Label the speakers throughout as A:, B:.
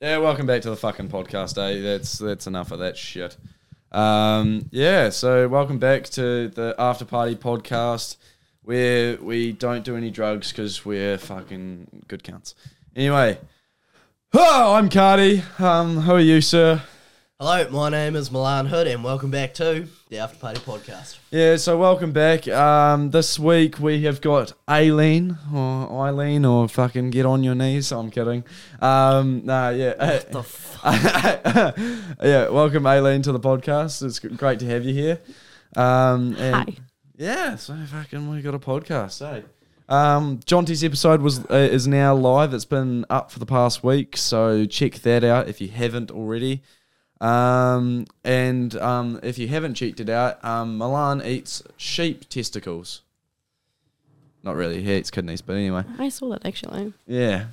A: Yeah, welcome back to the fucking podcast, eh? That's that's enough of that shit. Um, yeah, so welcome back to the after party podcast where we don't do any drugs because we're fucking good counts. Anyway, oh, I'm Cardi. Um, who are you, sir?
B: Hello, my name is Milan Hood, and welcome back to the After Party Podcast.
A: Yeah, so welcome back. Um, this week we have got Aileen or Eileen or fucking get on your knees. I'm kidding. Um, nah, yeah.
B: The f-
A: yeah, welcome Aileen to the podcast. It's g- great to have you here. Um, and
C: Hi.
A: Yeah, so fucking we got a podcast, eh? Um, Jonty's episode was uh, is now live. It's been up for the past week, so check that out if you haven't already. Um, and um, if you haven't checked it out, um, Milan eats sheep testicles. Not really, he eats kidneys, but anyway.
C: I saw that actually.
A: Yeah.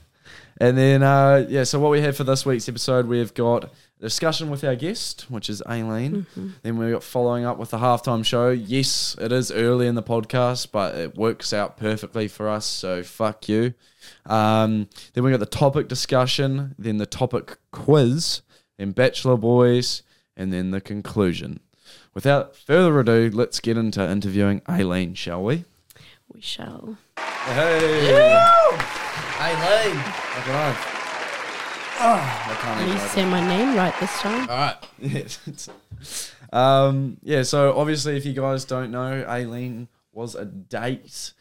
A: And then, uh, yeah, so what we have for this week's episode, we've got a discussion with our guest, which is Aileen. Then we've got following up with the halftime show. Yes, it is early in the podcast, but it works out perfectly for us, so fuck you. Um, then we got the topic discussion, then the topic quiz, then Bachelor Boys, and then the conclusion. Without further ado, let's get into interviewing Aileen, shall we?
C: We shall.
A: Hey!
B: Aileen.
A: Fucking oath. Ah, I can't
C: At
A: even
C: least say my name right this time.
B: All right.
A: Yes. um, yeah, so obviously, if you guys don't know, Aileen was a date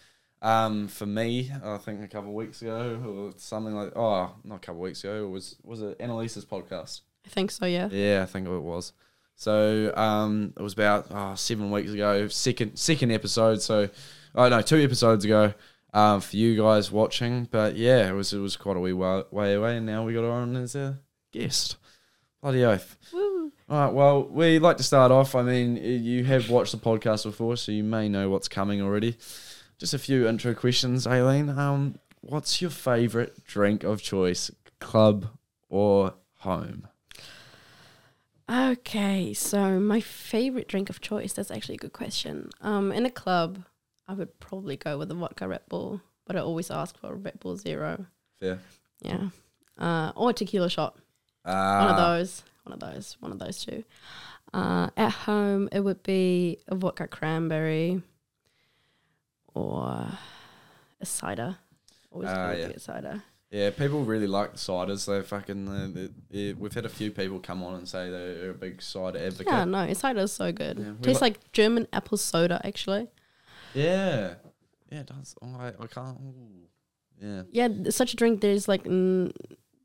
A: um, for me, I think a couple of weeks ago or something like Oh, not a couple of weeks ago. It was, was it Annalisa's podcast?
C: I think so, yeah.
A: Yeah, I think it was. So um, it was about oh, seven weeks ago, second second episode. So, oh no, two episodes ago um, for you guys watching. But yeah, it was it was quite a wee wa- way away, and now we got her on as a guest. Bloody oath!
C: Woo.
A: All right. Well, we like to start off. I mean, y- you have watched the podcast before, so you may know what's coming already. Just a few intro questions, Aileen. Um, what's your favorite drink of choice, club or home?
C: Okay, so my favorite drink of choice, that's actually a good question. Um, in a club, I would probably go with a vodka Red Bull, but I always ask for a Red Bull Zero.
A: Fair.
C: Yeah. Uh, or a tequila shot.
A: Ah,
C: One of those. One of those. One of those two. Uh, at home, it would be a vodka cranberry or a cider. Always
A: Ah,
C: uh,
A: yeah.
C: a cider.
A: Yeah, people really like the ciders. They fucking. Uh, they- yeah, we've had a few people come on and say they're a big cider advocate.
C: Yeah,
A: Yeah.
C: no, cider is so good.
A: Yeah, we
C: Tastes
A: like-
C: like, German apple soda, actually.
A: Yeah, it does. Oh, I, I can't. ooh. Yeah.
C: Yeah, th- such a drink. There's like n-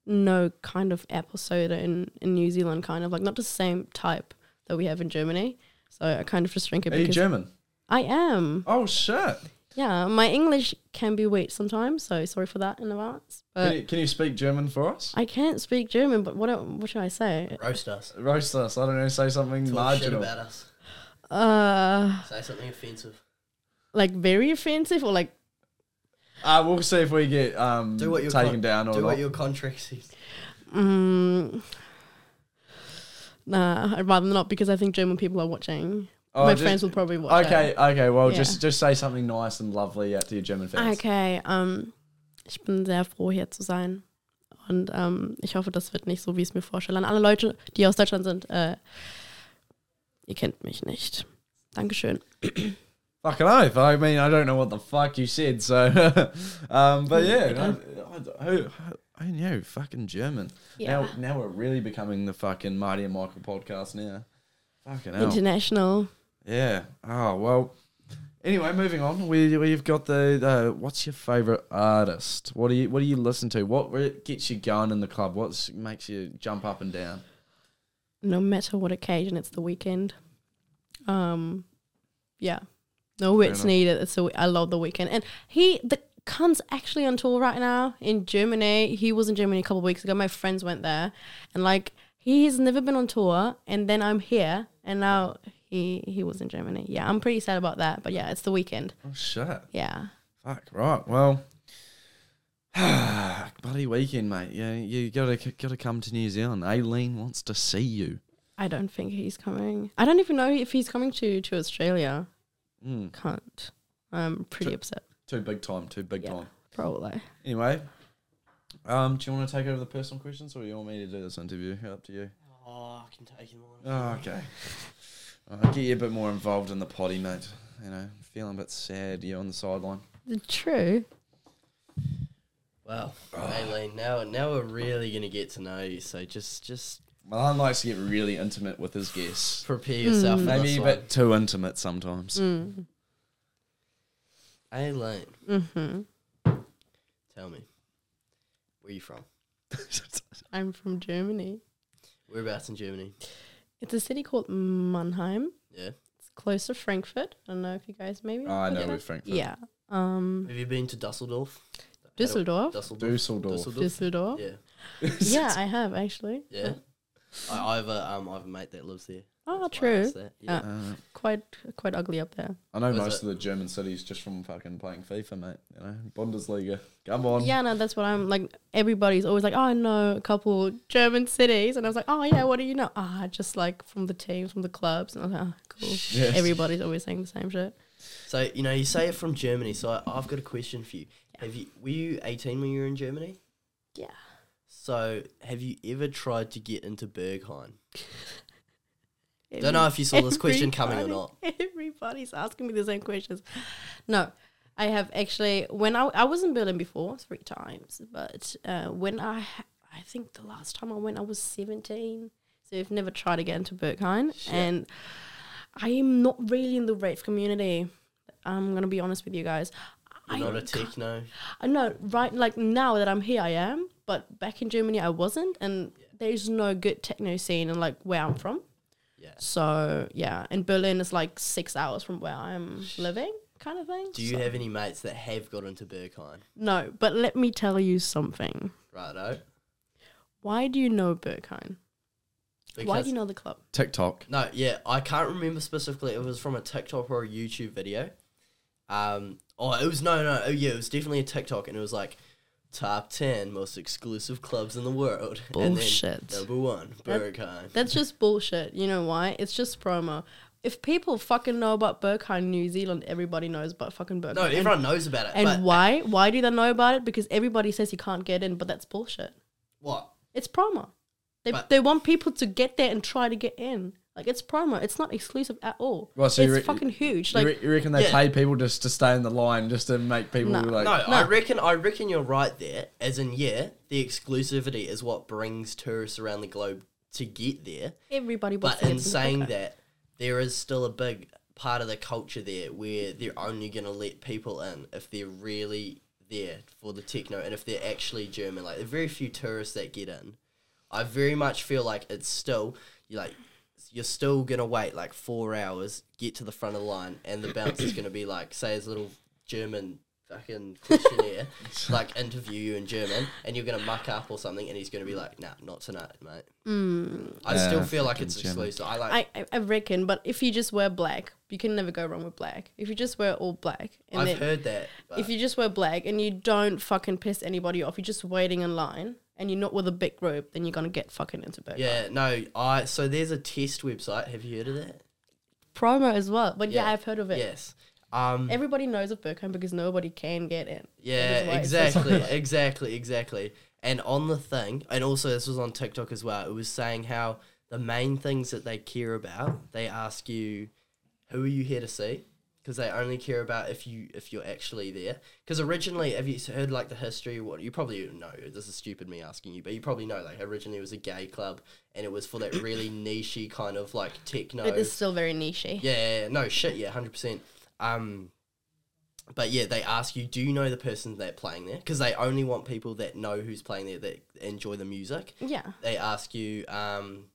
C: no kind of apple soda in in New Zealand. Kind of like not the same type that we have in Germany. So I kind of just drink it
A: Are you
C: because
A: German?
C: I am.
A: Oh, shit.
C: Yeah, my English can be weak sometimes, so sorry for that in advance.
A: Can
C: But
A: you, can you speak German for us?
C: I can't speak German. But what do- what should I say?
B: Roast us.
A: Roast us. I don't know. Say something
B: Talk shit
A: marginal.
B: about us.
C: Uh,
B: Say something offensive.
C: like very offensive or like
A: Uh, we'll see if we get um,
B: Do what your
A: taken
B: con-
A: down or
B: Do
A: not.
B: what your contract says.
C: Mm, nah, I'd rather not because I think German people are watching.
A: Oh,
C: My
A: just-
C: friends will probably watch.
A: Okay, okay. Well,
C: Yeah.
A: just just say something nice and lovely out to your German
C: It.
A: fans.
C: Okay. Um, ich bin sehr froh hier zu sein und ähm, ich hoffe, das wird nicht so, wie ich es mir vorstelle. An alle Leute, die aus Deutschland sind, äh, ihr kennt mich nicht. Dankeschön.
A: Fucking oath. I mean, I don't know what the fuck you said, so. um, but yeah, no, I, who, who knew? Fucking German. Now, now we're really becoming the fucking Marty and Michael podcast now. Fucking hell.
C: International.
A: yeah. Oh, well. Anyway, moving on. We, we've got the, the. What's your favorite artist? What do you What do you listen to? What re- gets you going in the club? What makes you jump up and down?
C: no matter what occasion, it's the weekend. Um, yeah, no it's
A: enough.
C: needed. It's the, I love the weekend, and he the cunt's actually on tour right now in Germany. He was in Germany a couple of weeks ago. My friends went there, and like he has never been on tour, and then I'm here, and now he he was in Germany. Yeah, I'm pretty sad about that, but yeah, it's the weekend.
A: Oh, shit.
C: Yeah,
A: Fuck right. Well, bloody weekend, mate. Yeah, you gotta gotta come to New Zealand. Aileen wants to see you.
C: I don't think he's coming. I don't even know if he's coming to to Australia.
A: Mm.
C: Can't. I'm pretty
A: Sure.
C: upset.
A: Too big time. Too big
C: Yeah.
A: time.
C: Probably.
A: Anyway, Um, do you want to take over the personal questions, or do you want me to do this interview? Up to you.
B: Oh, I can take him on.
A: Oh, okay. I'll get you a bit more involved in the potty, mate. You know, feeling a bit sad. You on the sideline.
C: True.
B: Wow, Aileen, now now we're really gonna get to know you. So just just
A: Milan likes to get really intimate with his guests.
B: prepare yourself for
A: Maybe
B: this
A: a
B: one.
A: bit too intimate sometimes.
C: Mm.
B: Aileen,
C: Mm-hmm.
B: tell me, where are you from?
C: I'm from Germany.
B: Whereabouts in Germany?
C: It's a city called Mannheim.
B: Yeah.
C: It's close to Frankfurt. I don't know if you guys maybe.
A: Oh, I
C: heard
A: know
C: it.
A: where Frankfurt.
C: Yeah. Um,
B: Have you been to Dusseldorf?
C: Düsseldorf.
B: Dusseldorf.
A: Dusseldorf.
C: Düsseldorf.
B: Yeah,
C: Yeah, I have actually.
B: yeah. I, I have a um, I have a mate that lives there.
C: Oh,
B: That's why I
C: true.
B: asked that. Yeah.
A: Uh,
C: Quite quite ugly up there.
A: I know
B: Was
A: most
B: it-
A: of the German cities just from fucking playing FIFA, mate. You know, Bundesliga. Come on.
C: Yeah, no, that's what I'm like. Everybody's always like, oh, I know a couple German cities, and I was like, oh yeah, what do you know? Ah, just like from the teams, from the clubs, and I was like, oh, cool.
A: Yes.
C: Everybody's always saying the same shit.
B: So you know you say you're from Germany. So I, I've got a question for you. Have you were you 18 when you were in Germany?
C: Yeah.
B: So have you ever tried to get into Berghain? Don't know if you saw this question coming or not.
C: Everybody's asking me the same questions. No, I have actually when I I was in Berlin before three times, but uh, when I ha- I think the last time I went I was seventeen, so I've never tried to get into Berghain, and I am not really in the rave community. I'm gonna be honest with you guys. I
B: You're not a
C: can't-
B: techno.
C: I know, right? Like now that I'm here, I am. But back in Germany, I wasn't, and there's no good techno scene, and like where I'm from.
B: Yeah.
C: So yeah, and Berlin is like six hours from where I'm living, kind of thing.
B: Do you
C: So-
B: have any mates that have got into Berghain?
C: No, but let me tell you something.
B: Righto.
C: Why do you know Berghain? Why
B: Because-
C: do you know the club?
A: TikTok.
B: No, yeah, I can't remember specifically. It was from a TikTok or a YouTube video. Um, oh, it was no, no, oh yeah, it was definitely a TikTok, and it was like top ten most exclusive clubs in the world. And then
C: Bullshit.
B: number one,
C: That-
B: Berghain.
C: That's just bullshit. You know why? It's just promo. If people fucking know about Berghain New Zealand, everybody knows about fucking Berghain.
B: No,
C: And-
B: everyone knows about it.
C: And
B: but
C: why? Why do they know about it? Because everybody says you can't get in, but that's bullshit.
B: what?
C: It's promo. They,
B: But-
C: they want people to get there and try to get in. Like it's promo. It's not exclusive at all.
A: Well, so you re-
C: it's fucking huge.
A: you,
C: Like
A: re- you reckon they
B: Yeah.
A: pay people just to stay in the line, just to make people
C: No.
A: like?
B: No, I reckon I reckon you're right there. As in, yeah, the exclusivity is what brings tourists around the globe to get there.
C: everybody wants
B: But
C: to get
B: in
C: into
B: saying
C: Berghain.
B: that, there is still a big part of the culture there where they're only going to let people in if they're really there for the techno and if they're actually German. Like, there are very few tourists that get in. I very much feel like it's still, you like, you're still going to wait like four hours, get to the front of the line, and the bounce is going to be like, say, his little German fucking questionnaire, like, interview you in German, and you're going to muck up or something, and he's going to be like, nah, not tonight, mate. I still
A: Yeah,
B: feel like
A: fucking
B: it's
A: German.
B: exclusive. I like
C: Mm. I, I I reckon. But if you just wear black, you can never go wrong with black. If you just wear all black, and
B: I've
C: then
B: heard that. But
C: if you just wear black and you don't fucking piss anybody off, you're just waiting in line and you're not with a big group, then you're gonna get fucking into Berghain.
B: yeah, no, I so there's a test website. Have you heard of that?
C: Promo as well. But yeah,
B: Yeah.
C: I've heard of it.
B: Yes. Um
C: Everybody knows of Berghain because nobody can get in. That is
B: yeah,
C: why it's so
B: exactly, exactly, exactly. And on the thing, and also this was on TikTok as well, it was saying how the main things that they care about, they ask you who are you here to see? Because they only care about if you if you're actually there. Because originally, have you heard like the history? What you probably know. This is stupid me asking you, but you probably know. Like originally, it was a gay club, and it was for that really nichey kind of like techno.
C: It is still very nichey.
B: Yeah, yeah, yeah. no shit, yeah, hundred percent. Um, but yeah, they ask you, do you know the person that playing there? Because they only want people that know who's playing there that enjoy the music.
C: Yeah.
B: They ask you, um,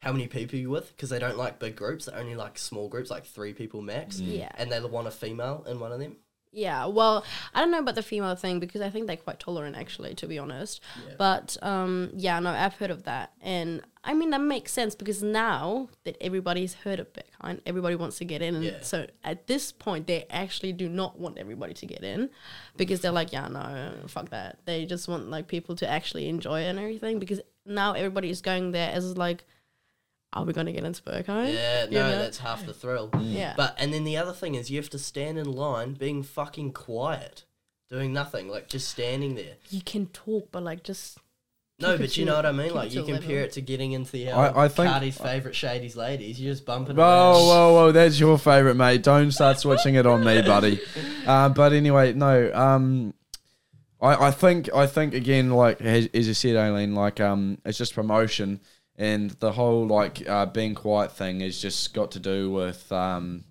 B: how many people you with? Because they don't like big groups. They only like small groups, like three people max.
C: Yeah.
B: And they want a female in one of them.
C: Yeah. Well, I don't know about the female thing because I think they're quite tolerant actually, to be honest. But um yeah, no, I've heard of that. And I mean that makes sense because now that everybody's heard of Bitcoin, everybody wants to get in. And
B: Yeah.
C: so at this point they actually do not want everybody to get in because they're like, Yeah, no, fuck that. They just want like people to actually enjoy it and everything because now everybody is going there as like, Are we gonna get into Bitcoin?
B: Yeah,
C: You
B: no,
C: know?
B: that's half the thrill.
C: Yeah.
B: But and then the other thing is you have to stand in line being fucking quiet. doing nothing, like just standing there.
C: You can talk, but like just
B: No,
C: Keep it
B: but you
C: to-
B: know what I mean.
C: keep
B: Like
C: it
B: you
C: to a
B: compare
C: level.
B: it to getting into the
A: I-
B: um,
A: I think-
B: Cardi's favorite Shady's ladies. You're just bumping.
A: Whoa,
B: around.
A: whoa, whoa! That's your favorite, mate. Don't start switching it on me, buddy. Uh, but anyway, no. Um, I, I think I think again, like as, as you said, Aileen, like um, it's just promotion, and the whole like uh, being quiet thing has just got to do with um,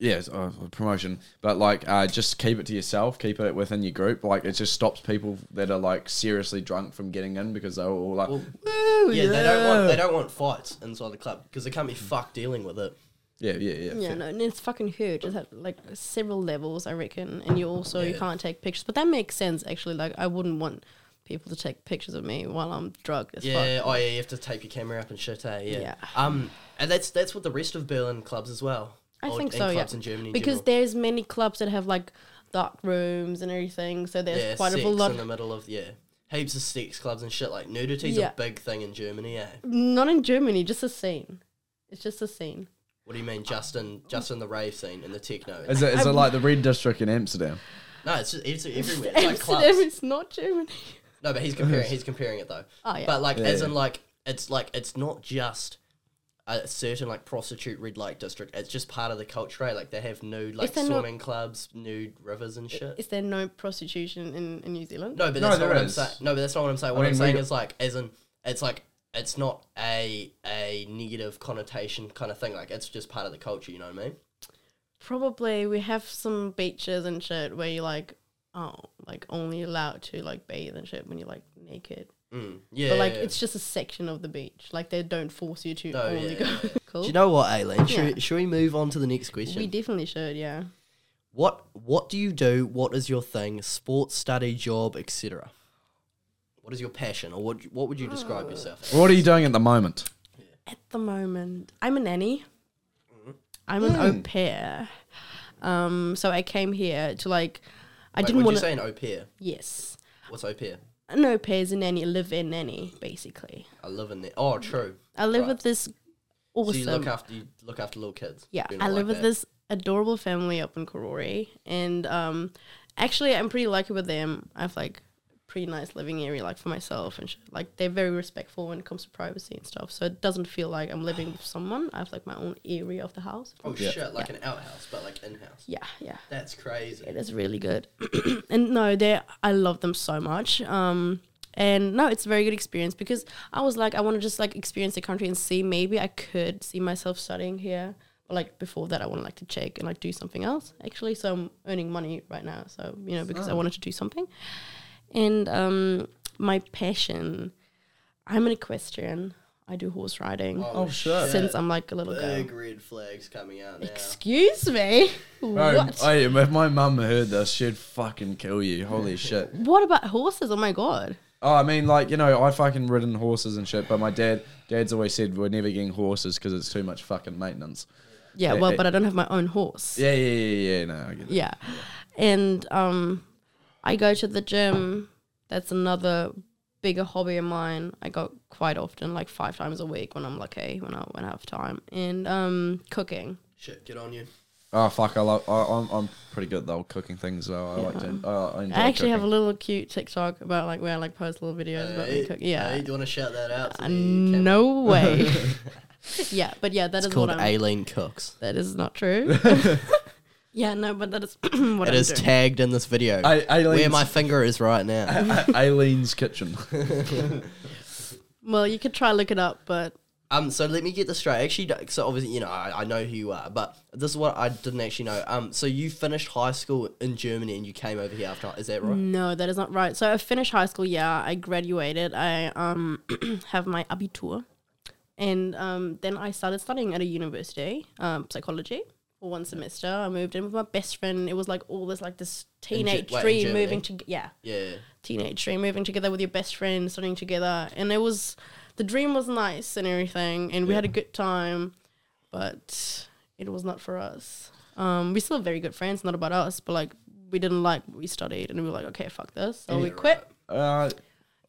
A: yes, uh, promotion. But like, uh, just keep it to yourself, keep it within your group. Like, it just stops people that are like seriously drunk from getting in because they're all like,
B: Well,
A: "Woo,
B: Yeah, they don't want they don't want fights inside the club because they
A: Mm.
B: can't be fucked dealing with it.
A: yeah, yeah, yeah,
C: yeah,
A: fair.
C: no, and it's fucking huge. It's at like several levels, I reckon, and you also you
B: Yeah.
C: can't take pictures. But that makes sense actually. Like I wouldn't want people to take pictures of me while I'm drugged as
B: Yeah,
C: fuck.
B: oh yeah, you have to tape your camera up and shit. Eh? Yeah.
C: Yeah.
B: Um, and that's that's what the rest of Berlin clubs as well.
C: I
B: Or-
C: think
B: and
C: so, yeah.
B: Clubs in Germany, in
C: Because
B: general.
C: there's many clubs that have like dark rooms and everything, so there's
B: yeah,
C: quite
B: sex
C: a lot.
B: in the middle of yeah, heaps of sex clubs and shit. Like nudity's
C: Yeah.
B: a big thing in Germany. eh? Yeah.
C: Not in Germany, just a scene. It's just a scene.
B: What do you mean, Justin? Justin the rave scene and the techno.
A: Is it, is it like the red district in Amsterdam?
B: no, it's just, it's everywhere. It's like
C: Amsterdam
B: clubs.
C: is not Germany.
B: No, but he's comparing. He's comparing it though.
C: Oh, yeah.
B: But like,
A: Yeah,
B: as
A: yeah.
B: in like, it's like it's not just a certain like prostitute red light district. It's just part of the culture. Right? Like they have nude like
C: there not-
B: swimming clubs, nude rivers and shit.
C: Is there no prostitution in, in New Zealand?
B: No, but
A: No,
B: that's not
A: there
B: what I'm
A: is.
B: saying. No, but that's not what I'm saying. What I
A: mean,
B: am
A: we
B: saying
A: got-
B: is like, as in, it's like it's not a a negative connotation kind of thing. Like it's just part of the culture. You know what I mean?
C: Probably we have some beaches and shit where you like oh like only allowed to like bathe and shit when you're like naked.
B: Mm. Yeah.
C: But like
B: yeah,
C: it's just a section of the beach. Like they don't force you to
B: No,
C: only
B: yeah,
C: go
B: yeah,
C: cool.
B: yeah. Do you know what, Aileen? Should,
C: Yeah.
B: we, should we move on to the next question?
C: we definitely should, yeah.
B: What What do you do? What is your thing? Sports, study, job, etc. What is your passion, or what What would you
C: Oh.
B: describe yourself? As?
A: What are you doing at the moment?
C: At the moment, I'm a nanny.
B: Mm-hmm.
C: I'm an
B: Mm.
C: au pair. Um, so I came here to like, I
B: Wait,
C: didn't
B: would
C: want
B: you
C: to.
B: say an au pair?
C: Yes,
B: What's au pair?
C: an au pair is a nanny, a live-in nanny, basically.
B: I live in there. Oh, true.
C: I live
B: Right.
C: with this
B: So
C: awesome.
B: you look after you look after little kids.
C: yeah,
B: You're not
C: I live
B: like that.
C: with this adorable family up in Karori, and um, actually, I'm pretty lucky with them. I've like pretty nice living area like for myself and sh- like they're very respectful when it comes to privacy and stuff so it doesn't feel like i'm living with someone i have like my own area of the house
B: Oh shit! Like an outhouse, but like in-house.
C: yeah yeah
B: That's crazy.
C: It is really good. and no, they I love them so much. Um and no, it's a very good experience because I was like I want to just like experience the country and see maybe I could see myself studying here. But like before that I want to like to check and like do something else actually. So I'm earning money right now. So, you know, because I wanted to do something. And um my passion I'm an equestrian. I do horse riding
A: Oh, shit.
C: since I'm like a little
B: Big
C: girl.
B: red flags coming out now.
C: Excuse me.
A: Bro,
C: what?
A: I, Um, if my mum heard this, she'd fucking kill you. Holy shit.
C: what about horses? Oh my god.
A: Oh, I mean, like, you know, I fucking ridden horses and shit, but my dad, dad's always said we're never getting horses because it's too much fucking maintenance.
C: Yeah,
A: Yeah,
C: well,
A: it-
C: but I don't have my own horse. Yeah.
A: Yeah, yeah, yeah, yeah. No, I get it.
C: And um, I go to the gym. That's another bigger hobby of mine. I go quite often, like five times a week when I'm lucky, when I when I have time. And um, cooking.
B: Shit, get on you.
A: Oh, fuck. I love, I, I'm, I'm pretty good, though, cooking things, though. I like to, I, I enjoy
C: I actually have a
A: cooking.
C: little cute TikTok about like where I like post little videos about me
B: Hey,
C: cooking. Yeah.
B: hey, do you want to shout that out? To
C: Uh,
B: the camera?
C: no way. yeah, but yeah, that is
B: It's called
C: what I'm.
B: Aileen Cooks.
C: that is not true. yeah, no, but that is what I'm
B: It is
C: doing.
B: tagged in this video.
A: A- Aileen's,
B: where my finger is right now.
A: A- Aileen's kitchen.
C: well, you could try look it up, but
B: Um, so let me get this straight. Actually, d- so obviously, you know, I, I know who you are, but this is what I didn't actually know. Um, so you finished high school in Germany and you came over here after. Is that right?
C: No, that is not right. So I finished high school. Yeah, I graduated. I um have my abitur, and um, then I started studying at a university, um, psychology for one semester. I moved in with my best friend. It was like all this like this teenage
B: wait, eh? in
C: dream
B: Germany?
C: moving to yeah
B: Yeah.
C: teenage dream moving together with your best friend, studying together, and it was the dream was nice and everything, and we had a good time, but it was not for us. Um, we still very good friends, not about us, but like we didn't like what we studied, and we were like, okay, fuck this, so we
B: right.
C: quit.
A: Uh,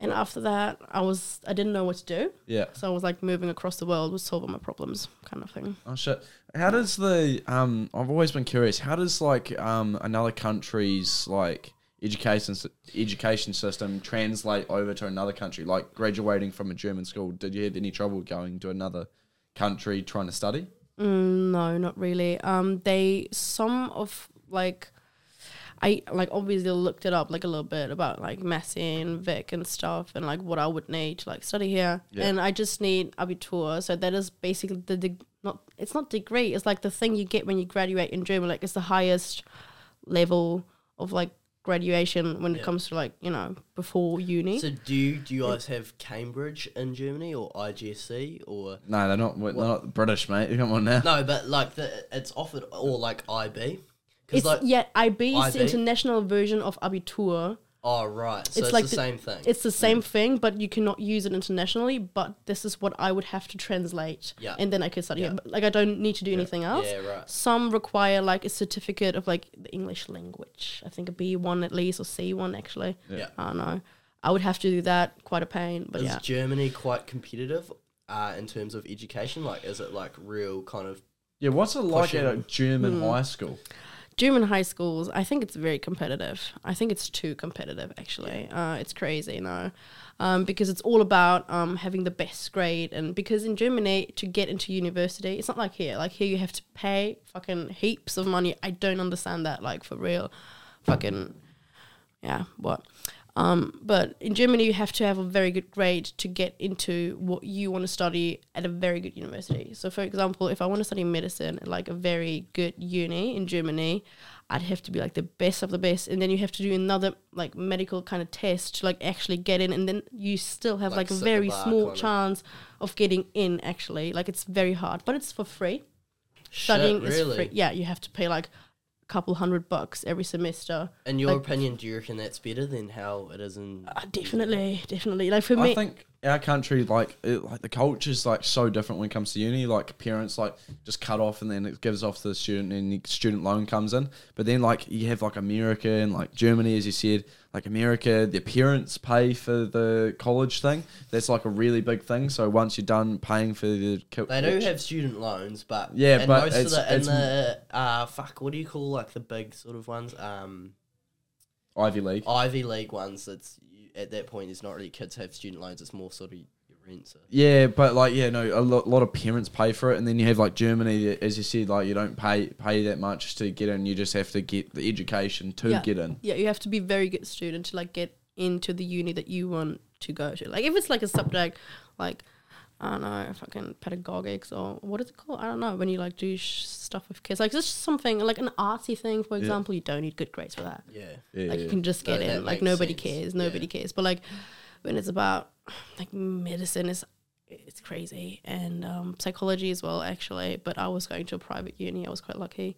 C: And after that, I was I didn't know what to do,
A: Yeah.
C: so I was like moving across the world was solving my problems, kind of thing.
A: Oh shit! How does the um? I've always been curious. How does like um another country's like education s- education system translate over to another country? Like graduating from a German school, did you have any trouble going to another country trying to study?
C: Mm, no, not really. Um, they some of like, I like obviously looked it up like a little bit about like Messi and Vic and stuff and like what I would need to like study here.
A: Yeah.
C: And I just need Abitur, so that is basically the deg- not it's not degree. It's like the thing you get when you graduate in Germany. Like it's the highest level of like graduation when it
B: Yeah.
C: comes to like you know before uni.
B: So do you, do you guys have Cambridge in Germany or IGC or
A: No, they're not. They're not British, mate. Come on now.
B: no? But like the, it's offered or like IB. Because
C: it's
B: like E?
C: yeah, IB is the
B: IB?
C: international version of Abitur.
B: oh right, so
C: it's
B: it's,
C: like
B: the,
C: the-
B: same thing.
C: it's the same thing, but you cannot use it internationally. But this is what I would have to translate,
B: Yeah.
C: and then I could study
B: Yeah.
C: it. But, like I don't need to do anything else.
B: Yeah, right.
C: Some require like a certificate of like the English language. I think a B one at least or C one actually.
B: Yeah.
C: I don't know. I would have to do that. Quite a pain, but
B: Is
C: yeah.
B: Germany quite competitive uh, in terms of education? Like, is it like real kind of?
A: Yeah, what's it like
B: Pushing.
A: at a German high school?
C: German high schools, I think it's very competitive. I think it's too competitive, actually. Uh, it's crazy, no, um, because it's all about um, having the best grade, and because in Germany to get into university, it's not like here. Like here, you have to pay fucking heaps of money. I don't understand that, like for real, fucking, yeah, what? Um, but in Germany, you have to have a very good grade to get into what you want to study at a very good university. So, for example, if I want to study medicine at like a very good uni in Germany, I'd have to be like the best of the best, and then you have to do another like medical kind of test to like actually get in, and then you still have
B: Like
C: like, a
B: set the
C: very
B: bar
C: small
B: kind of.
C: chance of getting in. Actually, like it's very hard, but it's for free.
B: Shit,
C: Studying
B: really?
C: is free. Yeah, you have to pay like a couple hundred bucks every semester.
B: In your
C: Like-
B: opinion, do you reckon that's better than how it is in?
C: Uh, definitely, definitely. Like for me,
A: I think our country, like, it, like the culture's like so different when it comes to uni. Like parents, like, just cut off and then it gives off to the student, and the student loan comes in. But then, like, you have like America and like Germany, as you said, like America, their parents pay for the college thing. That's like a really big thing. So once you're done paying for the, co-
B: They do have student loans, but
A: Yeah,
B: and
A: but
B: most
A: it's-
B: of the in
A: it's-
B: the uh fuck, what do you call like the big sort of ones? Um,
A: Ivy League.
B: Ivy League ones. That's at that point, it's not really kids have student loans. It's more sort of your rents. are-
A: Yeah, but like yeah, no, a lot, lot of parents pay for it, and then you have like Germany, as you said, like you don't pay pay that much to get in. You just have to get the education to
C: Yeah.
A: get in.
C: yeah, you have to be very good student to like get into the uni that you want to go to. Like if it's like a subject, like I don't know, fucking pedagogics or what is it called? I don't know. When you like do sh- stuff with kids, like it's just something like an artsy thing, for example. You don't need good grades for that.
B: Yeah,
A: Yeah,
C: Like you can just get
B: That-
C: in.
B: that
C: Like
B: makes
C: nobody
B: sense.
C: cares. Nobody cares. But like when it's about like medicine is it's crazy and um, psychology as well actually. But I was going to a private uni. I was quite lucky.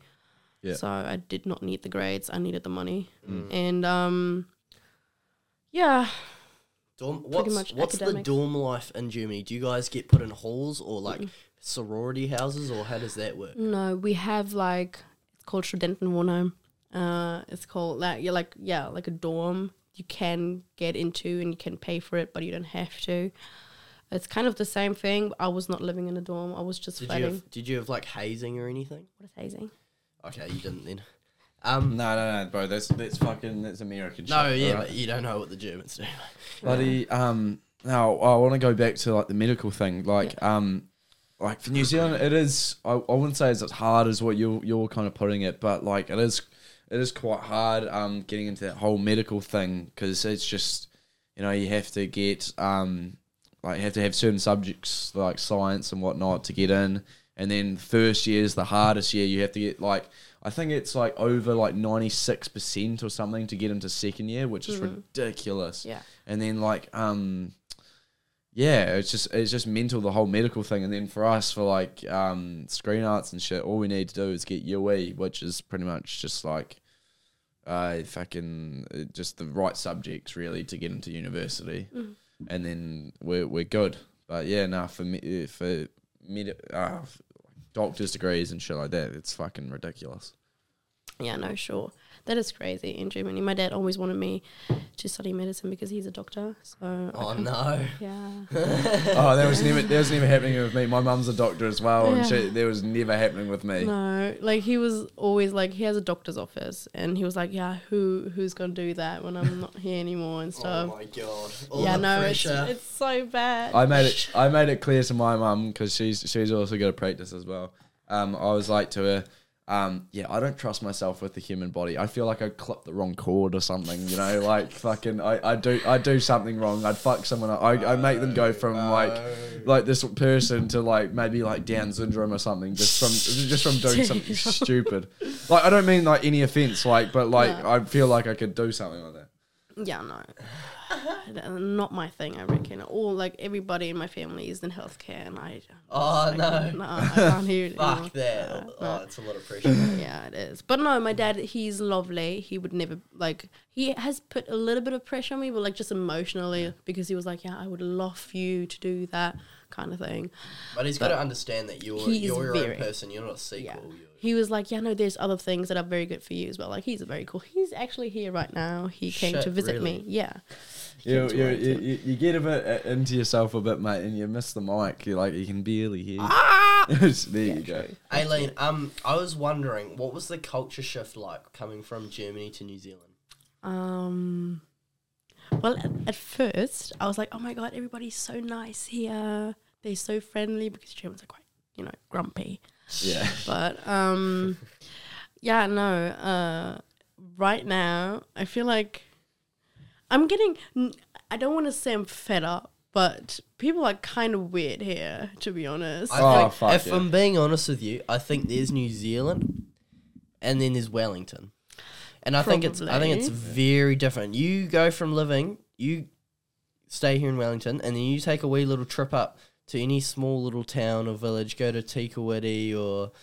A: Yeah.
C: So I did not need the grades. I needed the money.
B: Mm.
C: And um, yeah,
B: dorm. What's
C: much
B: what's
C: academics.
B: the dorm life in Germany? Do you guys get put in halls or like sorority houses, or how does that
A: Mm,
B: work?
C: no, we have like it's called Studentenwohnheim. Uh, it's called like you're like yeah like a dorm you can get into and you can pay for it, but you don't have to. It's kind of the same thing. I was not living in a dorm. I was just
B: Did you
C: fighting.
B: have, did you have like hazing or anything?
C: what is hazing?
B: Okay, you didn't then. Um,
A: No, no, no, bro. That's that's fucking that's American.
B: no,
A: shit,
B: yeah,
A: Mm, alright?
B: but you don't know what the Germans do.
A: Bloody um. Now I want to go back to like the medical thing. Like um, like for New Zealand, it is. I, I wouldn't say it's as hard as what you you're kind of putting it, but like it is, it is quite hard. Um, getting into that whole medical thing because it's just, you know, you have to get um, like you have to have certain subjects like science and whatnot to get in, and then first year is the hardest year. You have to get like. I think it's like over like ninety six percent or something to get into second year, which is ridiculous
C: Yeah.
A: and then like um yeah it's just it's just mental the whole medical thing and then for us for like um screen arts and shit all we need to do is get UE which is pretty much just like uh fucking uh, just the right subjects really to get into university
C: Mm.
A: and then we're we're good but yeah now nah, for me uh, for med- uh, f- doctor's degrees and shit like that it's fucking ridiculous
C: Yeah, no, sure. That is crazy in Germany. My dad always wanted me to study medicine because he's a doctor. So I
B: Oh
C: can't-
B: no.
C: yeah.
A: Oh, that was never that was never happening with me. My mum's a doctor as well, and
C: Yeah.
A: she, that was never happening with me.
C: No, like he was always like he has a doctor's office, and he was like, yeah, who who's gonna do that when I'm not here anymore and
B: Oh
C: stuff.
B: my god. All
C: yeah,
B: the
C: no, it's,
B: pressure.
C: it's so bad.
A: I made it. I made it clear to my mum because she's she's also got to practice as well. Um, I was like to her, um, yeah, I don't trust myself with the human body. I feel like I clipped the wrong cord or something. You know, like fucking, I, I do I do something wrong. I'd fuck someone. Up. I I make them go from like like this person to like maybe like Down syndrome or something just from just from doing something stupid. Like I don't mean like any offense, like but like
C: No.
A: I feel like I could do something like that.
C: yeah, no, That- not my thing. I reckon. All like everybody in my family is in healthcare, and I
B: Oh no.
C: no, I can't hear it. anymore.
B: Fuck that.
C: Yeah, no.
B: Oh, it's a lot of pressure.
C: Yeah, it is. But no, my dad, he's lovely. He would never like. He has put a little bit of pressure on me, but like just emotionally, because he was like, "Yeah, I would love you to do that kind of thing."
B: But he's got to understand that you're
C: He's
B: you're your
C: very-
B: own person. You're not a sequel.
C: Yeah.
B: You're,
C: He was like, "Yeah, no, there's other things that are very good for you as well." Like he's very cool. He's actually here right now. He came
B: Shit,
C: to visit me.
B: really?
C: Yeah,
A: You,
C: Kids
A: you,
C: won't.
A: you, you- you get a bit uh, into yourself a bit, mate, and you miss the mic. You like you can barely hear. there you go.
B: Aileen, um, I was wondering, what was the culture shift like coming from Germany to New Zealand?
C: Um, well, at, at first, I was like, oh my God, everybody's so nice here. They're so friendly because Germans are quite, you know, grumpy.
A: Yeah.
C: But um, yeah, no. Uh, right now, I feel like I'm getting. n- I don't want to say I'm fed up, but people are kind of weird here, to be honest.
B: I
A: Oh,
B: think,
A: fuck
B: if
A: yeah.
B: I'm being honest with you, I think there's New Zealand, and then there's Wellington, and I think it's I think it's very different. You go from living, you stay here in Wellington, and then you take a wee little trip up to any small little town or village, go to Tikawiti or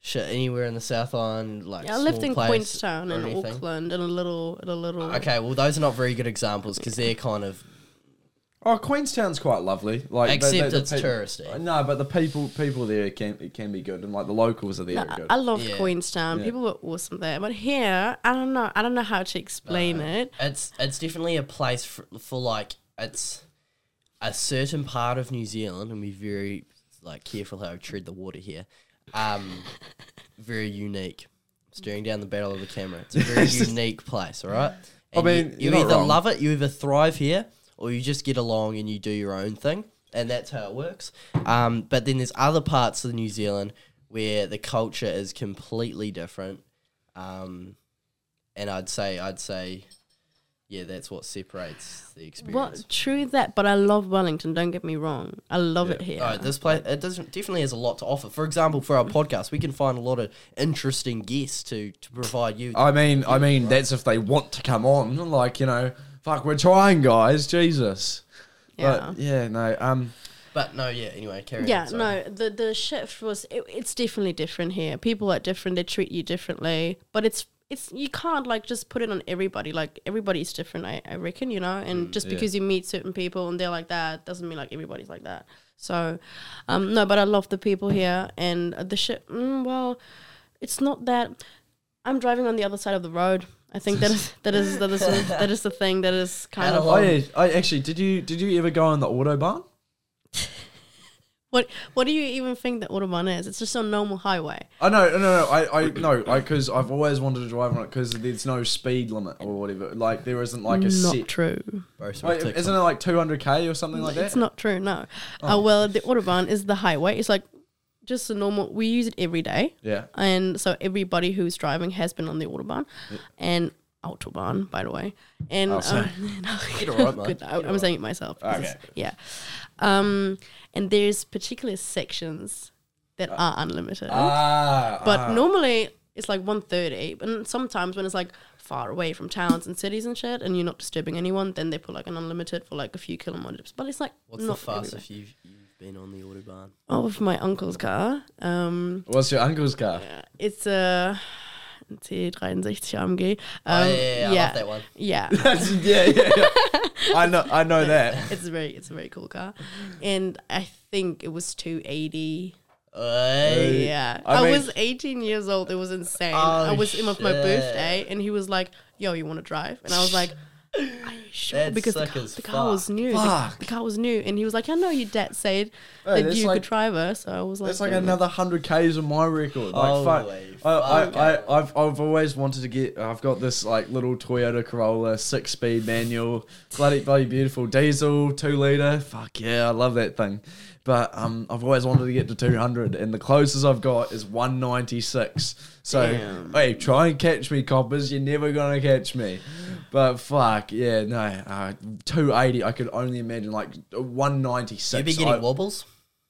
B: shit anywhere in the South Island. Like
C: Yeah, I lived
B: small
C: in
B: place
C: Queenstown
B: or
C: and
B: anything. Uh,
C: Auckland and a little, and a little.
B: Okay, well those are not very good examples because they're kind of
A: Oh, Queenstown's quite lovely. Like,
B: except
A: the
B: it's
A: peop- Uh,
B: touristy.
A: No, but the people people there can it can be good, and like the locals are there.
C: No,
A: are good.
C: I love
B: Yeah.
C: Queenstown.
A: Yeah.
C: People were awesome there, but here I don't know. I don't know how to explain it.
B: It's it's definitely a place for, for like it's a certain part of New Zealand, and be very like careful how I tread the water here. Um, very unique. Staring down the barrel of the camera, it's a very unique place. All right.
A: I
B: And you-
A: mean,
B: you,
A: you're not
B: either
A: wrong.
B: love it, you either thrive here, or you just get along and you do your own thing, and that's how it works. Um, but then there's other parts of New Zealand where the culture is completely different. Um, and I'd say, I'd say, yeah, that's what separates the experience.
C: Well, true that, but I love Wellington. Don't get me wrong. I love it here.
B: No, this place it doesn't definitely has a lot to offer. For example, for our
C: Mm.
B: podcast, we can find a lot of interesting guests to to provide you.
A: I mean, I mean, that's if they want to come on. Like, you know, fuck, we're trying, guys. Jesus.
C: yeah.
A: But yeah, no. Um,
B: But no, yeah. Anyway, carry on.
C: yeah,
B: sorry.
C: no, the the shift was it, it's definitely different here. People are different. They treat you differently, but it's it's you can't like just put it on everybody. Like everybody's different. I, I reckon you know,
A: Mm,
C: and just because you meet certain people and they're like that doesn't mean like everybody's like that. So, um, no, but I love the people here and the shit. Mm, well, it's not that I'm driving on the other side of the road. I think that is that is that is that is the thing that is kind
B: Had a
C: of
A: oh yeah, I actually did you did you ever go on the autobahn?
C: what what do you even think that autobahn is? It's just a normal highway.
A: I know, no, no, I, I no, I because I've always wanted to drive on it because there's no speed limit or whatever. Like there isn't like a
C: Not
A: set.
C: true.
A: Wait,
B: Both were ticked
A: isn't it like 200k or something like that? Oh.
C: It's not true, no. Uh, well, the Autobahn is the highway. It's like just a normal, we use it every day.
A: Yeah.
C: And so everybody who's driving has been on the Autobahn and Autobahn, by the way. And
A: Oh, sorry.
C: um, no,
B: alright, mate.
C: good, I, I'm saying it myself. because
A: Okay.
C: it's- Yeah. Um, and there's particular sections that are unlimited.
A: Uh, Ah,
C: But
B: Uh-huh.
C: normally it's like 1.30 and sometimes when it's like far away from towns and cities and shit and you're not disturbing anyone, then they put like an unlimited for like a few kilometers. But it's like
B: What's
C: not
B: the
C: everywhere.
B: fastest you've, you've been on the autobahn?
C: Oh, with my uncle's car. Um,
A: what's your uncle's car?
C: it's uh, a C63 AMG.
B: Oh,
C: Um,
B: yeah, yeah, yeah, I love that one.
C: yeah.
A: yeah, yeah, yeah. I know, I know that.
C: it's a very, it's a very cool car, and I think it was 280
B: Oi.
C: Yeah.
A: I
C: I,
A: mean-
C: was 18 years old. It was insane.
B: Oh,
C: I was in with my
B: shit.
C: birthday, and he was like, Yo, you want to drive? And I was like, Are you sure?
B: That's
C: because the
B: sick
C: car,
B: as
C: the car was
B: fuck.
C: new. The,
A: Fuck.
C: the car was new. And he was like, I know your dad said
A: Hey,
C: that
A: that's
C: you
A: like-
C: could drive her. So I was like,
A: That's like
C: "Fair enough."
A: another hundred k's on my record. Like fuck,
B: Holy
A: I,
B: fuck.
A: I, I, I've, I've always wanted to get. I've got this like little Toyota Corolla six speed manual, bloody bloody beautiful diesel two liter. Fuck yeah, I love that thing. But um, I've always wanted to get to two hundred, and the closest I've got is one ninety six. So
B: Damn.
A: hey, try and catch me, coppers. You're never gonna catch me. But fuck yeah, no, uh, two eighty. I could only imagine like one ninety
B: You be
A: six.
B: getting wobbles?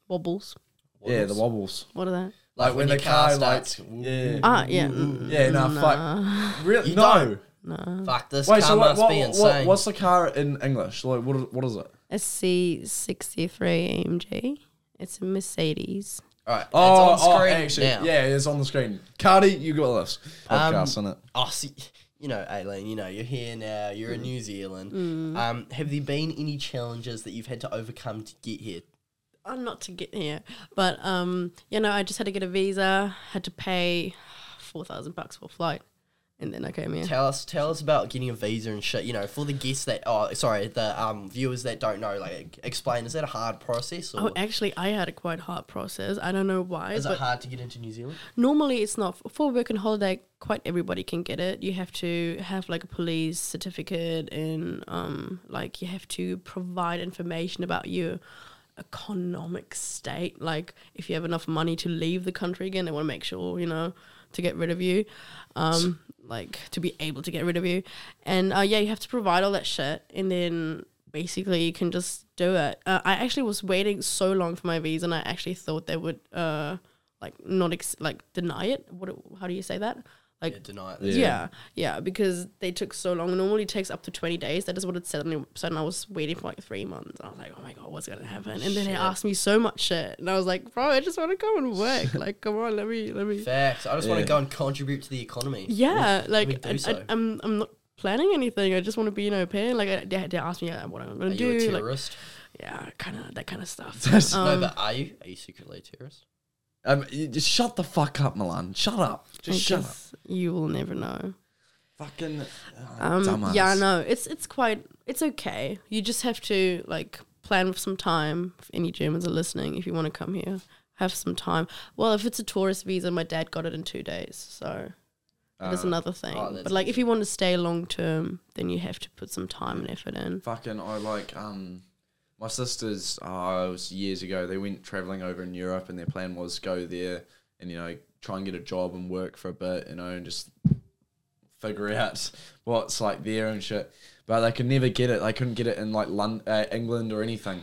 C: wobbles.
A: Yeah, the wobbles.
C: What are that?
A: Like when, the car, starts, like
B: woo-
A: yeah,
C: Ah, yeah. mm,
A: yeah, no, fuck, really, no.
B: Fuck, this
A: Wait,
B: car
A: so what,
B: must
A: what,
B: be
A: what-
B: insane.
A: what's the car in English? Like, what, is- what is it?
C: SC63 AMG. It's a Mercedes.
B: All right,
A: Oh,
B: it's on
A: oh,
B: screen
A: actually,
B: now.
A: yeah, it's on the screen. Cardi, you got this podcast in it.
B: Oh, see, you know, Aileen, you know, you're here now. You're
C: Mm.
B: in New Zealand. Um, have there been any challenges that you've had to overcome to get here?
C: I'm not to get here, but um, you know, I just had to get a visa, had to pay four thousand bucks for a flight, and then I came here.
B: Tell us, tell us about getting a visa and shit. You know, for the guests that, oh, sorry, the um viewers that don't know, like, explain. Is that a hard process or
C: Oh, actually, I had a quite hard process. I don't know why,
B: is it
C: but
B: hard to get into New Zealand?
C: normally it's not for work and holiday. Quite everybody can get it. You have to have like a police certificate, and um, like you have to provide information about your economic state. Like if you have enough money to leave the country again, they want to make sure you know to get rid of you. um, like to be able to get rid of you. And uh, yeah, you have to provide all that shit, and then basically you can just do it. Uh, I actually was waiting so long for my visa, and I actually thought they would uh, like not ex- like deny it. What? How do you say that? Like
B: Yeah, deny it.
C: yeah. yeah, because they took so long. It normally takes up to twenty days. That is what it said on the website, and I was waiting for like three months. I was like, oh my god, what's gonna happen? And then they asked me so much shit, and I was like, bro, I just want to come and work. like, come on, let me, let me.
B: Facts. I just want
A: Yeah.
B: to go and contribute to the economy.
C: Yeah,
B: we
C: like
B: do
C: I,
B: so.
C: I, am I'm not planning anything. I just want to be an au pair. Like I, they, they asked me uh, what I'm
B: Are
C: gonna
B: you a
C: do. Like
B: terrorist?
C: yeah, kind of that kind of stuff.
A: That's-
B: no,
C: Um,
B: but are you? Are you secretly a terrorist?
A: Um, you just shut the fuck up, Milan. Shut up.
C: I
A: Just shut up.
C: guess you will never know.
A: Fucking oh,
C: Um,
A: dumbass.
C: yeah, no, it's it's quite it's okay. You just have to like plan with some time. If any Germans are listening, if you want to come here, have some time. Well, if it's a tourist visa, my dad got it in two days, so that's another thing.
B: oh, that's
C: but like, if you want to stay long term, then you have to put some time and effort in.
A: Fucking, I like um, my sisters. Uh, it was years ago. They went traveling over in Europe, and their plan was go there and you know try and get a job and work for a bit, you know, and just figure out what's like there and shit. But they could never get it. They couldn't get it in like London, uh, England or anything.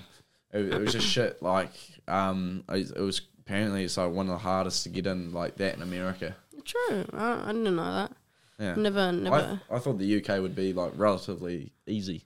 A: It, it was just shit. Like um, it, it was apparently it's like one of the hardest to get in like that in America.
C: True, I, I didn't know that.
A: Yeah.
C: Never, never.
A: I, th- I thought the UK would be like relatively easy.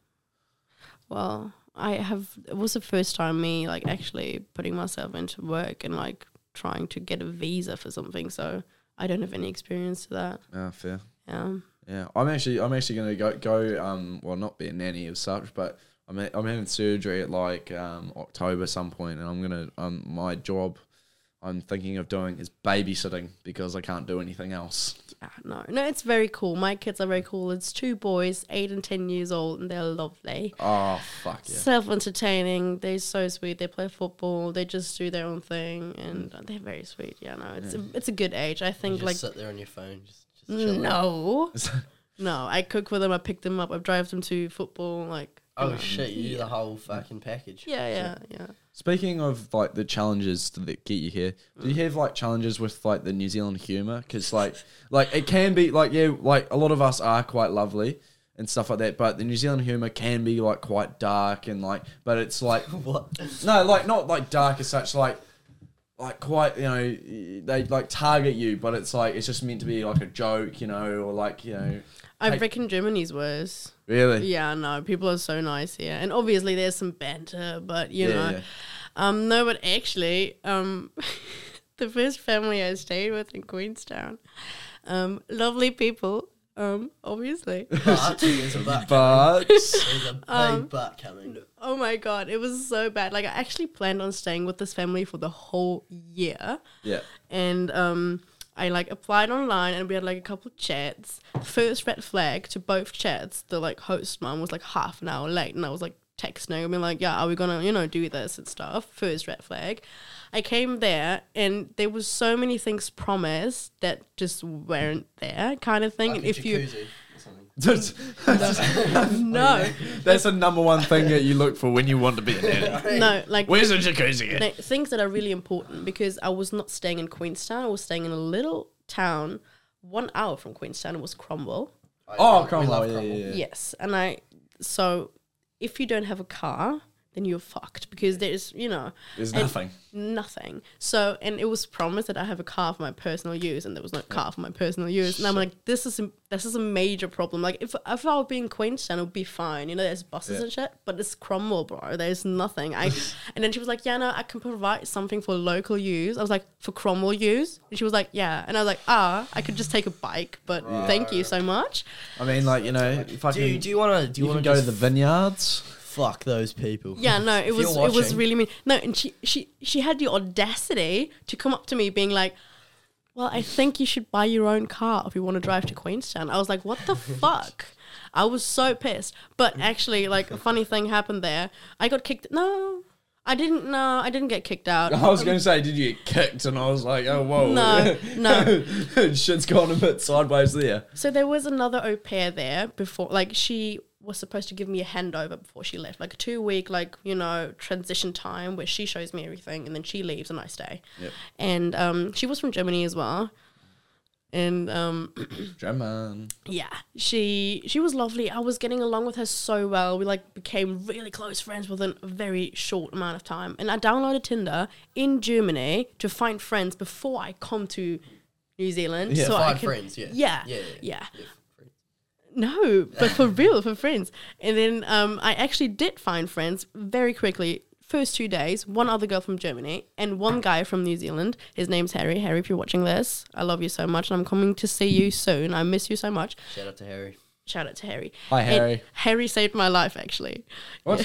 C: well, I have. It was the first time me like actually putting myself into work and like trying to get a visa for something. So I don't have any experience to that.
A: Ah, fair.
C: Um,
A: Yeah, I'm actually I'm actually gonna go go um well not be a nanny as such, but I'm ha- I'm having surgery at like um October some point, and I'm gonna um my job I'm thinking of doing is babysitting because I can't do anything else.
C: yeah, Ah, no, no, it's very cool. My kids are very cool. It's two boys, eight and ten years old, and they're lovely.
A: Oh fuck yeah!
C: Self entertaining, they're so sweet. They play football, they just do their own thing, and they're very sweet. Yeah, no, it's a, it's a good age. I
B: You
C: think
B: just
C: like Mm,
B: sit there on your phone, just, just chilling.
C: no, no, I cook for them. I pick them up. I drive them to football. Like you
B: Oh
C: know.
B: shit! You do the whole fucking package.
C: Yeah, yeah, yeah.
A: Speaking of like the challenges that get you here, do you have like challenges with like the New Zealand humor? Because like like it can be like yeah like a lot of us are quite lovely and stuff like that, but the New Zealand humor can be like quite dark and like but it's like
B: What?
A: No, like not like dark as such. Like, like quite you know they like target you, but it's like it's just meant to be like a joke, you know, or like you know.
C: I
A: Hey.
C: reckon Germany's worse.
A: Really?
C: Yeah, no, people are so nice here, and obviously there's some banter, but you
A: Yeah,
C: know,
A: yeah.
C: um, no, but actually, um, the first family I stayed with in Queenstown, um, lovely people. Um, obviously.
B: But there's a but.
A: But
B: There's a big
C: Um,
B: but coming.
C: Oh my god, it was so bad. Like I actually planned on staying with this family for the whole year.
A: yeah,
C: and um, I like applied online, and we had like a couple chats. First red flag to both chats. The like host mom was like half an hour late, and I was like texting her, and being like, "Yeah, are we gonna you know do this and stuff?" First red flag. I came there, and there was so many things promised that just weren't there, kind of thing.
B: Like
C: and
B: a
C: if you
B: jacuzzi or something.
A: that's,
C: no,
A: that's the number one thing that you look for when you want to be a nanny.
C: no, like
A: Where's the jacuzzi? At?
C: No, things that are really important because I was not staying in Queenstown. I was staying in a little town one hour from Queenstown. It was Cromwell.
B: I-
A: Oh,
B: we
A: Cromwell,
B: love
A: yeah,
B: Cromwell.
A: yeah, yeah.
C: Yes. And I, so if you don't have a car, then you're fucked because there's, you know,
A: There's
C: and-
A: nothing.
C: Nothing. So, and it was promised that I have a car for my personal use, and there was no car for my personal use. And I'm like, this is a, this is a major problem. Like, if if I would be in Queenstown, it would be fine. You know, there's buses
A: Yeah.
C: and shit, but it's Cromwell, bro. There's nothing. I and then she was like, yeah, no, I can provide something for local use. I was like, for Cromwell use, and she was like, yeah, and I was like, ah, I could just take a bike, but thank you so much.
A: I mean, like you know, fucking.
B: Do you, do you want to? Do
A: you
B: you,
A: can
B: want
A: go to
B: to
A: the vineyards.
B: fuck those people?
C: Yeah, no, it
B: If
C: was
B: you're
C: it was
B: watching-
C: really mean. No, and she she she had the audacity to come up to me being like, "Well, I think you should buy your own car if you want to drive to Queenstown." I was like, "What the fuck?" I was so pissed. But actually, like a funny thing happened there. I got kicked. No, I didn't. No, I didn't get kicked out.
A: I was going to say, did you get kicked? And I was like, oh whoa,
C: No, no.
A: shit's gone a bit sideways there.
C: So there was another au pair there before, like she was supposed to give me a handover before she left, like a two week, like you know, transition time where she shows me everything and then she leaves and I stay.
A: Yep.
C: And um, she was from Germany as well, and um,
A: German.
C: yeah, she she was lovely. I was getting along with her so well. We like became really close friends within a very short amount of time. And I downloaded Tinder in Germany to find friends before I come to New Zealand.
A: Yeah,
C: so I
B: Find
C: can,
B: friends. Yeah.
C: Yeah,
B: Yeah.
C: yeah.
B: yeah, friends.
C: No, but for real, for friends. And then um, I actually did find friends very quickly. First two days, one other girl from Germany and one guy from New Zealand. His name's Harry. Harry, if you're watching this, I love you so much, and I'm coming to see you soon. I miss you so much.
B: Shout out to Harry.
C: Shout out to Harry.
A: Hi,
C: And
A: Harry.
C: Harry saved my life, actually.
A: What?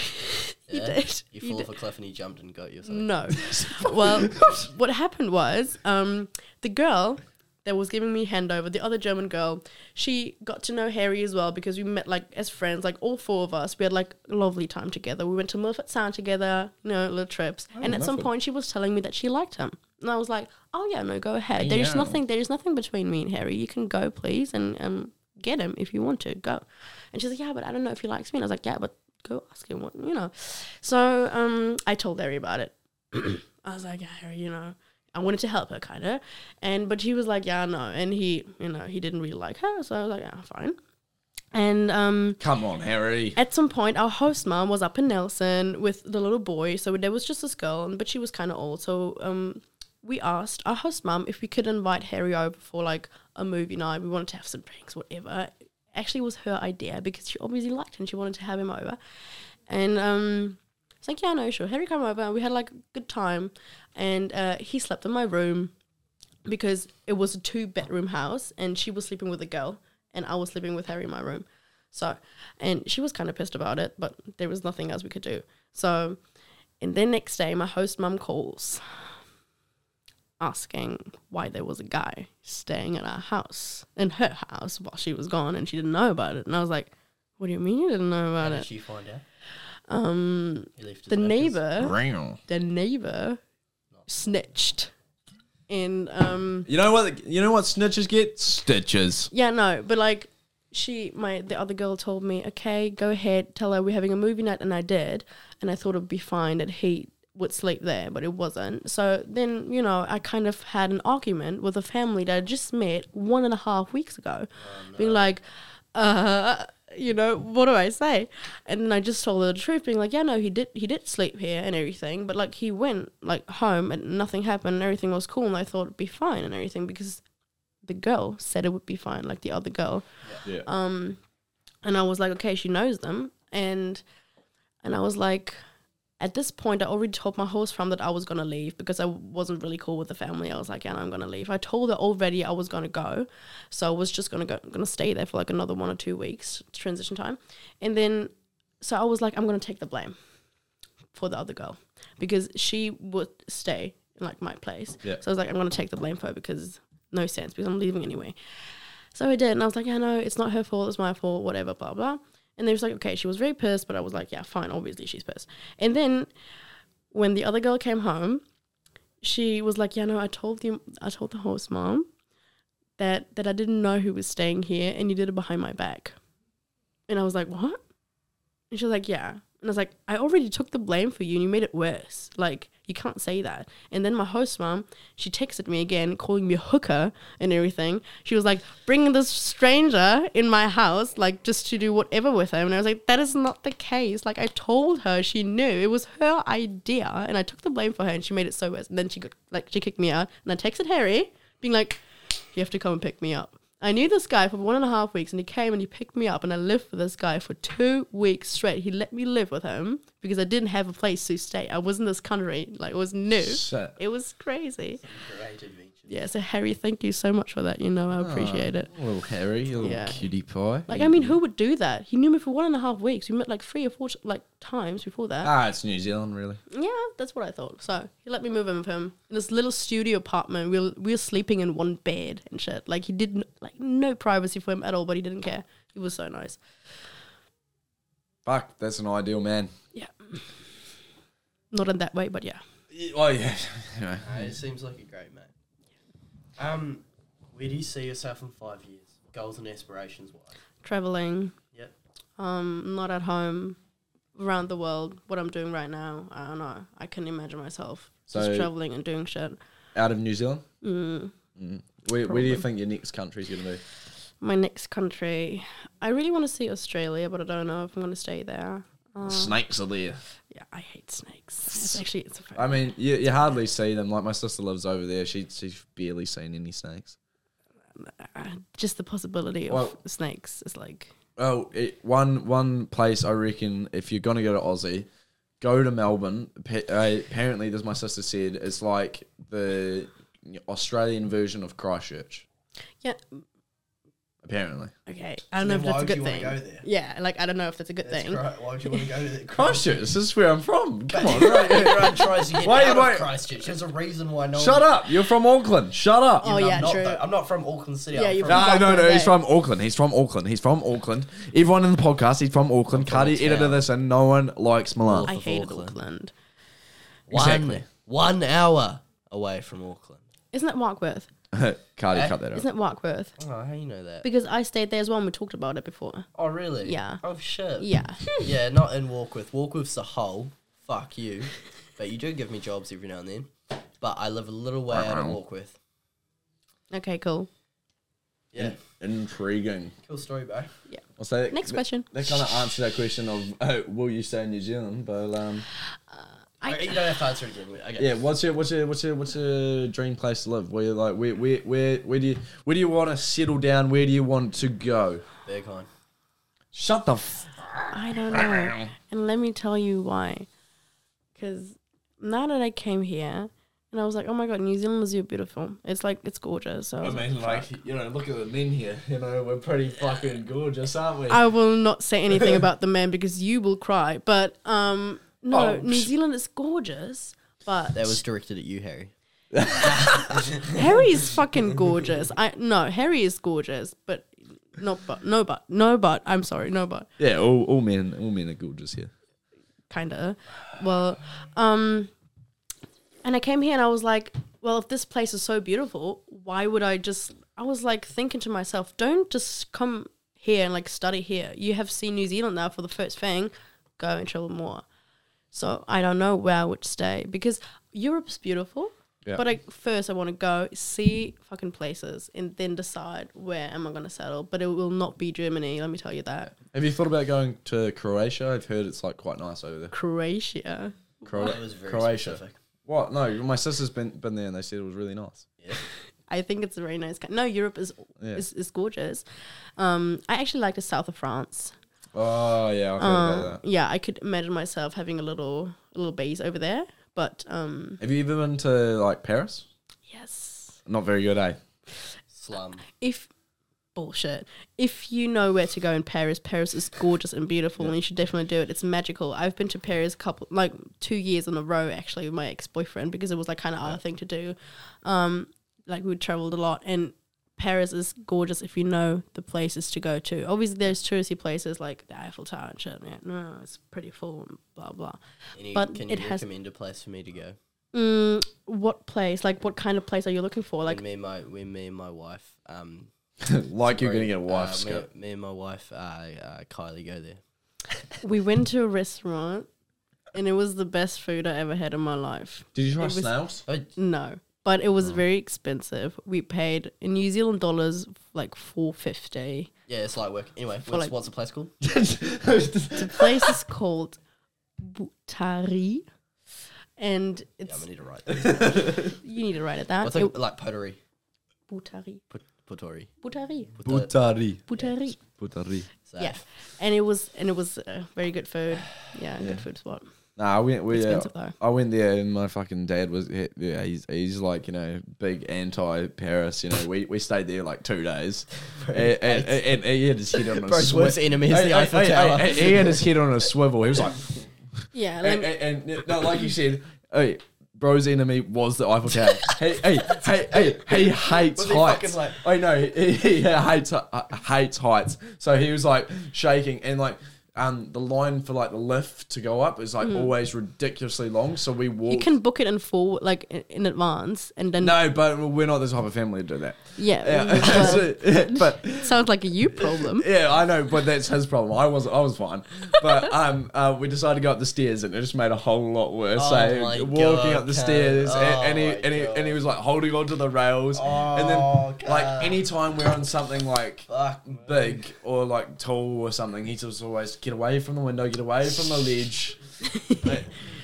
C: He
B: Yeah?
C: did.
B: You
C: He
B: fall
C: did.
B: off a cliff and he jumped and got you. or something.
C: No. well, what happened was um, the girl that was giving me handover, the other German girl, she got to know Harry as well because we met like as friends, like all four of us. We had like a lovely time together. We went to Milford Sound together, you know, little trips. and at some
A: Milford.
C: point, she was telling me that she liked him. And I was like, oh yeah, no, go ahead. There is
A: Yeah.
C: nothing. There is nothing between me and Harry. You can go, please, and um, get him if you want to go. And she's like, yeah, but I don't know if he likes me. And I was like, yeah, but go ask him what you know. So um, I told Harry about it. I was like, yeah, Harry, you know, I wanted to help her kind of, and but he was like, yeah, no, and he, you know, he didn't really like her, so I was like, yeah, fine. And um,
A: Come on, Harry.
C: at some point, our host mom was up in Nelson with the little boy. So there was just this girl, but she was kind of old. So um, we asked our host mom if we could invite Harry over for like a movie night. We wanted to have some drinks, whatever. Actually, it was her idea because she obviously liked him. She wanted to have him over, and um, I was like, yeah, no, sure. Harry came over, and we had like a good time, and uh, he slept in my room because it was a two bedroom house and she was sleeping with a girl and I was sleeping with Harry in my room. So, and she was kind of pissed about it, but there was nothing else we could do. So, and then next day, my host mum calls asking why there was a guy staying at our house, in her house, while she was gone and she didn't know about it. And I was like, what do you mean you didn't know
B: How
C: about
B: did
C: it?
B: she find out?
C: Um,
B: He left his
C: the
B: knickers.
C: neighbor
A: Real.
C: the neighbor snitched and um
A: You know what? You know what snitches get? Stitches.
C: yeah no but like she my the other girl told me okay go ahead tell her we're having a movie night and i did and i thought it'd be fine that he would sleep there but it wasn't so then you know i kind of had an argument with a family that i just met one and a half weeks ago being like uh you know what do i say and then i just told her the truth being like yeah no he did he did sleep here and everything but like he went like home and nothing happened and everything was cool and i thought it'd be fine and everything because the girl said it would be fine like the other girl
A: Yeah.
C: um and i was like okay she knows them and and i was like At this point, I already told my host farm that I was gonna leave because I wasn't really cool with the family. I was like, yeah, I'm gonna leave. I told her already I was gonna go, so I was just gonna go, gonna stay there for like another one or two weeks transition time, and then so I was like, I'm gonna take the blame for the other girl because she would stay in like my place.
A: Yeah.
C: So I was like, I'm gonna take the blame for her because no sense because I'm leaving anyway. So I did, and I was like, I know it's not her fault, it's my fault, whatever, blah blah. And they was like, okay, she was very pissed, but I was like, yeah, fine, obviously she's pissed. And then when the other girl came home, she was like, yeah, no, I told the I told the host mom that that I didn't know who was staying here, and you did it behind my back. And I was like, what? And she was like, yeah. And I was like, I already took the blame for you and you made it worse. Like, you can't say that. And then my host mom, she texted me again, calling me a hooker and everything. She was like, bringing this stranger in my house, like, just to do whatever with him. And I was like, that is not the case. Like, I told her she knew it was her idea and I took the blame for her and she made it so worse. And then she got, like, she kicked me out. And I texted Harry, being like, you have to come and pick me up. I knew this guy for one and a half weeks, and he came and he picked me up, and I lived with this guy for two weeks straight. He let me live with him because I didn't have a place to stay. I was in this country, like it was new.
A: Shit.
C: It was crazy.
B: Great adventure.
C: Yeah. So Harry, thank you so much for that. You know, I appreciate it.
A: Little Harry, little
C: Yeah.
A: cutie pie.
C: Like, I mean, who would do that? He knew me for one and a half weeks. We met like three or four t- like times before that.
A: ah, it's New Zealand, really.
C: Yeah, that's what I thought. So he let me move in with him in this little studio apartment. We were, we were sleeping in one bed and shit. Like he didn't like no privacy for him at all, but he didn't care. He was so nice.
A: Fuck, that's an ideal man.
C: Yeah, not in that way, but yeah.
A: Oh yeah, anyway.
B: Uh, it seems like a great mate. Um, where do you see yourself in five years? Goals and aspirations wise.
C: Traveling,
B: Yep.
C: um, not at home, around the world. What I'm doing right now, I don't know. I can imagine myself
A: So-
C: just traveling and doing shit.
A: out of New Zealand.
C: Mm.
A: Where, where do you
C: Probably.
A: think your next country's gonna be?
C: My next country, I really want to see Australia, but I don't know if I'm gonna stay there. Um,
A: Snakes are there.
C: Yeah, I hate snakes. It's actually it's a
A: I mean, you, you hardly see them. Like my sister lives over there. She she's barely seen any snakes.
C: uh, just the possibility of
A: Well-
C: snakes is like
A: Oh, it, one one place I reckon if you're gonna go to Aussie, go to Melbourne. Pa- uh, apparently, as my sister said, it's like the Australian version of Christchurch.
C: yeah
A: Apparently,
C: okay. I don't know
B: then
C: if
B: why
C: that's a
B: would
C: good
B: you wanna
C: thing.
B: go there?
C: Yeah, like I don't know if that's a good
B: That's
C: thing.
B: right. Why would you want to go to that?
A: Christchurch. This is where I'm from. Come on,
B: Everyone- Everyone tries to get
A: Wait,
B: out
A: wait.
B: of Christchurch. There's a reason why no.
A: shut
B: one,
A: up. You're from Auckland. Shut up.
C: Oh,
B: I'm
C: yeah,
B: not,
C: true.
B: though. I'm not from Auckland City.
C: Yeah,
B: I'm
C: you're
B: from
A: No,
C: Fuck
A: no, no.
C: with
A: He's
C: it.
A: from Auckland. He's from Auckland. He's from Auckland. Everyone in the podcast, he's from Auckland. Cardi
B: town.
A: edited this, and no one likes Milan.
C: I hated
B: Auckland.
C: Auckland.
B: one,
A: Exactly.
B: one hour away from Auckland.
C: Isn't it Warkworth?
A: Cardi,
B: Eh?
A: cut that out.
C: Isn't it Warkworth?
B: Oh, how you know that?
C: Because I stayed there as well and we talked about it before.
B: Oh, really?
C: Yeah.
B: Oh, shit.
C: Yeah.
B: Yeah, not in Walkwith. Walkwith's a hole. Fuck you. But you do give me jobs every now and then. But I live a little way out of Walkwith.
C: okay, cool.
B: Yeah.
A: Intriguing.
B: Cool story, bro.
A: I'll say that,
C: Next question.
A: That kind of answered that question of oh, will you stay in New Zealand? But um,
C: I-
B: Okay, you don't have to answer it again. Okay.
A: yeah, what's your what's your what's your what's your dream place to live? Where you like where where where, where do you where do you want to settle down? Where do you want to go?
B: Bergheim.
A: Shut the. F-
C: I don't know. And let me tell you why. Because now that I came here and I was like, oh my god, New Zealand is beautiful. It's like it's gorgeous. So I, was like,
A: like you know, look at the men here. You know, we're pretty fucking gorgeous, aren't we?
C: I will not say anything about the man because you will cry. But um, no,
A: Oh,
C: New
A: sh-
C: Zealand is gorgeous. But
B: That was directed at you, Harry.
C: Harry is fucking gorgeous. I no, Harry is gorgeous, but not but no but no but I'm sorry, no but
A: Yeah, all, all men all men are gorgeous here.
C: kinda. Well, um, and I came here and I was like, well, if this place is so beautiful, why would I just? I was like thinking to myself, don't just come here and like study here. You have seen New Zealand now for the first thing. Go and travel more. So I don't know where I would stay because Europe's beautiful.
A: Yeah.
C: But I, first, I want to go see fucking places and then decide where am I going to settle. But it will not be Germany. Let me tell you that.
A: Have you thought about going to Croatia? I've heard it's like quite nice over there.
C: Croatia.
A: Cro-
B: That was very specific.
A: What? No, my sister's been been there and they said it was really nice.
C: I think it's a very nice country. No, Europe is
A: Yeah.
C: is, is gorgeous. Um, I actually like the south of France.
A: Oh yeah, I've heard
C: Uh,
A: about that.
C: yeah, I could imagine myself having a little little bees over there. But um,
A: Have you ever been to like Paris?
C: yes,
A: Not very good, eh?
B: Slum.
C: if bullshit, if you know where to go in Paris, Paris is gorgeous and beautiful, and you should definitely do it. It's magical. I've been to Paris a couple, like two years in a row, actually, with my ex boyfriend because it was like kind of our thing to do. Um, like we traveled a lot, and Paris is gorgeous if you know the places to go to. Obviously, there's touristy places like the Eiffel Tower and shit. Yeah, no, no, it's pretty full, and blah blah.
B: Any,
C: But
B: can
C: it
B: you
C: has-
B: recommend a place for me to go?
C: Mm, what place? Like, what kind of place are you looking for?
B: Like
C: Like,
B: me and my, when me and my wife. Um,
A: like you're gonna get a
B: uh,
A: wife,
B: me,
A: Scott.
B: me and my wife, uh, uh, Kylie, go there.
C: we went to a restaurant, and it was the best food I ever had in my life.
A: Did you
C: try it was-
A: snails?
B: Oh,
C: No, but it was very expensive. We paid in New Zealand dollars like four fifty.
B: yeah, it's light work. Anyway, what's,
C: like-
B: what's the place called?
C: The place is called Butari, and
B: Yeah, I'm
C: it's
B: gonna need to write. That.
C: you need to write it down.
B: What's it, like pottery?
C: Butari,
B: Put, potori.
C: Butari,
B: Puta-
A: Butari.
C: Butari.
A: Butari.
B: so-
C: Yeah, and it was and it was uh, very good food. Yeah,
A: Yeah.
C: good food spot.
A: Nah, I went. We, uh,
C: Expensive though.
A: I went there, and my fucking dad was. he- Yeah, he's he's like you know big anti Paris. You know, we, we stayed there like two days, and, and, and, and he had his head on a
B: Bro's
A: swivel.
B: worst enemy is the Eiffel Tower.
A: He had his head on a swivel. He was like,
C: Yeah, let
A: and,
C: me,
A: and, and no, like you said, hey, bro's enemy was the Eiffel Tower. hey, hey, hey, hey, he hates
B: Was he
A: heights.
B: fucking like-
A: I know he, he hates uh, hates heights. So he was like shaking and like. Um, the line for like the lift to go up is like always ridiculously long, so we walk.
C: you can book it in full, like in, in advance, and then
A: no, but we're not the type of family to do that.
C: yeah,
A: Yeah,
C: but
A: so- yeah, but
C: sounds like a you problem.
A: Yeah, I know, but that's his problem. I was I was fine, but um, uh, we decided to go up the stairs, and it just made a whole lot worse.
B: Oh
A: so
B: my
A: walking
B: God,
A: up the
B: Kat.
A: stairs, a-
B: Oh
A: and,
B: my
A: he and he,
B: God.
A: and he was like holding onto the rails, and then
B: Oh,
A: like
B: Kat.
A: anytime we're on something like
B: Fuck.
A: big or like tall or something, he just always get away from the window, get away from the ledge.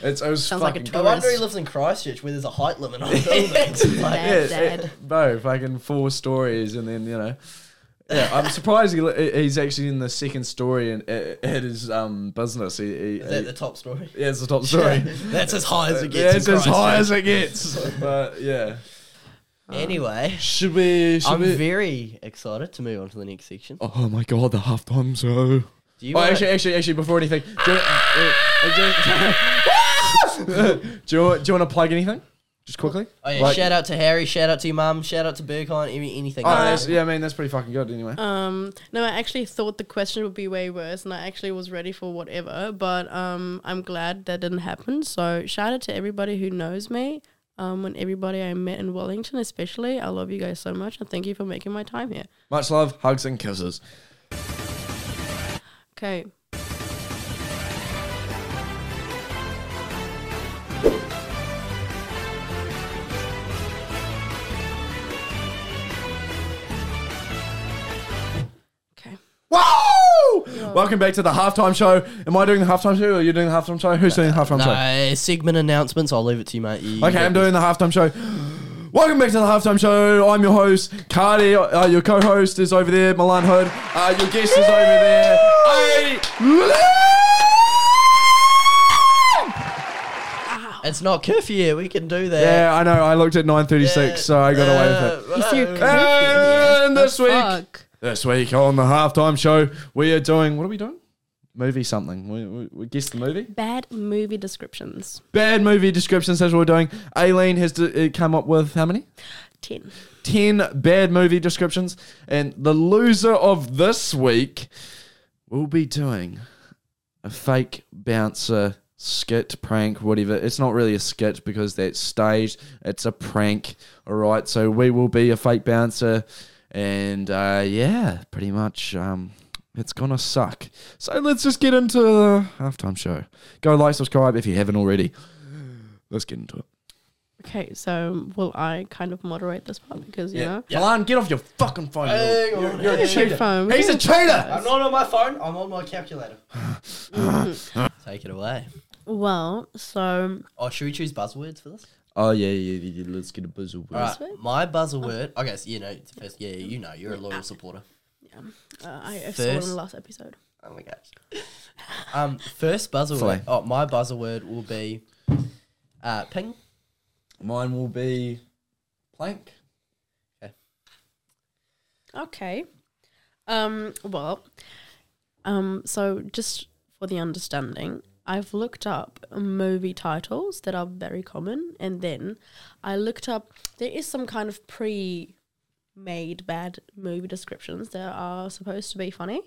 A: it's it was
C: Sounds like a
A: fucking-
B: No wonder he lives in Christchurch where there's a height limit on buildings. like,
C: Yeah. Dad's
A: it-
C: dad.
A: bro, fucking four stories, and then you know, yeah, I'm surprised he, li- he's actually in the second story and at, at his um business. He, he,
B: Is that
A: he-
B: the top story?
A: yeah, it's the top story.
B: That's as high as it
A: yeah,
B: gets.
A: it's
B: in
A: as high
B: Christchurch.
A: as it gets. But yeah,
B: Anyway,
A: should we? Should
B: I'm
A: we?
B: very excited to move on to the next section.
A: oh my god, the halftime show.
B: Do you
A: Oh,
B: wanna-
A: actually, actually, actually, before anything, do you, uh, uh, do you- do you, want- do you want to plug anything? Just quickly.
B: Oh, yeah,
A: Like-
B: shout out to Harry, shout out to your mum, shout out to Burkhan, any, anything.
A: Oh,
B: like
A: that's,
B: that.
A: yeah, I mean that's pretty fucking good anyway.
C: Um, no, I actually thought the question would be way worse, and I actually was ready for whatever. But um, I'm glad that didn't happen. So shout out to everybody who knows me, um, and everybody I met in Wellington, especially. I love you guys so much, and thank you for making my time here.
A: Much love, hugs and kisses.
C: Okay. Okay.
A: Whoa! Welcome back to the halftime show. Am I doing the halftime show or are you doing the halftime show? Who's doing the halftime show?
B: No, segment announcements, I'll leave it to you, mate. You-
A: Okay, I'm doing the halftime show. Welcome back to the halftime show. I'm your host, Cardi. Uh, your co-host is over there, Milan Hood. Uh, your guest is over there. I
B: It's not curfew, year, we can do that.
A: yeah, I know. I looked at 9:36, so I got away with it.
B: Uh,
C: Is there a
B: uh,
C: curfew?
A: And
C: The
A: this week,
C: Oh, fuck?
A: this week on the halftime show, we are doing. What are we doing? Movie something. We, we, we guess the movie.
C: Bad movie descriptions.
A: bad movie descriptions. That's what we're doing. Aileen has to, uh, come up with how many?
C: 10.
A: 10 bad movie descriptions. And the loser of this week will be doing a fake bouncer skit, prank, whatever. It's not really a skit because that's staged, it's a prank. All right. So we will be a fake bouncer. And uh, yeah, pretty much. Um, it's gonna suck. So let's just get into the halftime show. Go like, subscribe if you haven't already. Let's get into it.
C: Okay, so will I kind of moderate this part because, you know?
A: Milan, get off your fucking phone.
B: Hey,
A: You're-
B: hey,
A: you're a
B: hey.
A: cheater.
C: Phone.
A: He's a cheater.
B: I'm not on my phone, I'm on my calculator. Take it away.
C: Well, so
B: Oh, should we choose buzzwords for this?
A: Oh yeah, yeah, yeah, yeah, Let's get a buzzer.
B: All right,
C: Buzzword?
B: my buzzword.
C: Ah.
B: Okay, so you know, it's first, yeah, you know, you're a loyal supporter.
C: uh, I I saw it in
B: First-
C: the last episode.
B: Oh my gosh. Um, first buzzword.
A: Filet.
B: Oh, my buzzword will be uh, ping.
A: Mine will be plank.
C: Okay. Um, well, um, so just for the understanding, I've looked up movie titles that are very common, and then I looked up there is some kind of pre made bad movie descriptions that are supposed to be funny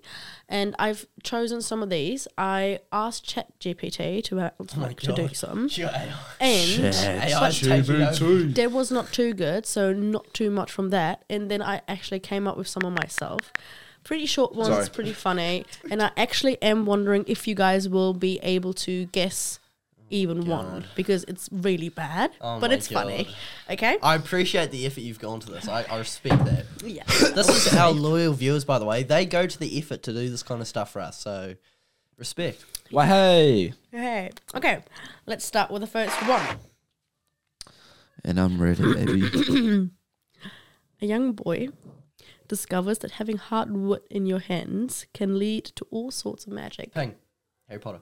C: and i've chosen some of these i asked chat gpt to, uh,
B: my
C: to do
B: God.
C: some
B: AI.
C: and
B: AI is taking over.
C: there was not too good, so not too much from that. And then I actually came up with some of myself. Pretty short ones,
A: Sorry.
C: pretty funny. And I actually am wondering if you guys will be able to guess even one because it's really bad,
B: Oh
C: but
B: my
C: it's funny.
B: God.
C: Okay?
B: I appreciate the effort you've gone to this. I, I respect that.
C: yeah.
B: This is our loyal viewers, by the way. They go to the effort to do this kind of stuff for us. So, respect.
A: Well, hey.
C: Okay. Okay. Let's start with the first one.
A: And I'm ready, baby.
C: A young boy discovers that having hard wood in your hands can lead to all sorts of magic.
B: Ping. Harry Potter.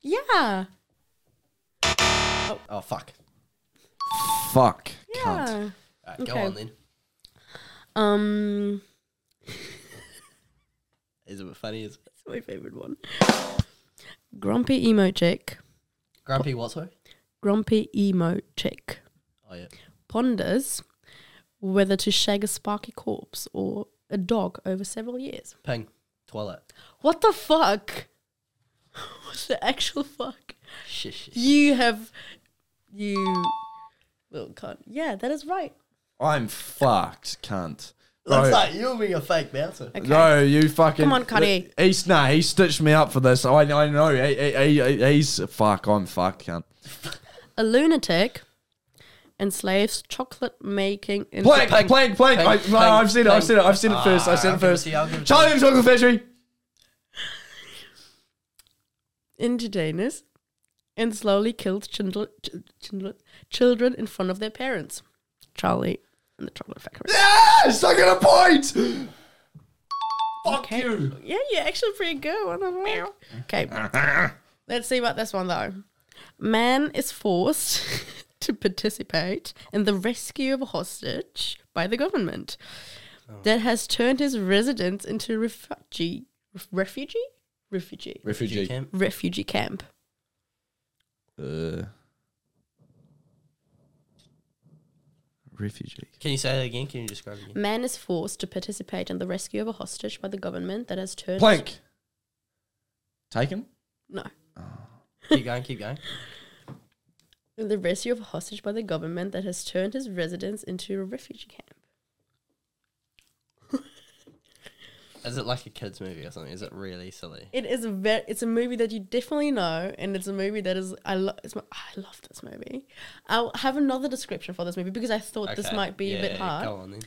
C: Yeah.
B: Oh, fuck.
A: Fuck. Cunt.
C: Yeah.
B: All right, Go
C: Okay.
B: on then.
C: Um
B: Is it funny? Is
C: It's my favorite one. Grumpy emo chick.
B: Grumpy what's her?
C: Grumpy emo chick
B: Oh, yeah.
C: ponders whether to shag a sparky corpse or a dog over several years.
B: Ping. Toilet.
C: What the fuck? What the actual fuck?
B: Shit, shit.
C: You have you well can't. Yeah, that is right.
A: I'm fucked, cunt.
B: Looks
A: Bro,
B: like you being a fake bouncer.
C: Okay.
A: No, you fucking.
C: Come on, Cuddy.
A: He's nah, he stitched me up for this. I, I know. He, he, he, he's fuck. I'm fucked, cunt.
C: A lunatic enslaves chocolate making in
A: Plank,
B: Plank,
A: plank, plank, plank. I,
B: plank,
A: no,
B: plank,
A: I've seen it. I've seen it. I've seen it
B: plank.
A: first. I've seen
B: Ah,
A: it
B: I'll give it
A: first.
B: to you, I'll give it to
A: Charlie and the Chocolate Factory.
C: entertainers and slowly killed chindl- ch- chindl- children in front of their parents. Charlie and the Chocolate Factory.
A: Yes, I get a point. Fuck
C: Okay.
A: you.
C: Yeah, you're actually pretty good. What a meow. Okay. Let's see about this one, though. Man is forced to participate in the rescue of a hostage by the government
A: Oh.
C: that has turned his residence into refugee. ref- Refugee? Refugee.
B: You
A: Refugee.
B: can.
C: Refugee camp.
A: Uh, refugee.
B: Can you say that again? Can you describe it again?
C: Man is forced to participate in the rescue of a hostage by the government that has turned.
A: Plank. Taken.
C: No.
B: keep going, keep going.
C: In the rescue of a hostage by the government that has turned his residence into a refugee camp.
B: Is it like a kids movie or something? Is it really silly?
C: It is a very. It's a movie that you definitely know, and it's a movie that is. I love. I love this movie. I'll have another description for this movie because I thought this
B: Okay,
C: might be a
B: yeah,
C: bit
B: yeah,
C: hard.
B: Go on then.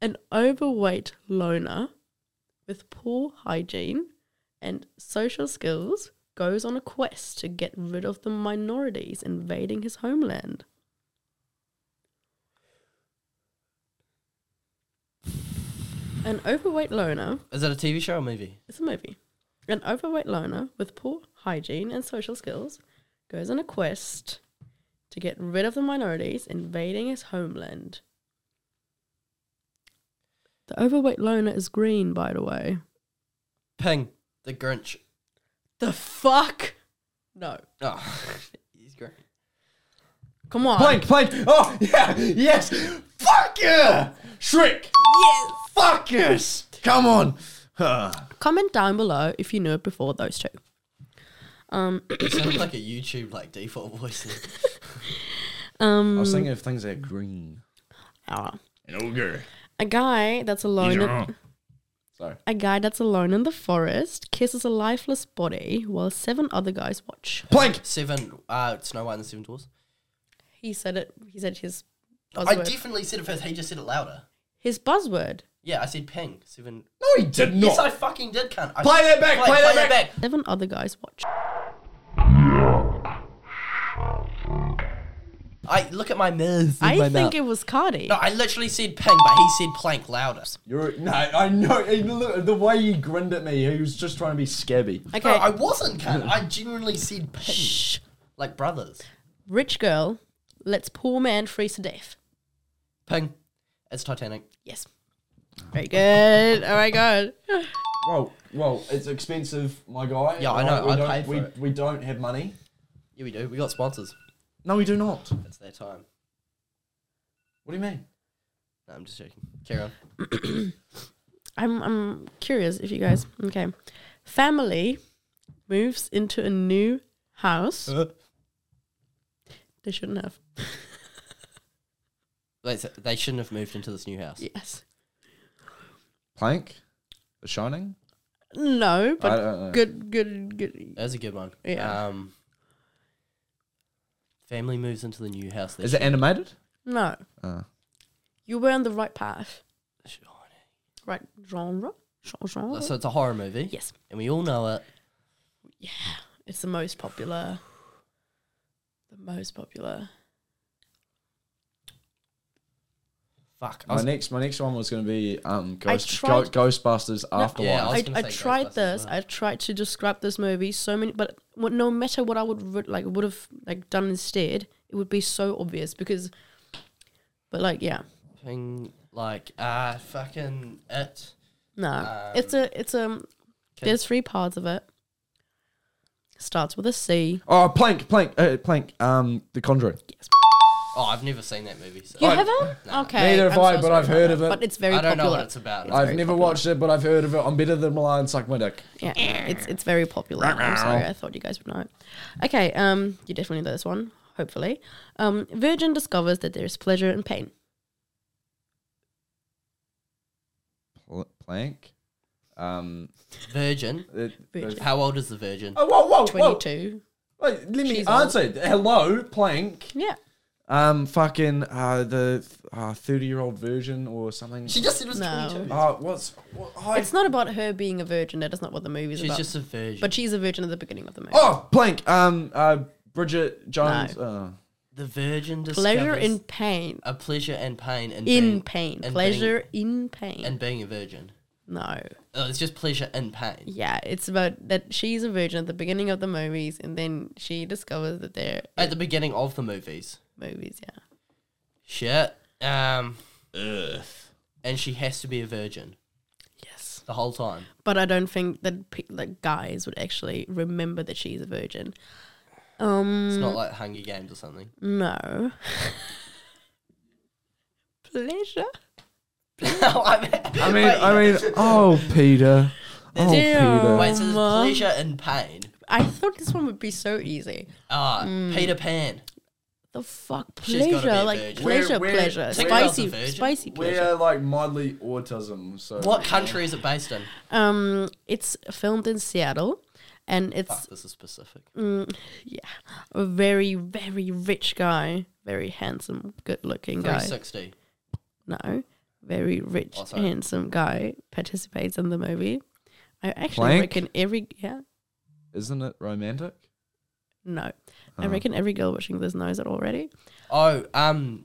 C: An overweight loner with poor hygiene and social skills goes on a quest to get rid of the minorities invading his homeland. An overweight loner,
B: Is it a TV show or movie?
C: it's a movie. An overweight loner with poor hygiene and social skills goes on a quest to get rid of the minorities invading his homeland. The overweight loner is green, by the way.
B: Ping. The Grinch.
C: The fuck? No.
B: Oh, he's great.
C: Come on.
A: Plank, plank. Oh, yeah. Yes. Fuck you. Shrek.
C: Yes.
A: Fuck yes. Come on. Huh.
C: Comment down below if you knew it before those two. Um,
B: It sounds like a YouTube like default voice.
A: I
C: um,
A: was thinking of things that are green.
C: ah.
A: An ogre.
C: a guy that's alone. in-
A: Sorry.
C: A guy that's alone in the forest kisses a lifeless body while seven other guys watch.
A: Plank.
B: Seven. Uh, Snow White and the Seven Dwarfs.
C: He said it. He said his
B: I
C: buzzword.
B: definitely said it first. He just said it louder.
C: his buzzword.
B: Yeah, I said ping. Seven.
A: No, he did not.
B: Yes, I fucking did, cunt. I
A: Play that back, play that back.
C: Seven other guys watch.
B: I look at my mirrors. in
C: I
B: my mouth.
C: think it was Cardi.
B: No, I literally said ping, but he said plank louder.
A: You're no, I know. and look, The way you grinned at me, he was just trying to be scabby.
C: Okay,
B: No, I wasn't, cunt. I genuinely said ping. Like brothers.
C: rich girl lets poor man freeze to death.
B: Ping. It's Titanic.
C: Yes. Very good. Oh my god.
A: Well, well, it's expensive, my guy.
B: Yeah, I know,
A: We
B: I
A: don't,
B: paid for
A: we,
B: it.
A: we don't have money.
B: Yeah, we do. We got sponsors.
A: No, we do not.
B: It's their time.
A: What do you mean?
B: No, I'm just joking. Carry on.
C: I'm I'm curious if you guys okay. Family moves into a new house. They shouldn't have.
B: Wait, so they shouldn't have moved into this new house.
C: Yes.
A: Plank, The Shining.
C: No,
A: I
C: but
A: don't know.
C: good good good
B: That's a good one.
C: Yeah.
B: Um, family moves into the new house. They
A: Is it animated?
C: no.
A: Uh,
C: You were on the right path.
B: should- oh,
C: Right genre? Gen-
B: no.
C: genre?
B: So it's a horror movie.
C: Yes.
B: And we all know it.
C: It's the most popular the most popular.
B: Fuck. I
A: my
B: was-
A: next, my next one was going to be um, Ghost, Go,
C: tried-
A: Ghostbusters Afterlife.
B: Yeah, I was
C: I,
B: gonna
C: I
B: say
C: tried
B: Ghostbusters
C: this.
B: as well.
C: I tried to describe this movie so many, but what- no matter what I would writ- like would have like done instead, it would be so obvious because. But like, yeah,
B: Ping, like, uh, fucking it.
C: no,
B: Um,
C: it's a it's a. There's three parts of it. Starts with a C.
A: Oh, Plank, Plank, uh, Plank. Um, The Conjuring.
B: Oh, I've never seen that movie. So
C: You
A: I-
C: haven't? Okay.
A: Neither have
C: I'm
A: I,
C: so
A: but
C: sorry
A: I've heard
C: about
A: of
C: that.
A: it.
C: But it's very
B: I don't know
C: popular.
B: what it's about.
A: I've
B: very
A: never
B: popular.
A: watched it, but I've heard of it. I'm better than Milan suck my dick.
C: Yeah, it's it's very popular. I'm sorry, I thought you guys would know. it. Okay, um, you definitely know this one. Hopefully, um, Virgin discovers that there is pleasure in pain.
A: Pl- Plank. Um.
B: Virgin.
A: it-
C: Virgin.
B: How old is the Virgin?
A: oh, whoa, whoa, whoa!
C: Twenty-two.
A: Wait, let me
C: She's
A: answer. Hello, Plank.
C: Yeah.
A: Um, fucking uh, the thirty-year-old version or something.
B: She just said it was
C: No.
B: 22.
A: Uh, what's what, I,
C: It's not about her being a virgin. That is not what the movie's
B: She's
C: about.
B: just a virgin.
C: but she's a virgin at the beginning of the movie.
A: oh blank. Um, uh, Bridget Jones. Uh,
B: the Virgin discovers
C: pleasure in pain.
B: a pleasure and pain in
C: In
B: being,
C: pain.
B: and
C: pleasure in pain.
B: being, and being a virgin.
C: no.
B: Oh, it's just pleasure and pain.
C: Yeah, it's about that she's a virgin at the beginning of the movies, and then she discovers that they're
B: At the beginning of the movies,
C: movies. Yeah.
B: shit. Um, and she has to be a virgin
C: Yes.
B: the whole time.
C: But I don't think that pe- like guys would actually remember that she's a virgin. Um.
B: It's not like Hunger Games or something.
C: No. pleasure.
A: I mean, I mean. Oh, Peter. Oh,
C: Damn.
A: Peter.
B: Wait, so there's
C: Mum.
A: um,
B: pleasure and pain.
C: I thought this one would be so easy.
B: Ah, Peter Pan.
C: The fuck
B: She's gotta be a
C: pleasure, like
B: virgin.
C: pleasure,
A: Where- where-
C: pleasure,
B: Think about the
C: spicy,
B: virgin.
C: spicy pleasure.
A: We're like mildly autism. So
B: What country is it based in?
C: Um, it's filmed in Seattle, and
B: Fuck,
C: it's mm,
B: this is specific.
C: yeah, a very very rich guy, very handsome, good looking guy.
B: 360.
C: No, very rich,
B: Oh, sorry.
C: handsome guy participates in the movie. I actually
A: Plank?
C: reckon every yeah
A: Isn't it romantic?
C: no,
A: Oh.
C: I reckon every girl watching this knows it already.
B: Oh, um,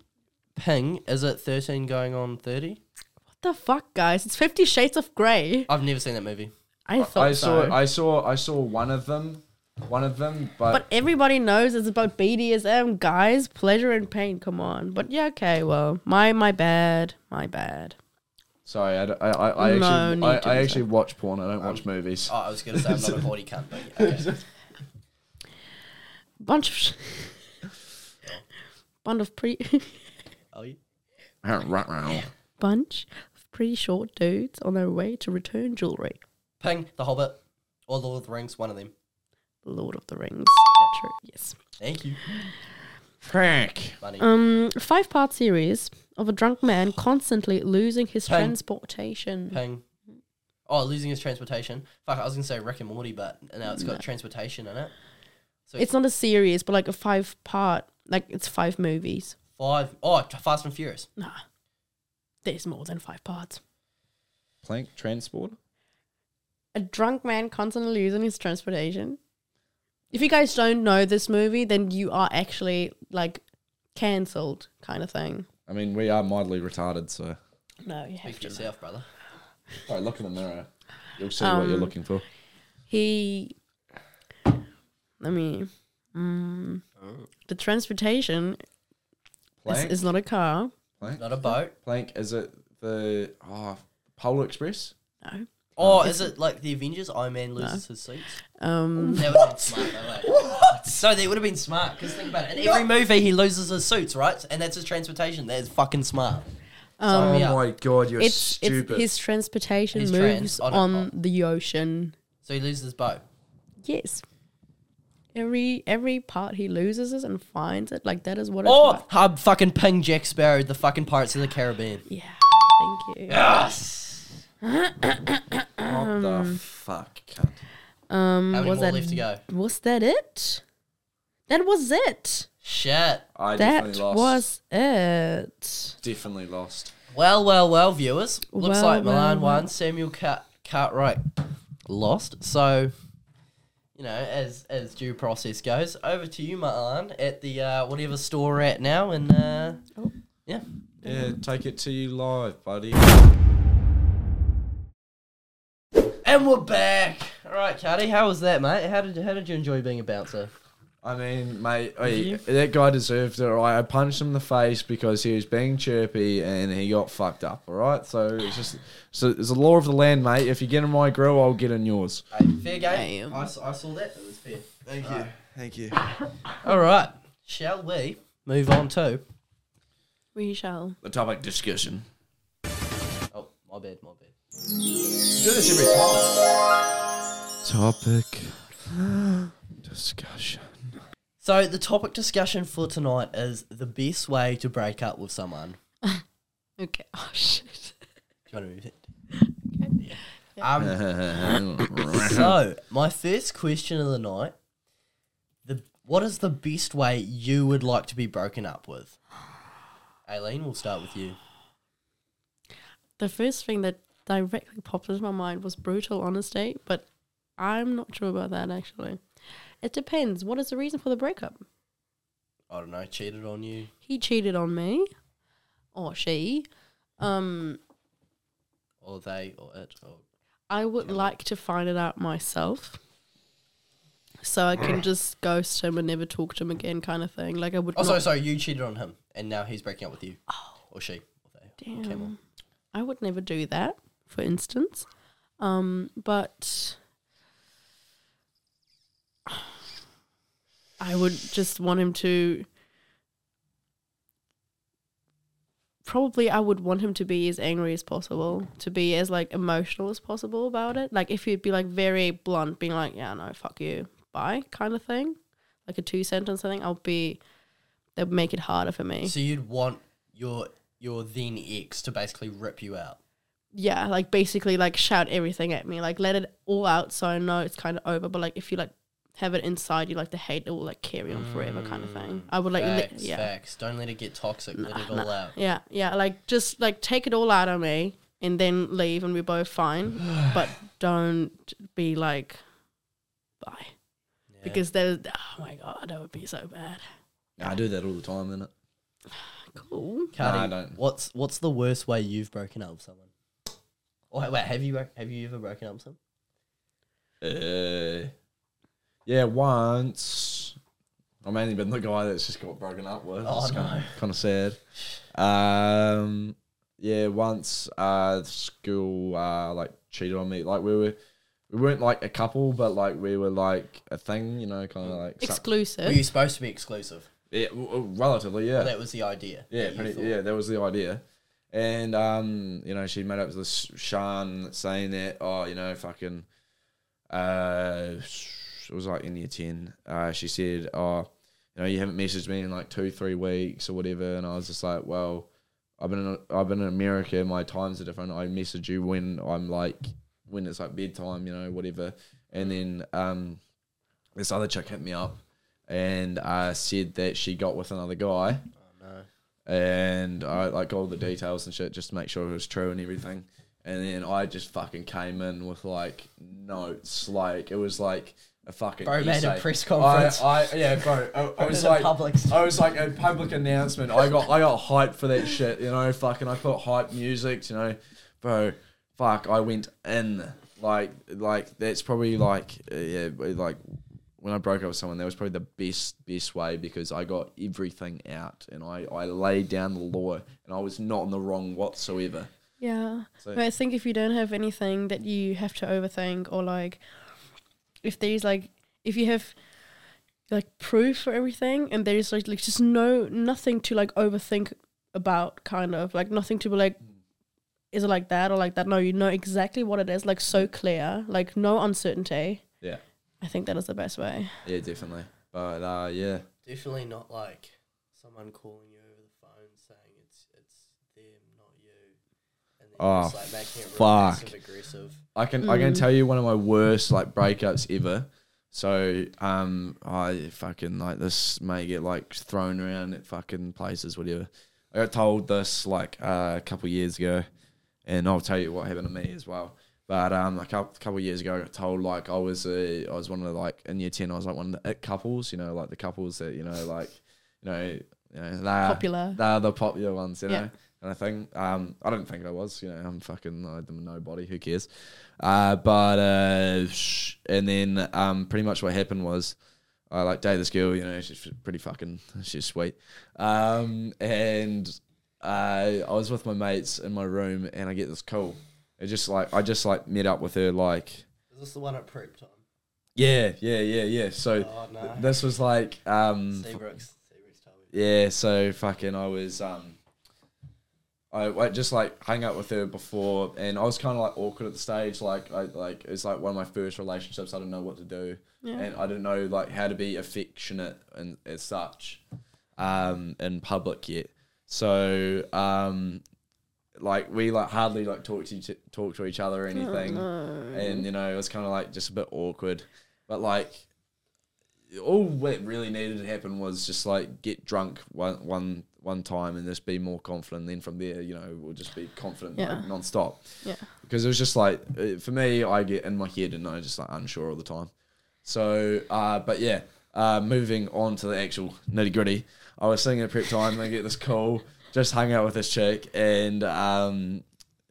B: Ping, is it 13 going on 30?
C: What the fuck, guys? It's Fifty Shades of Grey.
B: I've never seen that movie.
C: I thought
A: I saw.
C: so.
A: I saw. I saw one of them. One of them, but,
C: But everybody knows it's about BDSM, guys. Pleasure and pain. Come on. But yeah, okay. Well, my my bad. My bad.
A: sorry, I, d- I- I- I
C: No
A: actually,
C: need
A: I,
C: to
A: I
C: do
A: actually watch porn. I don't watch movies.
B: Oh, I was going to say I'm not a body cunt, but yeah, okay.
C: Bunch of. Sh- bunch of pretty.
B: Oh, you-
C: bunch of pretty short dudes on their way to return jewelry.
B: Ping, The Hobbit, or Lord of the Rings, one of them.
C: Lord of the Rings. True. Yes.
B: Thank you.
A: Crack.
B: Money.
C: Um, five part series of a drunk man constantly losing his
B: Pain.
C: transportation.
B: Ping. Oh, losing his transportation. Fuck, I was going to say Rick and Morty, but now it's got transportation in it.
C: It's not a series, but like a five part. Like it's five movies.
B: Five. Oh, T- Fast and Furious.
C: Nah. There's more than five parts.
A: Plank transport.
C: a drunk man constantly losing his transportation. If you guys don't know this movie, then you are actually like cancelled kind of thing.
A: I mean, we are mildly retarded, so.
C: No, you
B: Speak
C: have
B: for
C: to.
B: yourself, brother.
A: Alright, look in the mirror. You'll see what you're
C: Um,
A: looking for.
C: He, I mean, mm,
B: Oh.
C: the transportation is,
A: Plank?
C: is not a car.
A: plank?
B: Not a boat.
A: Plank, is it the oh, Polar Express?
C: No.
B: Oh, is it like the Avengers? Iron Man loses his seats.
C: Um,
B: That would have been smart, though, eh? So they would have been smart because think about it. In every movie, he loses his suits, right? And that's his transportation. That is fucking smart.
A: oh
C: Um,
B: yeah.
A: my god, you're
C: it's, it's
A: stupid.
C: his transportation
B: His
C: moves
B: trans- on a
C: on the ocean.
B: So he loses his boat.
C: Yes. Every every part he loses it and finds it like that is what it's
B: Oh,
C: about.
B: hub fucking ping Jack Sparrow, the fucking Pirates of the Caribbean.
C: Yeah. Thank you.
A: what the fuck, cunt?
C: Um,
B: How many
C: was
B: more
C: that
B: left to go?
C: was that it? That was it.
B: Shit.
A: I
C: that
A: definitely lost.
C: was it.
A: definitely lost.
B: Well, well, well, viewers. Looks
C: Well,
B: like Milan
C: well,
B: won. Samuel Cart- Cartwright lost. So, you know, as as due process goes, over to you, Milan, at the uh, whatever store we're at now, and uh,
C: Oh.
B: yeah.
A: Yeah, take it to you live, buddy.
B: And we're back. All right, Cardi, how was that, mate? How did how did you enjoy being a bouncer?
A: I mean, mate, hey, that guy deserved it. All right, I punched him in the face because he was being chirpy and he got fucked up. All right, so it's just so it's a law of the land, mate. If you get in my grill, I'll get in yours.
B: Hey, fair game.
C: Damn.
B: I, s- I saw that. It was fair.
A: Thank you, thank you.
B: All right. Shall we move on to?
C: We shall.
A: The topic discussion.
B: Oh, my bad, my bad.
A: Do this every time. Topic discussion.
B: So the topic discussion for tonight is the best way to break up with someone.
C: Okay. Oh shit.
B: Do you want to move it? Yeah. Um,
A: That's
B: so my first question of the night: the what is the best way you would like to be broken up with? Aileen, we'll start with you.
C: The first thing that directly popped into my mind was brutal honesty, but I'm not sure about that actually. It depends. What is the reason for the breakup?
B: I don't know. Cheated on you.
C: He cheated on me, or she. Um,
B: or they or it or
C: I would like to find it out myself. So I can just ghost him and never talk to him again, kind of thing. Like I would.
B: oh
C: not-
B: sorry sorry you cheated on him and now he's breaking up with you or she or they or Camel.
C: Oh. Damn. I would never do that, for instance. Um, but I would just want him to. Probably, I would want him to be as angry as possible, to be as like emotional as possible about it. Like if he'd be like very blunt, being like, "Yeah, no, fuck you, bye," kind of thing, like a two sentence thing. I'll be. That would make it harder for me.
B: so you'd want your your then ex to basically rip you out
C: yeah, like basically like shout everything at me, like let it all out so I know it's kind of over. But like if you like have it inside you, like the hate it will like carry on forever, kind of thing. I would like, li-
B: Mm, facts
C: yeah,
B: facts don't let it get toxic let it all out
C: yeah, yeah, like just like take it all out on me and then leave and we're both fine, but don't be like bye because that is oh my god, that would be so bad.
A: I do that all the time, innit?
C: Cool.
A: Nah, I
B: Cardi,
A: don't.
B: what's what's the worst way you've broken up with someone or wait, wait have you bro- have you ever broken up with someone
A: Uh, yeah, once. I've mainly been the guy that's just got broken up with.
B: Oh,
A: it's kind,
B: no.
A: of, kind of sad. Um, yeah, once uh, school uh, like cheated on me. Like we were, we weren't like a couple, but like we were like a thing. You know, kind of like some-
B: were
C: Exclusive.
B: you supposed to be exclusive
A: yeah, w- w- relatively. Yeah,
B: that was the idea
A: yeah,
B: that you
A: pretty,
B: thought.
A: yeah, that was the idea. And um, you know, she made up this Shan saying that, oh, you know, fucking uh it was like in year ten. Uh she said, Oh, you know, you haven't messaged me in like two, three weeks or whatever and I was just like, Well, I've been in I've been in America, my times are different. I message you when I'm like when it's like bedtime, you know, whatever. And then um this other chick hit me up and uh said that she got with another guy
B: oh, no
A: and I like all the details and shit just to make sure it was true and everything. And then I just fucking came in with like notes, like it was like a fucking
D: Bro made a
A: essay.
D: press conference.
A: I, I yeah, bro. I, I was
D: It was a
A: like,
D: public-
A: I was like a public announcement. I got I got hyped for that shit. You know, fucking. I put hype music. You know, bro. Fuck. I went in like like that's probably like uh, yeah like when I broke up with someone, that was probably the best best way because I got everything out and I I laid down the law and I was not in the wrong whatsoever.
C: Yeah.
A: So-
C: but I think if you don't have anything that you have to overthink or like if there's like if you have like proof for everything and there's like, like just no nothing to like overthink about kind of like nothing to be
A: Hmm.
C: like is it like that or like that no you know exactly what it is like so clear like no uncertainty
A: Yeah.
C: i think that is the best way
A: Yeah, definitely. But uh, yeah,
B: Definitely not like someone calling you over the phone saying it's it's them, not you. And then
A: Oh,
B: just like making it real
A: fuck.
B: passive aggressive.
A: I can I can
C: Mm.
A: tell you one of my worst like breakups ever. So um, I fucking like this may get like thrown around at fucking places, whatever. I got told this like uh, a couple years ago, and I'll tell you what happened to me as well. But um, a couple, couple years ago, I got told like I was a, I was one of the, like in year ten, I was like one of the it couples, you know, like the couples that you know, like you know, you know, they are-
C: popular
A: they're the popular ones, you know.
C: Yeah.
A: And I think um, I don't think I was, you know, I'm fucking I am nobody, who cares? Uh, but uh, sh- and then um, pretty much what happened was I like dated this girl, you know, she's pretty fucking, she's sweet. Um, and uh, I was with my mates in my room, and I get this call. It just like I just like met up with her, like
B: Is this the one at prep time?
A: yeah, yeah, yeah, yeah. So
B: Oh no.
A: th- this was like um,
B: Seabrooks. Seabrooks told me.
A: yeah, so fucking I was um I, I just like hung out with her before and I was kind of like awkward at the stage like I like it's like one of my first relationships I didn't know what to do
C: yeah
A: and I didn't know like how to be affectionate and as such um in public yet so um like we like hardly like talk to each, talk to each
C: Oh,
A: other or anything and you know it was kind of like just a bit awkward but like all that really needed to happen was just like get drunk one one one time and just be more confident then from there you know we'll just be confident
C: Yeah.
A: like, non-stop
C: Yeah.
A: because it was just like uh, for me i get in my head and i'm just like unsure all the time so uh but yeah uh moving on to the actual nitty-gritty i was sitting at prep time and i get this call just hung out with this chick and um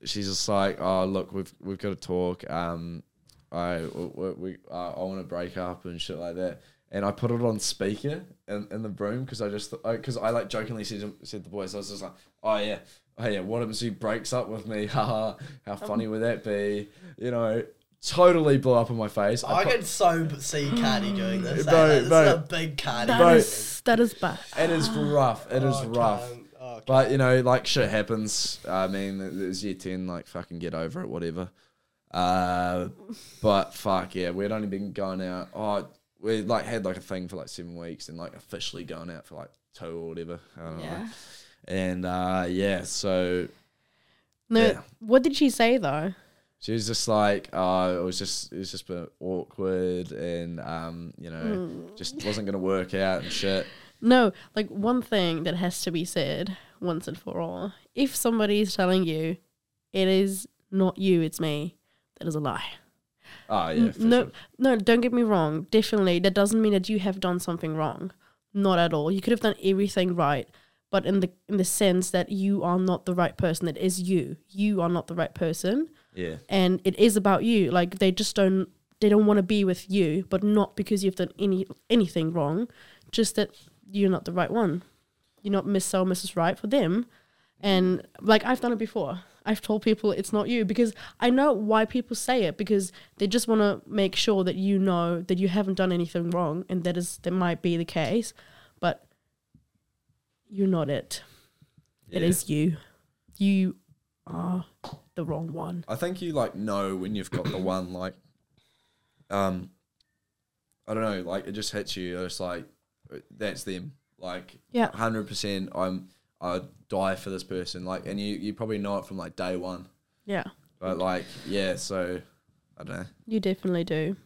A: she's just like, "Oh, look, we've we've got to talk. Um, I we, we uh, I want to break up and shit like that." And I put it on speaker in, in the room because I just because I, like jokingly said to- said to the boys, I was just like, "Oh yeah, oh yeah, what if she breaks up with me? Haha, how funny would that be? You know." Totally blew up in my face.
B: I
A: put-
B: can so b- see Cardi doing this. eh?
A: Bro,
B: Like, this
A: bro.
B: is a big Cardi.
C: That
A: Bro.
B: moment.
C: is- that is bad
A: it is rough. It is
B: Oh,
A: rough.
B: can't- oh,
A: But you know, like shit happens. I mean, it was year ten. Like fucking get over it, whatever. Uh, but fuck yeah, we'd only been going out. Oh, we like had like a thing for like seven weeks, and like officially going out for like two or whatever. I don't know.
C: yeah
A: And uh, yeah, so
C: no
A: Yeah.
C: what did she say though
A: she was just like, uh, it was just it was just a bit awkward, and um, you know,
B: Mm.
A: just wasn't gonna work out and shit.
C: No, like one thing that has to be said once and for all. If somebody is telling you it is not you, it's me, that is a lie.
A: Oh yeah, for
C: no,
A: sure.
C: no, don't get me wrong. Definitely, that doesn't mean that you have done something wrong. Not at all. You could have done everything right, but in the in the sense that you are not the right person. It is you. You are not the right person,
A: yeah,
C: and it is about you. Like they just don't they don't want to be with you, but not because you've done any anything wrong, just that you're not the right one. You're not Miss So Mrs. Right for them. And like I've done it before. I've told people it's not you because I know why people say it because they just want to make sure that you know that you haven't done anything wrong and that is that might be the case, but you're not it. It
A: yeah.
C: is you. You are the wrong one.
A: I think you like know when you've got the one like, um, I don't know, like it just hits you. It's like that's them. Like
C: Yeah.
A: hundred percent. I'm I die for this person. Like, and you you probably know it from like day one.
C: Yeah.
A: But like, yeah. So I don't know.
C: You definitely do.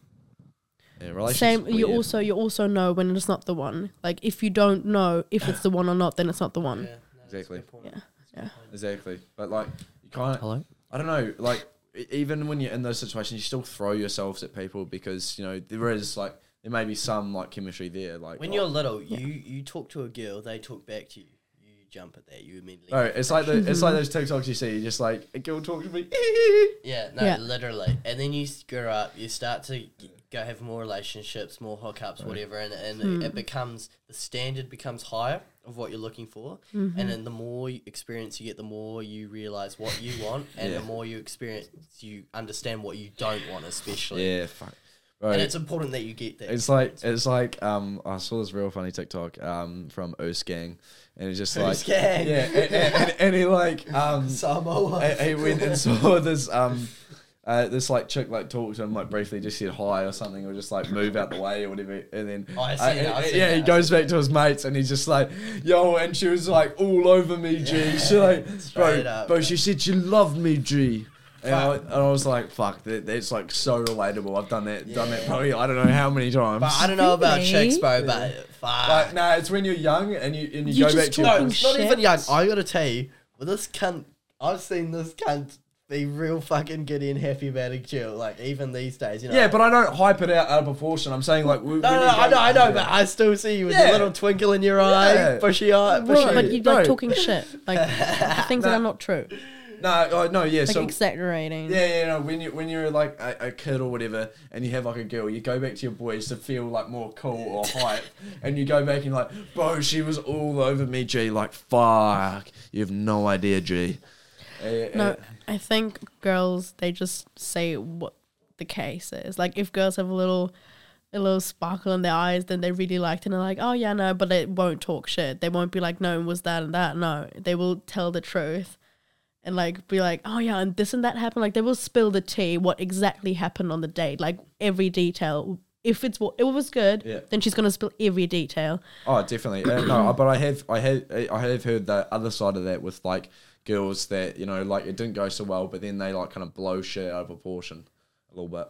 A: Yeah, relationships
C: Same.
A: are
C: You
A: weird.
C: also you also know when it's not the one. Like if you don't know if it's the one or not, then it's not the
B: Yeah,
C: one.
B: no, that's a
A: Exactly.
B: good point.
C: Yeah.
B: That's a good
C: Yeah.
B: point.
A: exactly. But like, you kind of
D: Hello.
A: I don't know, like e- even when you're in those situations, you still throw yourselves at people because you know there is like there may be some like chemistry there. Like
B: When
A: oh,
B: you're little, you you talk to a girl, they talk back to you. You jump at that. You immediately.
A: Oh, it's like the, it's like those TikToks you see. You're just like a girl talking to me.
B: Yeah, no,
C: Yeah.
B: literally. And then you s- grow up, you start to g- go have more relationships, more hookups, whatever, and, and it, it becomes the standard becomes higher of what you're looking for. And then the more you- experience you get, the more you realize what you want, and
A: Yeah.
B: the more you experience, you understand what you don't want, especially.
A: yeah, fuck. Bro,
B: And it's important that you get that.
A: It's like it's like um I saw this real funny TikTok um from Oos Gang and it's just like
B: Gang.
A: yeah and, and, and, and he like um
B: Samoa.
A: he he went and saw this um uh, this like chick like talked to him like briefly just said hi or something or just like move out the way or whatever and then
B: Oh, I see
A: uh,
B: that, I
A: uh,
B: see
A: yeah
B: that,
A: he
B: I
A: goes back to his mates and he's just like yo and she was like all over me G she like bro
B: straight up,
A: bro
B: man.
A: she said she loved me G. And I,
B: Fuck.
A: and I was like, "Fuck, that, that's like so relatable." I've done that, done that
B: Yeah.
A: probably I don't know how many times.
B: But I don't know about
C: Really?
B: chicks, bro, but fuck.
A: Like, no, it's when you're young and you and you
C: You
A: go
C: just
A: back to
C: talk-
B: No,
A: your
C: fucking
B: it's not even
C: shit.
B: young. I gotta tell you, with this cunt, I've seen this cunt be real fucking giddy and happy about a girl. Like even these days, you know.
A: yeah, but I don't hype it out out of proportion. I'm saying like,
B: no, no, no, I know, I know, but I still see you with a
A: Yeah.
B: little twinkle in your eye,
A: Yeah.
B: bushy eye, bushy.
C: Well, but you like
A: no.
C: talking shit, like things that are not true,
A: but no, oh, no, yeah,
C: like
A: so.
C: exaggerating.
A: Yeah, yeah, no. When you when you're like a, a kid or whatever, and you have like a girl, you go back to your boys to feel like more cool or hype, and you go back and like, bro, she was all over me, G. Like, fuck, you have no idea, G. Eh, eh,
C: No, I think girls they just say what the case is. Like if girls have a little a little sparkle in their eyes, then they really liked it and they're like, Oh yeah, no, but they won't talk shit. They won't be like, No, it was that and that. No. They will tell the truth and like be like, Oh yeah, and this and that happened. Like they will spill the tea what exactly happened on the date, like every detail. If it's what it was good,
A: Yeah.
C: then she's gonna spill every detail.
A: Oh, definitely. Uh, no, but I have, I have, I have heard the other side of that with like girls that you know, like it didn't go so well, but then they like kind of blow shit out of proportion a little bit.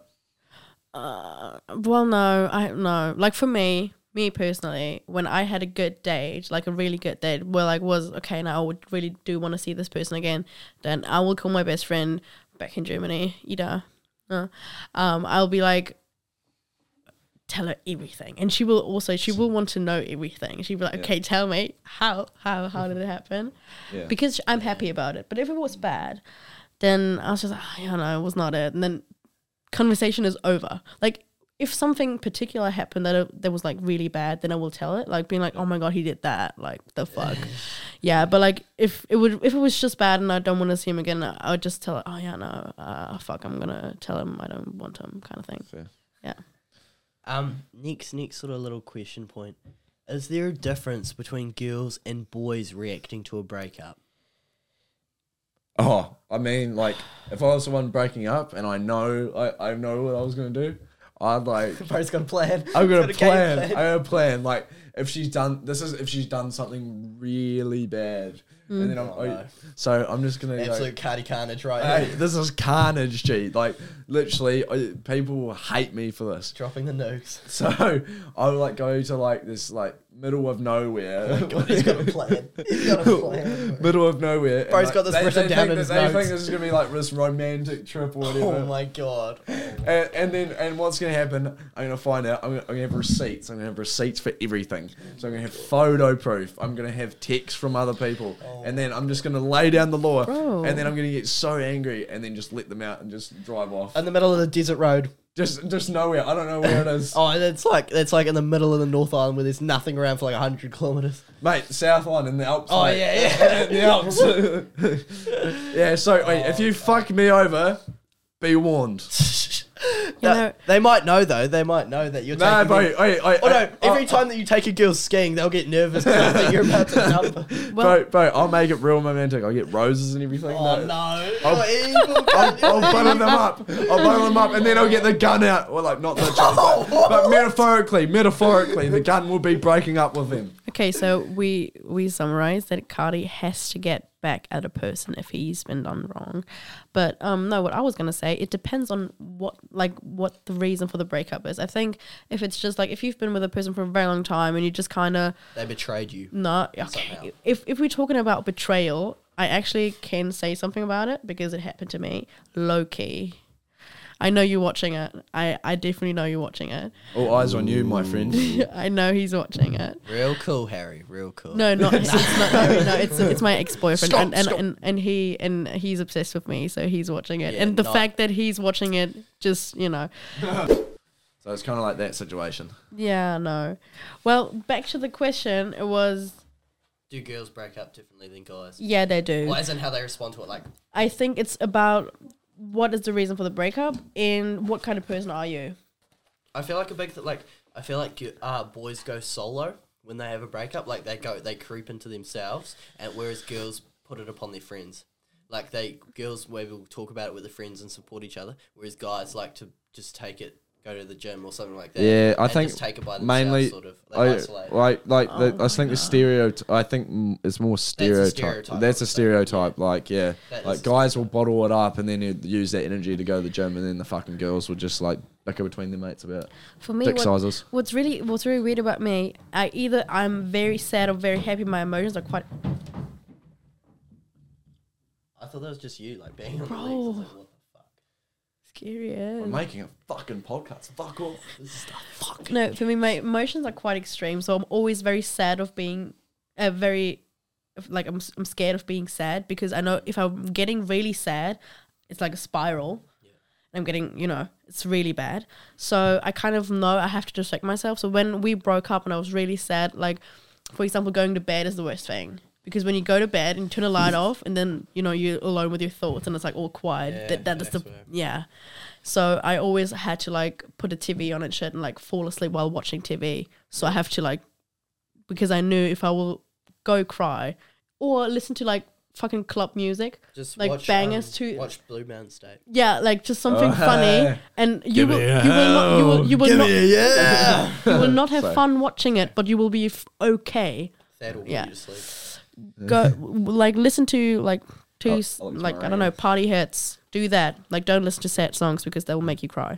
C: Well, no, I no. Like for me, me personally, when I had a good date, like a really good date, where like was okay, now I would really do want to see this person again, then I will call my best friend back in Germany, Ida. Uh, um, I'll be like, tell her everything, and she will also she will want to know everything. She'll be like, okay, tell me how how how did it happen?
A: Yeah.
C: Because I'm happy about it. But if it was bad, then I was just like, oh, yeah, no, it was not it, and then conversation is over. Like if something particular happened that that was like really bad, then I will tell it. Like being like, oh my god, he did that. Like the fuck. yeah, but like if it would if it was just bad and I don't want to see him again, I would just tell it. Oh yeah, no, uh, fuck, I'm gonna tell him I don't want him, kind of thing.
A: Fair.
C: Yeah.
B: Um, next, next sort of little question point: Is there a difference between girls and boys reacting to a breakup?
A: Oh, I mean, like if I was the one breaking up and I know, I, I know what I was gonna do, I'd like,
B: Bro's got a plan.
A: I'm
B: He's got
A: gonna
B: a game
A: plan. I got a plan. Like if she's done, this is if she's done something really bad, and then I'm,
B: no.
A: so I'm just gonna go-
B: Absolute cardi carnage, right?
A: Hey,
B: here.
A: this is carnage, G. Like, literally, I, people will hate me for this.
B: Dropping the nukes.
A: So I would like go to like this like middle of nowhere,
B: God, he's got a plan. He's got a plan.
A: middle of nowhere. and,
B: Bro's
A: like,
B: got this
A: they,
B: written
A: they
B: down
A: think
B: in
A: that-
B: his
A: they
B: notes.
A: think this is gonna be like this romantic trip or whatever.
B: Oh my god.
A: And, and then and what's gonna happen? I'm gonna find out. I'm gonna, I'm gonna have receipts. I'm gonna have receipts for everything. So I'm gonna have photo proof. I'm gonna have texts from other people,
B: Oh.
A: and then I'm just gonna lay down the law.
C: Bro.
A: And then I'm gonna get so angry, and then just let them out and just drive off.
B: In the middle of the desert road.
A: Just, just nowhere. I don't know where it is,
B: Oh, and it's like it's like in the middle of the North Island where there's nothing around for like hundred kilometers.
A: mate. South Island in the Alps. mate.
B: Oh, yeah.
A: the Alps. yeah. So wait, if you
B: Oh.
A: fuck me over, be warned.
B: No,
C: know-
B: they might know though. They might know that you're
A: No,
B: taking.
A: bro.
B: them-
A: I, I,
B: Oh
A: I-
B: no! Every
A: I-
B: time that you take a girl skiing, they'll get nervous 'cause they think you're about to dump. her.
A: bro, bro, I'll make it real romantic. I'll get roses and everything.
B: Oh no! You're evil.
A: I'll, I'll bundle them up. I'll bundle them up, and then I'll get the gun out. Well, like not literally, but, but metaphorically, metaphorically, the gun will be breaking up with them.
C: Okay, so we we summarize that Cardi has to get back at a person if he's been done wrong. But um no, what I was gonna say, it depends on what like what the reason for the breakup is. I think if it's just like if you've been with a person for a very long time and you just kinda
B: They betrayed you.
C: no, okay. If if we're talking about betrayal, I actually can say something about it because it happened to me low key. I know you're watching it. I, I definitely know you're watching it.
A: All eyes on you, my friend.
C: I know he's watching it.
B: Real cool, Harry. Real cool.
C: No, not it's, it's not Harry. No, it's it's my ex boyfriend, and and, and and he and he's obsessed with me, so he's watching it.
B: Yeah,
C: and the
B: not-
C: fact that he's watching it, just you know,
A: So it's kind of like that situation.
C: yeah, no. Well, back to the question. It was
B: Do girls break up differently than guys?
C: yeah, they do.
B: Well, as in how they respond to it. Like,
C: I think it's about what is the reason for the breakup and what kind of person are you?
B: I feel like a big th- like I feel like you- uh, boys go solo when they have a breakup. Like they go they creep into themselves, and whereas girls put it upon their friends. Like they girls maybe will talk about it with their friends and support each other, whereas guys like to just take it, go to the gym or something like that.
A: Yeah, I
B: and
A: think
B: just take it by themselves,
A: mainly
B: sort of. They
A: I,
B: isolate.
A: like like
C: Oh
A: the, I think the stereotype. I think mm, it's more stereotype.
B: stereotype,
A: That's
B: I
A: a
B: would say.
A: stereotype. Like yeah,
B: That is
A: like
B: a
A: guys will bottle it up and then you use that energy to go to the gym, and then the fucking girls will just like bicker between their mates about
C: For me,
A: dick
C: what,
A: sizes.
C: what's really what's really weird about me, I either I'm very sad or very happy. My emotions are quite
B: I thought that was just you, like being on the
C: Bro.
B: legs. I was like, what the fuck?
C: scary.
A: We're
C: as.
A: making a fucking podcast. Fuck off.
B: This is the fuck.
C: No, for me, my emotions are quite extreme, so I'm always very sad of being uh, very of- like I'm, s- I'm scared of being sad because I know if I'm getting really sad, it's like a spiral. I'm getting, you know, it's really bad. So I kind of know I have to distract myself. So when we broke up and I was really sad, like, for example, going to bed is the worst thing. Because when you go to bed and you turn the light off and then, you know, you're alone with your thoughts and it's like all quiet.
B: Yeah,
C: that, that is the,
B: that's right.
C: yeah. So I always had to like put a TV on and shit and like fall asleep while watching TV. So I have to like, because I knew if I will go cry or listen to like fucking club music,
B: Just
C: Like
B: watch,
C: bangers
B: um,
C: to-
B: watch Blue Mountain State.
C: yeah, like just something
A: Oh,
C: funny,
A: hey.
C: and you will, you will not you will, you will not
A: yeah.
C: you will not have
A: Sorry.
C: fun watching it, but you will be f- okay.
B: That'll put
C: Yeah.
B: you to sleep.
C: Go like listen to like to
A: Oh,
C: s-
A: Alex
C: like I
A: Moran.
C: don't know party hits. Do that. Like don't listen to sad songs because they will make you cry.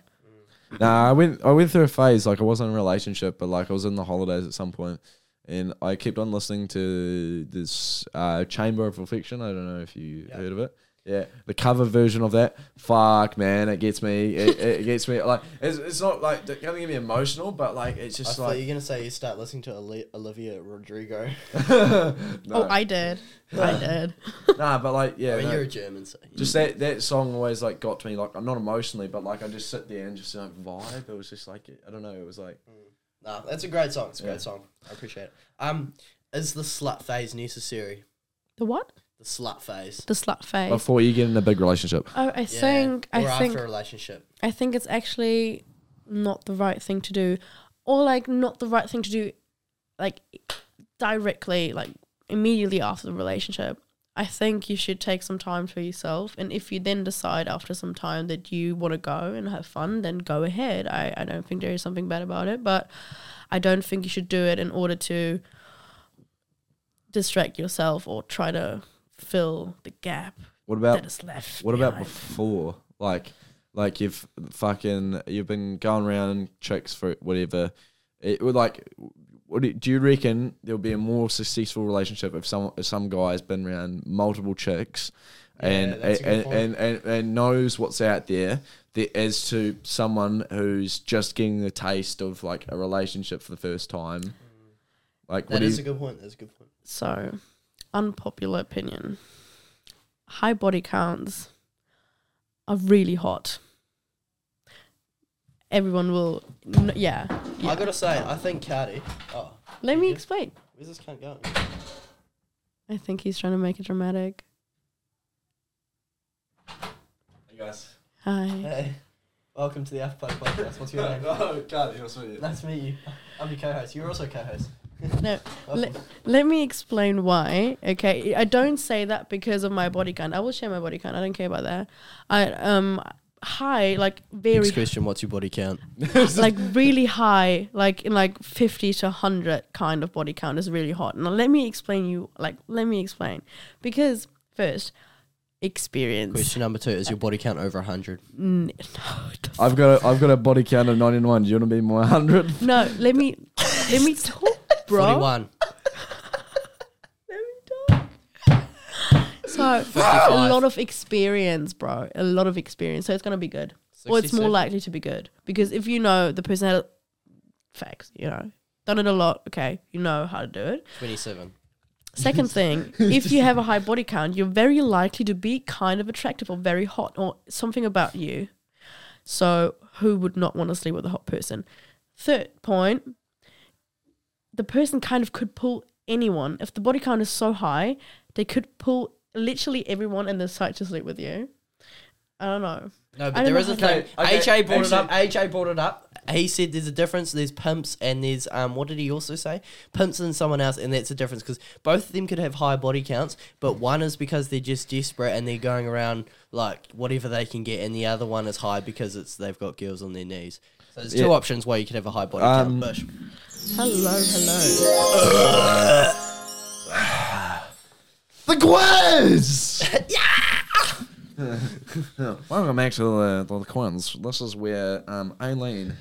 A: Nah, I went I went through a phase like I wasn't in a relationship, but like I was in the holidays at some point, and I kept on listening to this uh, Chamber of Reflection. I don't know if you
B: Yeah.
A: heard of it. Yeah, the cover version of that. Fuck, man, it gets me. It, it gets me. Like, it's, it's not like it doesn't get me emotional, but like it's
B: I
A: just
B: thought you
A: like
B: were gonna say you start listening to Oli- Olivia Rodrigo.
A: no.
C: Oh, I did. I did.
A: nah, but like yeah,
B: I mean,
A: no.
B: you're a German, so
A: just that that song always like got to me. Like, I'm not emotionally, but like I just sit there and just like vibe. It was just like I don't know. It was like
B: Nah, that's a great song. It's a great
A: Yeah.
B: song. I appreciate it. Um, is the slut phase necessary?
C: The what?
B: The slut phase.
C: The slut phase.
A: before you get in a big relationship.
C: Oh, I think
B: or
C: I
B: after
C: think
B: a relationship.
C: I think it's actually not the right thing to do, or like not the right thing to do, like directly, like immediately after the relationship. I think you should take some time for yourself, and if you then decide after some time that you want to go and have fun, then go ahead. I, I don't think there is something bad about it, but I don't think you should do it in order to distract yourself or try to fill the gap
A: What about
C: that is left.
A: What about
C: behind.
A: before? Like, like you've fucking you've been going around chicks for whatever. It would like, what do, do you reckon there'll be a more successful relationship if some if some guy's been around multiple chicks, and
B: Yeah, that's a good
A: and,
B: point.
A: and, and and knows what's out there, the, as to someone who's just getting the taste of like a relationship for the first time. Like, what
B: Mm. That
A: do
B: is
A: you?
B: a good point. That's a good point.
C: So, unpopular opinion. High body counts are really hot. Everyone will, n- yeah. yeah.
B: I gotta say, I think Cardi. Oh,
C: Let me
B: Yeah.
C: explain.
B: where's this cunt going?
C: I think he's trying to make it dramatic.
A: Hey guys,
C: Hi.
B: Hey, welcome to the After Party Podcast. What's your name? Nice to meet you. I'm your co-host. You're also co-host.
C: No,
B: Welcome.
C: Let me explain why. Okay, I don't say that because of my body count. I will share my body count. I don't care about that. I um high like very
B: question: What's your body count?
C: like really high, like in like fifty to hundred kind of body count is really hot. Now let me explain you, like let me explain, because first experience.
B: Question number two: Is your body count over 100?
C: N- no, the f-
A: I've got a, I've got a body count of ninety one. Do you want to be my hundred?
C: no, let me let me talk, bro.
B: 41.
C: Let me talk. No, a lot of experience, bro. A lot of experience. So it's gonna be good, or it's
B: 66.
C: more likely to be good because if you know the person had facts, you know, done it a lot. Okay, you know how to do it.
B: 27.
C: Second thing, if you have a high body count, you're very likely to be kind of attractive or very hot or something about you. So, who would not want to sleep with a hot person? Third point, the person kind of could pull anyone. If the body count is so high, they could pull literally everyone in the site to sleep with you. I don't know.
B: No,
C: I
B: but
C: don't
B: there
C: know
B: is a
C: how
A: to-
B: thing.
A: Okay, okay,
B: AJ brought it up.
A: actually-
B: AJ brought it up. He said there's a difference. There's pimps and there's um. What did he also say? Pimps and someone else, and that's a difference because both of them could have high body counts, but one is because they're just desperate and they're going around like whatever they can get, and the other one is high because it's they've got girls on their knees. So there's two
A: Yeah.
B: options why you could have a high body
A: Um,
B: count. Bush.
C: Hello, hello.
A: The quiz! yeah! Welcome back to the, uh, the quiz. This is where um, Aileen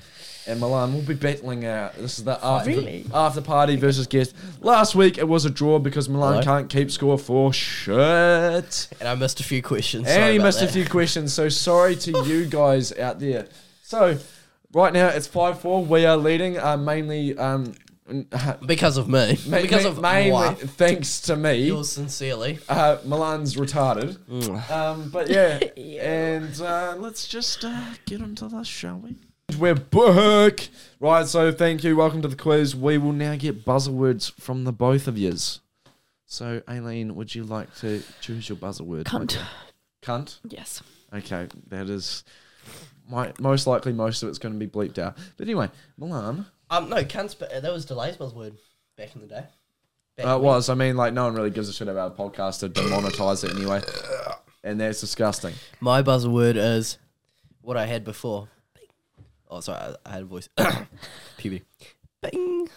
A: and Milan will be battling out. This is the
B: Oh,
A: after,
C: Really?
A: after party versus guest. Last week it was a draw because Milan
B: Hello?
A: can't keep score for shit.
B: And I missed a few questions.
A: and
B: Sorry
A: he
B: about
A: missed a
B: that.
A: few questions, so sorry to you guys out there. So, right now it's 5 4. We are leading uh, mainly. Um,
B: because of me.
A: ma-
B: because
A: ma-
B: of
A: mainly
B: why.
A: thanks to me.
B: Yours sincerely.
A: Uh, Milan's retarded. Um, but yeah, and uh, let's just uh, get into this, shall we? We're back. Right, so thank you. Welcome to the quiz. We will now get buzzwords from the both of yous. So, Aileen, would you like to choose your buzzword? my
C: Cunt.
A: dear? Cunt?
C: Yes.
A: Okay, that is. My, most likely, most of it's going to be bleeped out. But anyway, Milan.
B: Um, no, cunts, but uh, that was delays buzzword back in the day. Back
A: Uh, it
B: when-
A: was. I mean, like, no one really gives a shit about a podcast to demonetize it anyway. And that's disgusting.
B: My buzzword is what I had before. Oh, sorry, I, I had a voice. Puberty. Ping.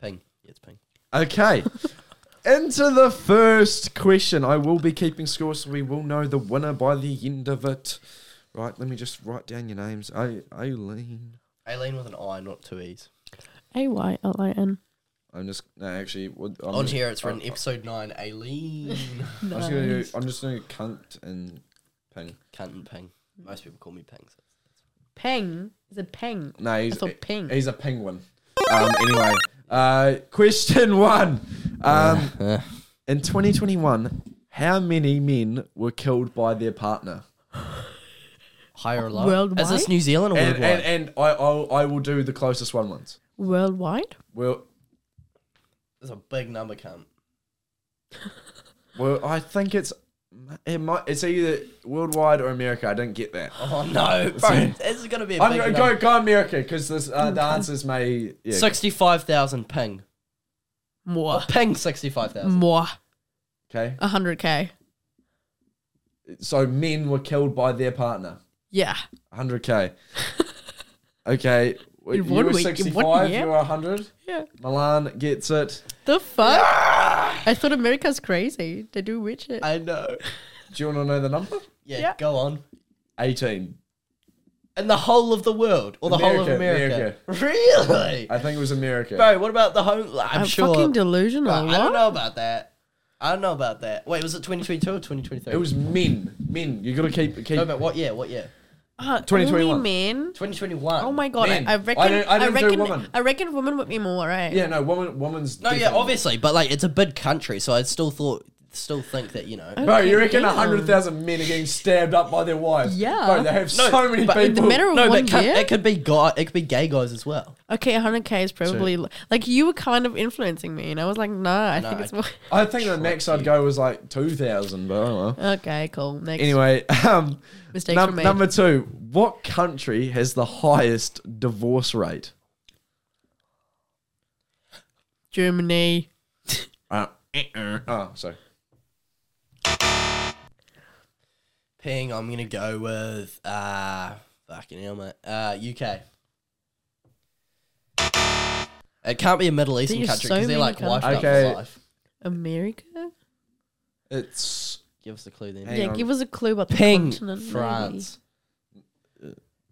B: Ping. Yeah, it's ping.
A: Okay. Into the first question. I will be keeping score, so we will know the winner by the end of it. Right, let me just write down your names. A- Aileen.
B: Aileen with an I, not two E's.
C: A Y L I N.
A: I'm just no, actually. What, I'm
B: On
A: just-
B: here, it's written
A: I'm,
B: episode 9, Aileen.
A: I'm just gonna do. I'm just doing cunt and ping.
B: Cunt and ping. Most people call me ping. So.
C: Peng. Is it Peng?
A: No, he's
C: I thought ping.
A: He's a penguin. Um, anyway, uh, question one. Um, in 2021, how many men were killed by their partner?
B: Higher or lower?
C: Worldwide?
B: Is this New Zealand or
A: And
B: Oh, worldwide?
A: and, and I I'll, I will do the closest one once.
C: Worldwide?
A: Well,
B: There's a big number, cunt.
A: Well, I think it's it might it's either worldwide or America. I didn't get that.
B: Oh, no. Bro, this is going to be a
A: I'm
B: big
A: gonna
B: number.
A: go go America because this uh, the answers may yeah.
B: 65,000 ping.
C: More.
B: Ping 65,000.
C: More.
A: okay.
C: 100k.
A: So men were killed by their partner.
C: Yeah.
A: 100k. okay. w-
C: In
A: you
C: one
A: were
C: week- in one
A: 65.
C: year?
A: You were 100.
C: Yeah.
A: Milan gets it.
C: The fuck? I thought America's crazy. They do weird shit.
B: I know.
A: Do you want to know the number?
B: Yeah,
C: Yeah.
B: go on.
A: 18.
B: And the whole of the world, or the whole of America.
A: America,
B: Really?
A: I think it was America.
B: Bro, what about the home? like, I'm,
C: I'm
B: sure.
C: fucking delusional.
B: Bro, I
C: what?
B: don't know about that. I don't know about that. Wait, was it 2022 or 2023?
A: It was men. Men. You gotta keep keep.
B: No, but what year? What year?
C: Uh,
A: 2021.
C: only men.
B: 2021.
C: Oh my god! I,
A: Men.
C: I
A: I
C: reckon. I,
A: don't- I don't do
C: reckon.
A: women.
C: I reckon women would be more right.
A: yeah. No. Woman. Woman's.
B: No, yeah,
A: definitely-
B: obviously, but like it's a big country, so I still thought, still think that you know.
A: Bro, you
C: Okay,
A: reckon
C: damn.
A: 100,000 men are getting stabbed up by their wives?
C: Yeah.
A: Bro, they have
B: No,
A: so many
B: but
A: people.
B: in
C: the matter of
B: No,
C: one
B: but cunt-
C: year.
B: it could be guy, it could be gay guys as well.
C: okay, 100k is probably li- like you were kind of influencing me, and I was like, nah, I
B: No,
C: think
B: I-
C: it's more.
A: I think the max I'd go was like 2,000, but I don't know.
C: okay, cool. Next.
A: Anyway, um,
C: Mistakes
A: num-
C: were made.
A: number two, what country has the highest divorce rate?
C: Germany.
A: Uh, uh-uh. oh, sorry.
B: Ping, I'm gonna go with uh fucking hell, mate. Uh, UK. It can't be a Middle Eastern
C: There's
B: country
C: so
B: because they're
C: many
B: like wifed up
A: Okay.
B: for life.
C: America?
A: It's
B: Give us a clue then.
A: Hang
C: yeah,
A: on.
C: give us a clue about the
B: Ping,
C: continent. maybe.
B: France.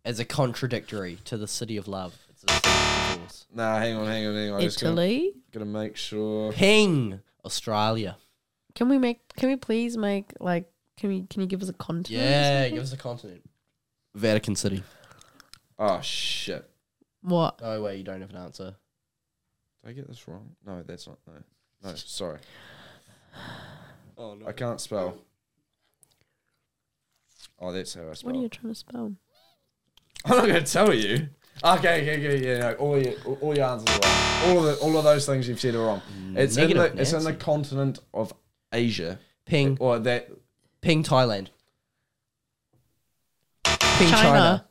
B: As a contradictory to the city of love. It's a city of divorce.
A: Nah, hang on, hang on, hang on. I'm just gonna,
C: Italy?
A: gonna make sure.
B: Ping, Australia.
C: Can we make? Can we please make like? Can we? Can you give us a content?
B: Yeah, give us a continent. Vatican City.
A: Oh shit!
C: What?
B: Oh wait, you don't have an answer.
A: Did I get this wrong? No, that's not. No, no. Sorry,
B: Oh no.
A: I can't spell. Oh, that's how I spell.
C: What are you trying to spell?
A: I'm not going to tell you. Okay, okay, okay, yeah, no, all your all- all your answers are wrong. All of the, all of those things you've said are wrong. It's in
B: Negative,
A: the, it's in the
B: Nancy.
A: continent of Asia,
B: Ping.
A: or that
B: Ping Thailand. Ping China.
C: China.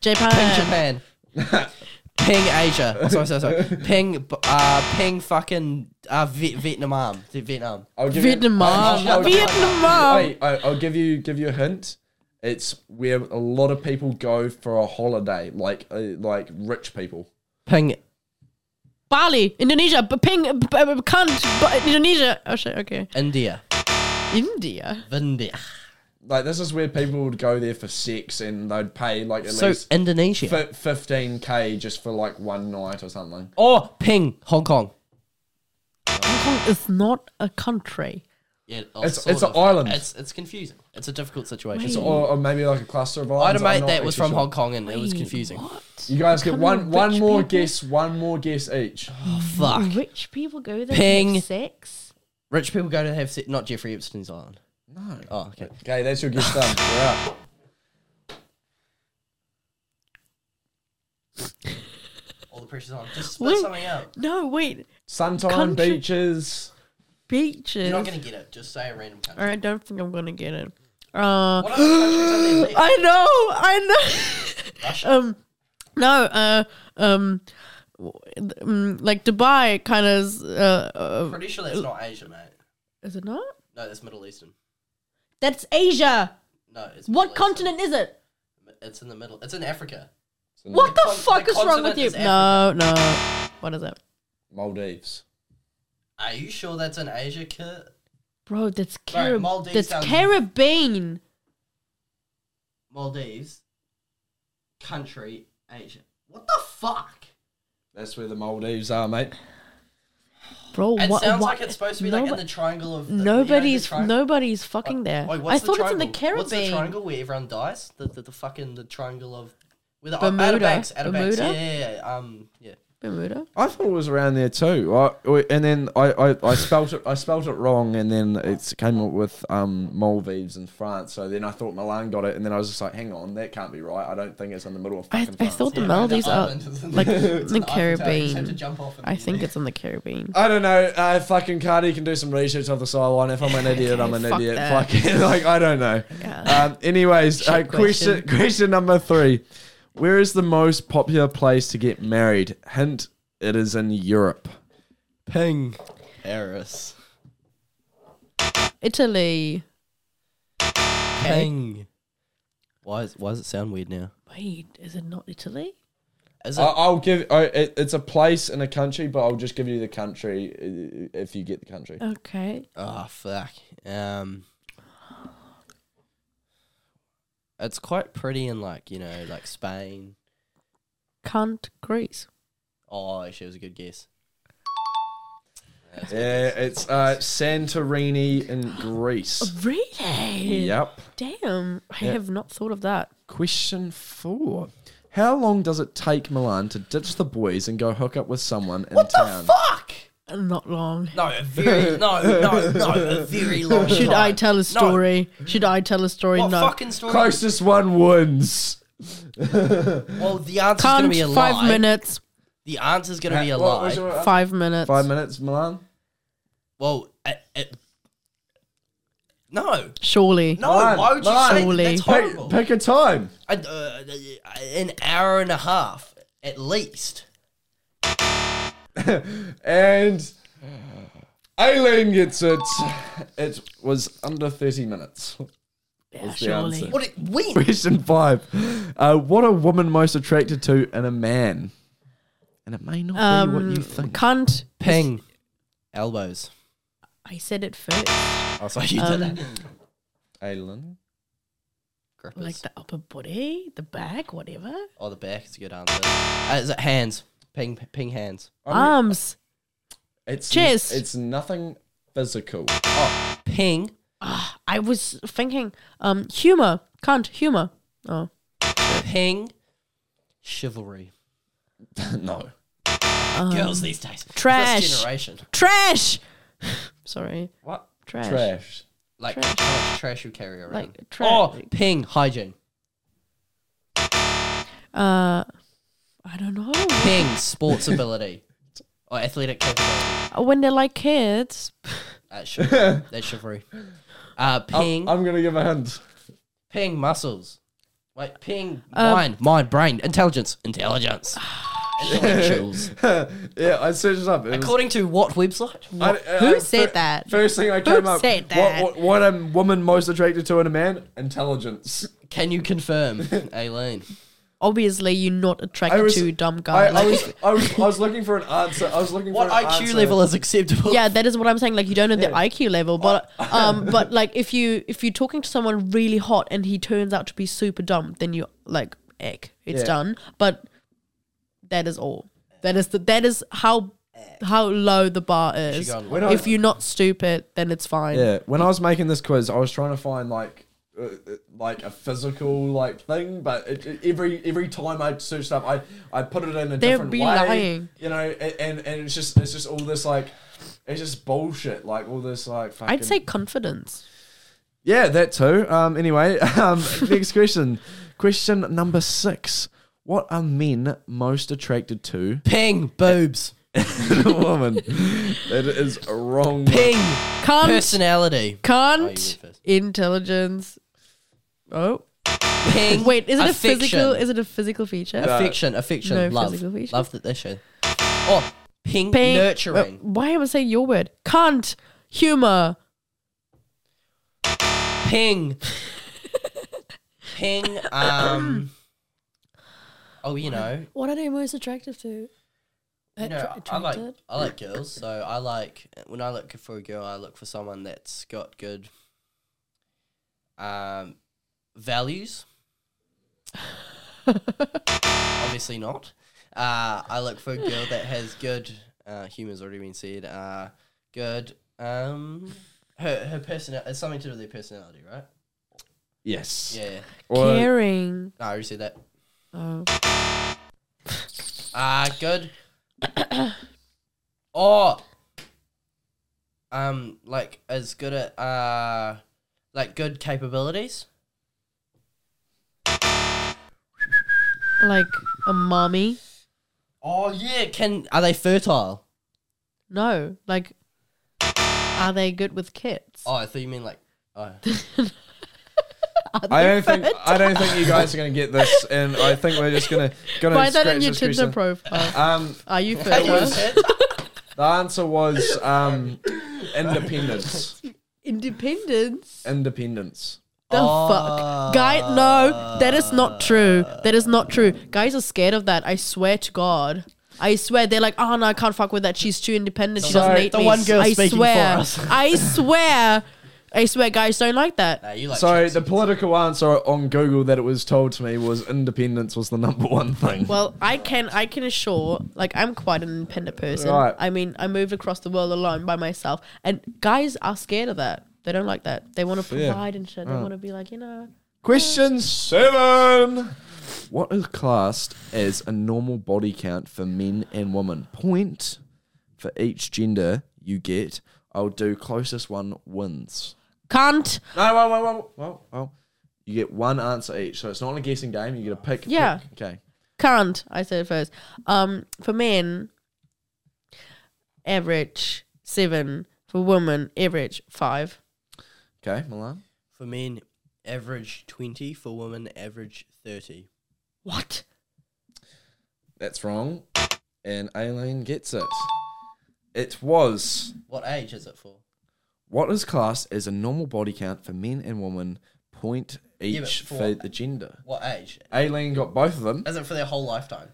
C: Japan.
B: Ping Japan. Ping Asia. Oh, sorry, sorry, sorry. Ping, uh, ping fucking uh, v- Vietnam. Vi- Vietnam.
A: I'll give
C: Vietnam.
A: You, I'll- I'll-
C: Vietnam.
A: Wait, I, I'll give you give you a hint. It's where a lot of people go for a holiday, like uh, like rich people.
B: Ping.
C: Bali, Indonesia. B- Ping. B- b- cunt. B- Indonesia. Oh shit. Okay.
B: India.
C: India.
B: Vindia.
A: Like this is where people would go there for sex, and they'd pay like at
B: So
A: least
B: Indonesia.
A: fifteen k just for like one night or something.
B: or Ping Hong Kong.
C: Hong Kong is not a country.
B: Yeah, oh,
A: It's- sort it's an of. island.
B: It's it's confusing. It's a difficult situation.
C: Wait.
A: Or, or maybe like a cluster of
B: I had
A: islands.
B: a
A: I'm
B: mate
A: not
B: that was
A: actually
B: from
A: sure.
B: Hong Kong and it was
C: Wait,
B: confusing.
C: What?
A: You guys get one
C: Becoming
A: one
C: rich
A: more
C: people?
A: guess, one more guess each.
B: Fuck.
C: Rich people go there.
B: Ping.
C: Ping. Sex.
B: Rich people go to have se- not Jeffrey Epstein's island.
A: No.
B: Oh, okay.
A: Okay, that's your guess done. You're out.
B: All the pressure's on. Just
C: spit Wait. something
B: out.
C: No, wait.
A: Sunshine
C: Country-
A: beaches.
C: Beaches.
B: get it. Just say a random country.
C: All right, I don't think I'm gonna get it. Uh,
B: What other countries are there left?
C: I know, I
B: Russia?
C: know. um, no, uh, um, w- th- mm, like Dubai kind of is, uh, uh,
B: Pretty sure that's not Asia, mate.
C: is it not?
B: No, that's Middle Eastern.
C: That's Asia.
B: No, it's Middle
C: What
B: Eastern.
C: continent is it?
B: It's in the middle. It's in Africa.
C: What the
B: mm, con-
C: fuck
B: the
C: is wrong with
B: continent
C: you?
B: is
C: No, no. What is it,
A: Maldives.
B: Are you sure that's in Asia, Kurt?
C: bro? That's
B: Sorry,
C: Carib.
B: Maldives
C: that's
B: sounds-
C: Caribbean.
B: Maldives, country, Asia. What the fuck?
A: That's where the Maldives are, mate.
C: Bro,
B: It
C: what?
B: sounds
C: what-
B: like it's supposed to be like in
C: nobo-
B: the triangle of. The,
C: Nobody's
B: you know, the triangle-
C: nobody's fucking there.
B: Wait,
C: I
B: what's
C: thought it's in the
B: triangle?
C: Caribbean.
B: What's the triangle where everyone dies? The, the, the fucking the triangle of. With the
C: Bermuda.
B: Outer Banks, Outer Banks. Yeah,
C: Bermuda?
B: yeah, yeah, um, yeah.
C: Bermuda.
A: I thought it was around there too. I, and then I, I, I spelt it I spelt it wrong, and then it came up with um, Maldives in France. So then I thought Milan got it, and then I was just like, hang on, that can't be right. I don't think it's in the middle of
C: I,
A: fucking
C: I
A: France.
C: thought the
B: Yeah,
C: melodies
B: the
C: are
B: island is in
C: like
B: the-
C: in
B: it's
C: the
B: an architect, you just have to
C: Caribbean.
B: jump off and
C: I
B: leave.
C: think it's in the Caribbean.
B: Ah.
A: I don't know. Uh, fucking Cardi can do some research of the sideline. If I'm an idiot, I'm an
C: Fuck
A: idiot.
C: that.
A: Fucking like I don't know.
C: Yeah.
A: Um, anyways, uh,
C: Shit
A: question
C: question.
A: question number three: Where is the most popular place to get married? Hint: It is in Europe.
B: Ping. Paris.
C: Italy.
B: Ping. Why, is, why does it sound weird now?
C: Wait, is it not Italy?
B: Is it,
A: I, I'll give. I, it, it's a place in a country, but I'll just give you the country uh, if you get the country.
C: Okay.
B: Oh fuck. Um It's quite pretty in like, you know, like Spain.
C: Can't Greece.
B: Oh, actually it was a good guess. That's a good
A: Yeah,
B: guess.
A: it's uh, Santorini in
C: Oh,
A: Greece.
C: Really?
A: yep.
C: Damn. I
A: Yeah.
C: have not thought of that.
A: Question four. How long does it take Milan to ditch the boys and go hook up with someone in town?
B: Fuck!
C: Not long.
B: No, a very no, no, no, a very long
C: Should
B: time.
C: I tell a story? Should I tell a story?
B: No. What
C: no.
B: fucking story?
A: Closest one wins.
B: Well, the answer's gonna
C: Can't.
B: be a lie.
C: Five minutes.
B: The answer's gonna be a
A: What
B: lie.
A: was your-
C: Five minutes.
A: Five minutes, Milan.
B: well, it, it, no,
C: Surely.
B: no.
A: Milan,
B: Why would you
A: Milan.
B: say that?
C: Surely.
B: that's
C: Pick-
A: Pick,
B: horrible?
A: pick a time.
B: I, uh, an hour and a half at least.
A: And Aileen gets it. It was under 30 minutes.
C: Yeah,
A: was the
C: surely.
A: answer.
B: What it when?
A: Question five. Uh, what are women most attracted to in a man? And it may not be what you
C: Um,
A: think.
C: can't.
B: Ping. Elbows.
C: I said it first.
B: Oh, sorry, you
C: Um,
B: did that.
A: Aileen?
B: Grippers.
C: Like the upper body, the back, whatever.
B: oh, the back is a good answer. Uh, is it hands? Ping, ping hands.
A: I mean,
C: Arms.
A: it's
C: chest.
A: It's nothing physical.
B: Ping.
C: I was thinking, um, humor, can't humor. Oh,
B: Ping. Chivalry.
A: no.
B: Girls these days. This
C: Um, Trash.
B: generation.
C: trash. Sorry,
A: What?
C: trash.
A: Trash.
B: Like
C: Trash.
B: how much trash you carry around.
C: Like
B: oh,
C: trash.
B: ping. Hygiene.
C: Uh, I don't know.
B: Ping. Sports ability. Or athletic capability.
C: When they're like kids,
B: That's chivalry. That's chivalry. Uh,
C: Um,
B: ping.
A: I'm, I'm gonna give a hint.
B: Ping muscles. Wait, ping
C: Um,
B: mind, mind, brain, intelligence, intelligence. Intellectuals.
A: yeah, I searched it up. It was-
B: According to what website?
A: I- I-
C: Who
A: I-
C: said
A: fir-
C: that?
A: First thing I came up.
C: said
A: what-
C: that?
A: What, what, a woman most attracted to in a man? Intelligence.
B: Can you confirm, Aileen?
C: obviously you're not attracted
A: was-
C: to dumb
A: I,
C: guys.
A: I, was, I was I was looking for an answer. I was looking
B: What
A: for an
B: IQ
A: answer.
B: level is acceptable?
C: yeah, that is what I'm saying. Like you don't know the IQ level, but um, but like if you if you're talking to someone really hot and he turns out to be super dumb, then you like egg, it's
A: Yeah.
C: done. But that is all. That is the that is how how low the bar is.
B: go on.
A: When I-
C: If you're not stupid, then it's fine.
A: Yeah, when I was making this quiz, I was trying to find like uh, uh, like a physical like thing, but it, it- every every time I searched up, I I put it in a different
C: be
A: way.
C: lying.
A: You know, a- and and it's just it's just all this like it's just bullshit, like all this like fucking.
C: I'd say confidence.
A: yeah, that too. Um, anyway, um, next question, question number six. What are men most attracted to
B: Ping boobs.
A: in a woman? that is a wrong.
B: Ping
C: Cunt,
B: personality.
C: cunt,
B: first.
C: intelligence. Oh
B: Ping.
C: wait, is it
B: affection.
C: a physical? Is it a physical feature?
B: affection? Affection.
C: No
B: love.
C: physical features.
B: Love that they show. Oh, ping.
C: Ping-
B: Nurturing.
C: Uh, why am I saying your word? Cunt, humor,
B: Ping. ping. Um. Oh, you know.
C: What are they most attractive to?
B: You know, I like I like girls, so I like when I look for a girl, I look for someone that's got good um values. Obviously not. Uh, I look for a girl that has good. Uh, humor's already been said. Uh, good. Um, her her personal. It's something to do with their personality, right?
A: Yes.
B: Yeah.
A: Or-
C: caring.
B: No, I already said that.
C: Oh.
B: Ah, good. oh, um, like as good at uh, like good capabilities.
C: Like a mommy?
B: Oh yeah, can are they fertile?
C: No. Like, are they good with kids?
B: Oh, I thought you mean like. Oh.
C: Are
A: I
C: they
A: don't think
C: fit?
A: I don't think you guys are gonna get this, and I think we're just gonna gonna
C: Write that
A: scratch
C: in your
A: this question.
C: Tinder profile.
A: Um,
C: Are you fertile?
B: Fertile.
A: the answer was um, independence.
C: Independence?
A: Independence.
C: The fuck? Guy, no, that is not true. That is not true. Guys are scared of that. I swear to God. I swear they're like, oh no, I can't fuck with that. She's too independent. She doesn't
A: one-
C: need
B: the
C: me.
B: one girl
C: I
B: speaking for
C: swear.
B: us.
C: I swear. I swear, guys don't like that.
B: Nah, you like
A: So
B: chicks.
A: the political answer on Google that it was told to me was independence was the number one thing.
C: Well, I can I can assure, like I'm quite an independent person.
A: Right.
C: I mean, I moved across the world alone by myself, and guys are scared of that. They don't like that. They want to
A: Fair.
C: provide and shit. They want to be like, you know,
A: Question seven. What is classed as a normal body count for men and women? Point for each gender you get. I'll do closest one wins.
C: cunt.
A: No, well, well, well, well, well. You get one answer each, so it's not a guessing game. You get a pick.
C: Yeah.
A: pick. Okay.
C: Can't. I said it first. Um, for men, average seven. For women, average five.
A: Okay, Milan.
B: for men, average twenty. For women, average thirty.
C: What?
A: That's wrong, and Aileen gets it. It was
B: What age is it for?
A: what is classed as a normal body count for men and women. Point each
B: but for-
A: for the gender.
B: What age?
A: Aileen got both of them.
B: Is it for their whole lifetime?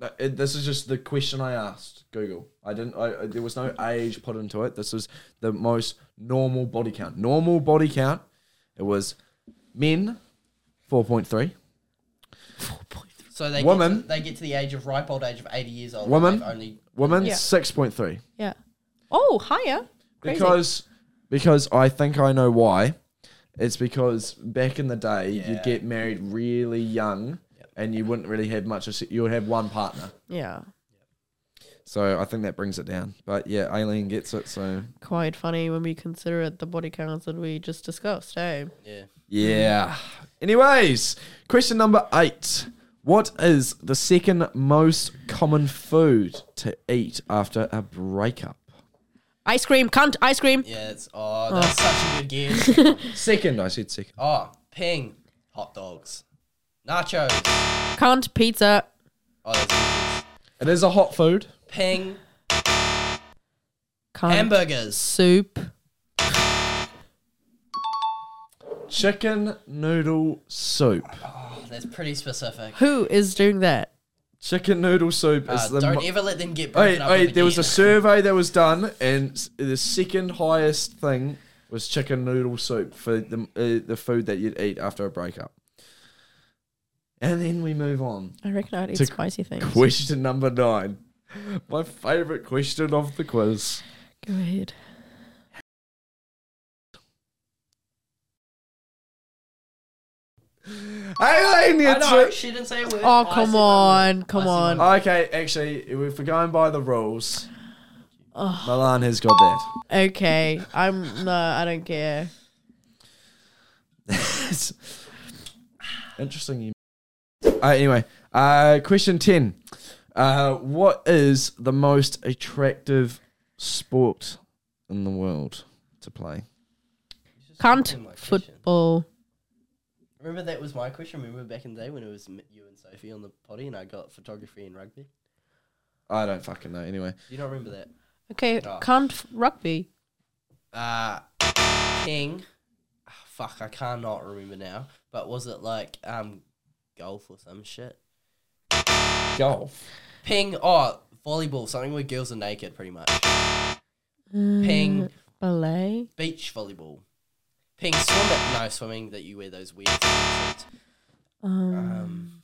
A: No, it- this is just the question I asked Google. I didn't. I, I- there was no age put into it. This was the most normal body count. Normal body count. It was men, four point three.
B: So they
A: Woman.
B: get to, they get to the age of ripe old age of eighty years old. and
A: Woman.
B: they've only
A: Women
C: Yeah.
A: six point three.
C: Yeah. Oh, higher. Crazy.
A: Because because I think I know why. It's because back in the day you'd
B: Yeah.
A: get married really young and you wouldn't really have much you would have one partner.
C: yeah,
A: So I think that brings it down. But yeah, Aileen gets it, so
C: quite funny when we consider it the body counts that we just discussed. Eh?
B: Yeah.
A: yeah. Anyways, question number 8. What is the second most common food to eat after a breakup?
C: Ice cream, cunt, ice cream.
B: Yeah, it's oh, that's such a good guess.
A: Second, I said second.
B: oh, ping, hot dogs, nachos.
C: Cunt, pizza.
B: Oh, that's a good guess.
A: It is a hot food.
B: Ping,
A: Um,
C: Cunt,
B: hamburgers.
C: soup.
A: Chicken noodle soup.
B: Oh, that's pretty specific.
C: Who is doing that?
A: Chicken noodle soup
B: Uh,
A: is the.
B: don't
A: mo-
B: ever let them get broken
A: Wait,
B: up.
A: wait,
B: with
A: there was a
B: again.
A: survey that was done, and s- the second highest thing was chicken noodle soup for the uh, the food that you'd eat after a breakup. And then we move on.
C: I reckon I'd eat
A: To-
C: spicy things.
A: Question number nine. My favorite question of the quiz.
C: Go ahead.
A: Aileen
B: I
A: gets
B: know
A: it.
B: she didn't say a word. I
C: Oh,
B: said
C: come
B: my word.
C: on, come
B: I said my
C: on.
B: word.
A: Okay, actually, if we're going by the rules,
C: Oh,
A: Milan has got that.
C: okay, I'm no, I don't care.
A: It's interesting. You. Uh, anyway, uh, question ten: uh, What is the most attractive sport in the world to play?
B: Fucking my question.
C: Cunt, football.
B: Remember that was my question. Remember back in the day when it was m- you and Sophie on the potty, and I got photography and rugby.
A: I don't fucking know. Anyway,
B: Do you not remember that?
C: Okay,
B: Ah.
C: cunt, f- rugby.
B: uh King. ah, Fuck, I cannot remember now. But was it like um golf or some shit?
A: golf.
B: Ping. Oh, volleyball. Something where girls are naked, pretty much. Ping.
C: Mm, Ballet.
B: Beach volleyball. Ping. Swimming. No, swimming that you wear those weird swimsuits. Um,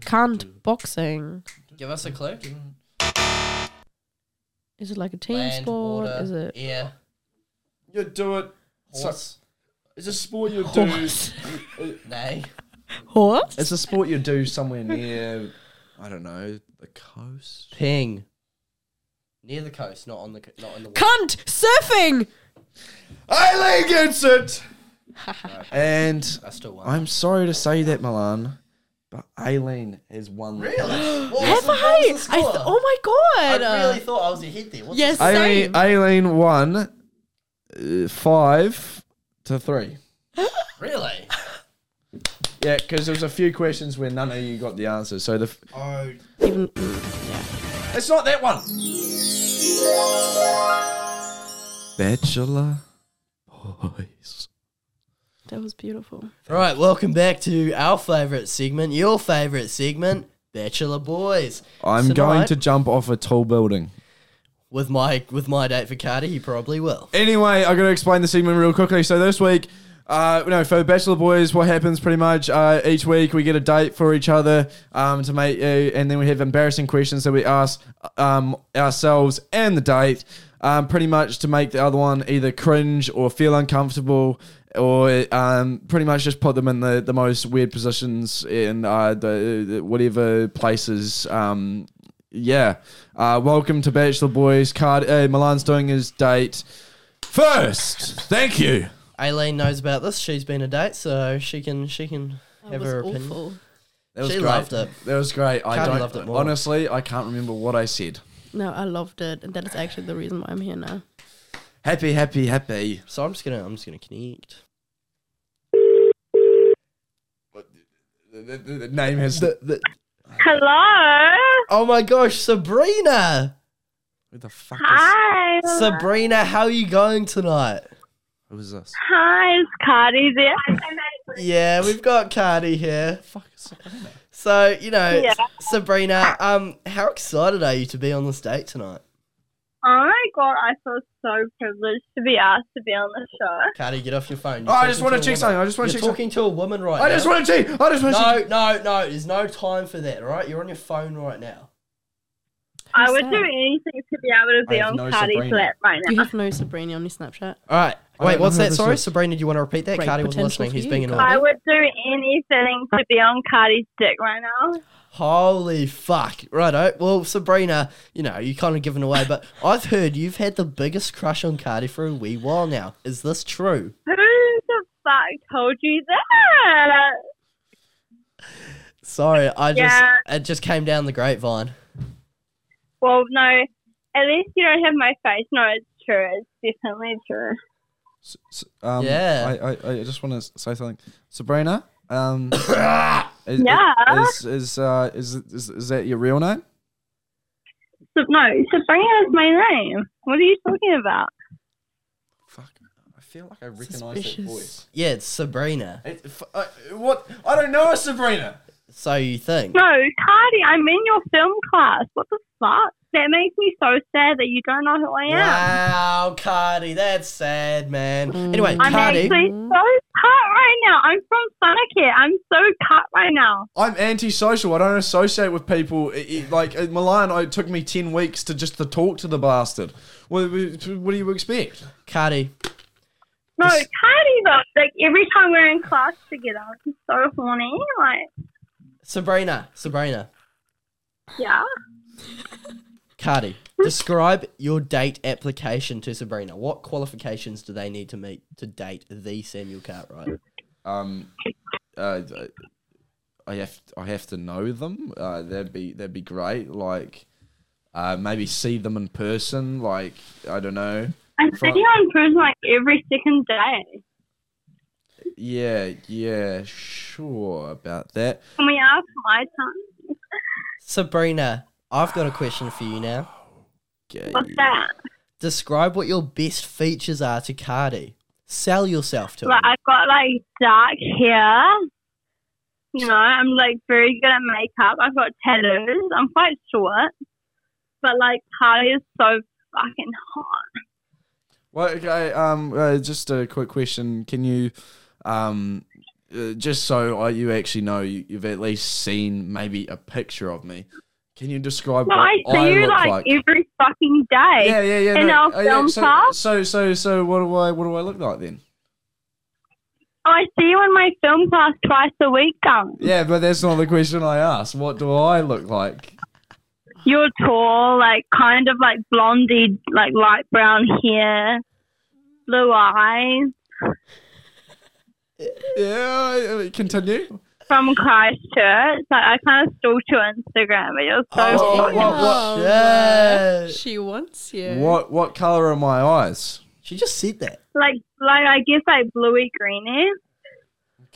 C: Cunt, boxing.
B: give us a clue.
C: Is it like a team
B: Land,
C: sport?
B: water,
C: Is it
B: air,
A: You do it. So-
B: horse?
A: it's a sport you do.
C: horse?
B: Nay.
C: horse?
A: It's a sport you do somewhere near. I don't know the coast.
B: Ping. Near the coast, not on the co- not on the. water.
C: Cunt, surfing.
A: Aileen gets it. and
B: I still won.
A: I'm sorry to say that, Milan, but Aileen has won. the-
B: really? What was
C: Have
B: the- what
C: I?
B: was the
C: I th-
B: score?
C: oh my god.
B: I really thought I was ahead there. What's
C: yes,
A: Aileen,
C: same.
A: Aileen won uh, five to three.
B: the- Really?
A: Yeah, because there was a few questions where none of you got the answer. So the f-
B: Oh,
C: Even
A: it's not that one. Bachelor boys.
C: that was beautiful.
B: All right, welcome back to our favorite segment, your favorite segment, Bachelor Boys.
A: I'm
B: Tonight-
A: going to jump off a tall building.
B: with my with my date for Cardi, he probably will.
A: Anyway, I'm going to explain the segment real quickly. So this week, uh, you know, for Bachelor Boys, what happens pretty much uh, each week, we get a date for each other um, to make, uh, and then we have embarrassing questions that we ask um, ourselves and the date, um, pretty much to make the other one either cringe or feel uncomfortable. Or um, pretty much just put them in the, the most weird positions in uh, the, the whatever places um, yeah. Uh, welcome to Bachelor Boys. Card uh, Milan's doing his date first. Thank you.
B: Aileen knows about this. She's been a date, so she can she can
C: That
B: have
C: was
B: her opinion.
C: awful.
A: That
B: She loved it.
A: That was great. I
B: Cardi
A: don't,
B: loved it more.
A: honestly, I can't remember what I said.
C: No, I loved it, and that is actually the reason why I'm here now.
A: Happy, happy, happy.
B: So I'm just gonna I'm just gonna connect.
A: The, the- the- the name has.
B: The, the,
D: Hello.
B: oh my gosh, Sabrina!
A: who the fuck is?
D: Hi.
B: Sabrina, how are you going tonight?
A: Who is this?
D: Hi, is Cardi there?
B: Yeah, we've got Cardi here.
A: Fuck is Sabrina.
B: So you know,
D: Yeah.
B: Sabrina, um, how excited are you to be on this date tonight?
D: Oh my god, I feel so privileged to be asked to be on the show.
B: Cardi, get off your phone.
A: Oh,
B: You're
A: I just
B: talking
A: want
B: a
A: to check
B: woman.
A: something. I just want to
B: You're
A: check
B: talking to a woman right
A: something. I
B: now.
A: just want to check. I just want to check.
B: No, no, no. There's no time for that. All right, you're on your phone right now.
D: I would
C: sad.
D: do anything to be able to be
A: I have
D: on
A: no
D: Cardi's
A: Sabrina.
D: lap right
C: You
D: now.
C: have no Sabrina on your Snapchat.
B: All right.
A: I
B: Wait,
A: don't
B: what's
A: know
B: that?
A: this
B: Sorry,
A: is-
B: Sabrina, do you want to repeat that?
C: Great
B: Cardi wasn't
C: potential
B: listening.
C: for
B: He's
C: you,
B: being annoying.
C: Cardi.
D: I would do anything to be on Cardi's dick right now.
B: Holy fuck. Righto. Well, Sabrina, you know, you kind of given away, but I've heard you've had the biggest crush on Cardi for a wee while now. Is this true?
D: Who the fuck told you that?
B: Sorry, I just
D: Yeah.
B: it just came down the grapevine.
D: Well, no. At least you don't have my face. No, it's true. It's definitely true.
A: S- s- um,
B: Yeah.
A: I, I, I just want to say something, Sabrina. Um, is,
D: Yeah.
A: Is is, uh, is is is that your real name?
D: So, no, Sabrina is my name. What are you talking about?
A: Fuck, I feel like I
C: Suspicious.
B: Yeah, it's Sabrina.
A: It, f- I, what? I don't know a Sabrina.
B: So you think?
D: No, Cardi, I'm in your film class. What the fuck? That makes me so sad that you don't know who I am.
B: Wow, Cardi, that's sad, man.
C: Mm.
B: Anyway,
D: I'm
B: Cardi,
D: actually so cut right now. I'm from Sunakit. I'm so cut right now.
A: I'm antisocial. I don't associate with people. It- it- like in Milan, it took me ten weeks to just to talk to the bastard. What, what do you expect?
B: Cardi,
D: No,
B: This-
D: Cardi though. Like every time we're in class together, I'm so horny. Like,
B: Sabrina, Sabrina,
D: yeah.
B: Cardi, describe your date application to Sabrina. What qualifications do they need to meet to date the Samuel Cartwright?
A: Um, uh, I have I have to know them. Uh, that'd be that'd be great. Like, uh, maybe see them in person. Like, I don't know.
D: I'm
A: Fuck.
D: sitting on cruise like every second day.
A: Yeah, yeah, sure about that.
D: Can we ask my time?
B: Sabrina, I've got a question for you now.
A: Okay.
D: What's that?
B: Describe what your best features are to Cardi. Sell yourself to
D: Like
B: him.
D: I've got like dark hair. You know, I'm like very good at makeup. I've got tattoos. I'm quite short, but like Cardi is so fucking hot.
A: Well, okay. Um, uh, just a quick question. Can you, um, uh, just so I, you actually know, you, you've at least seen maybe a picture of me. Can you describe
D: No,
A: what
D: I see
A: I
D: you
A: look
D: like,
A: like?
D: every fucking day.
A: yeah, yeah, yeah.
D: in
A: no,
D: our
A: oh, yeah,
D: film
A: so,
D: class?
A: So, so, so, what do I, what do I look like then?
D: I see you in my film class twice a week, darling.
A: Yeah, but that's not the question I asked. What do I look like?
D: You're tall, like kind of like blondie, like light brown hair, blue eyes,
A: Yeah, uh, continue.
D: from Christchurch. Like I kind of stalked your Instagram, but you're so
A: Oh,
D: fucking
A: what- what-
B: Yeah.
C: She wants you.
A: What, what color are my eyes?
B: She just said that.
D: like like I guess like bluey greenish.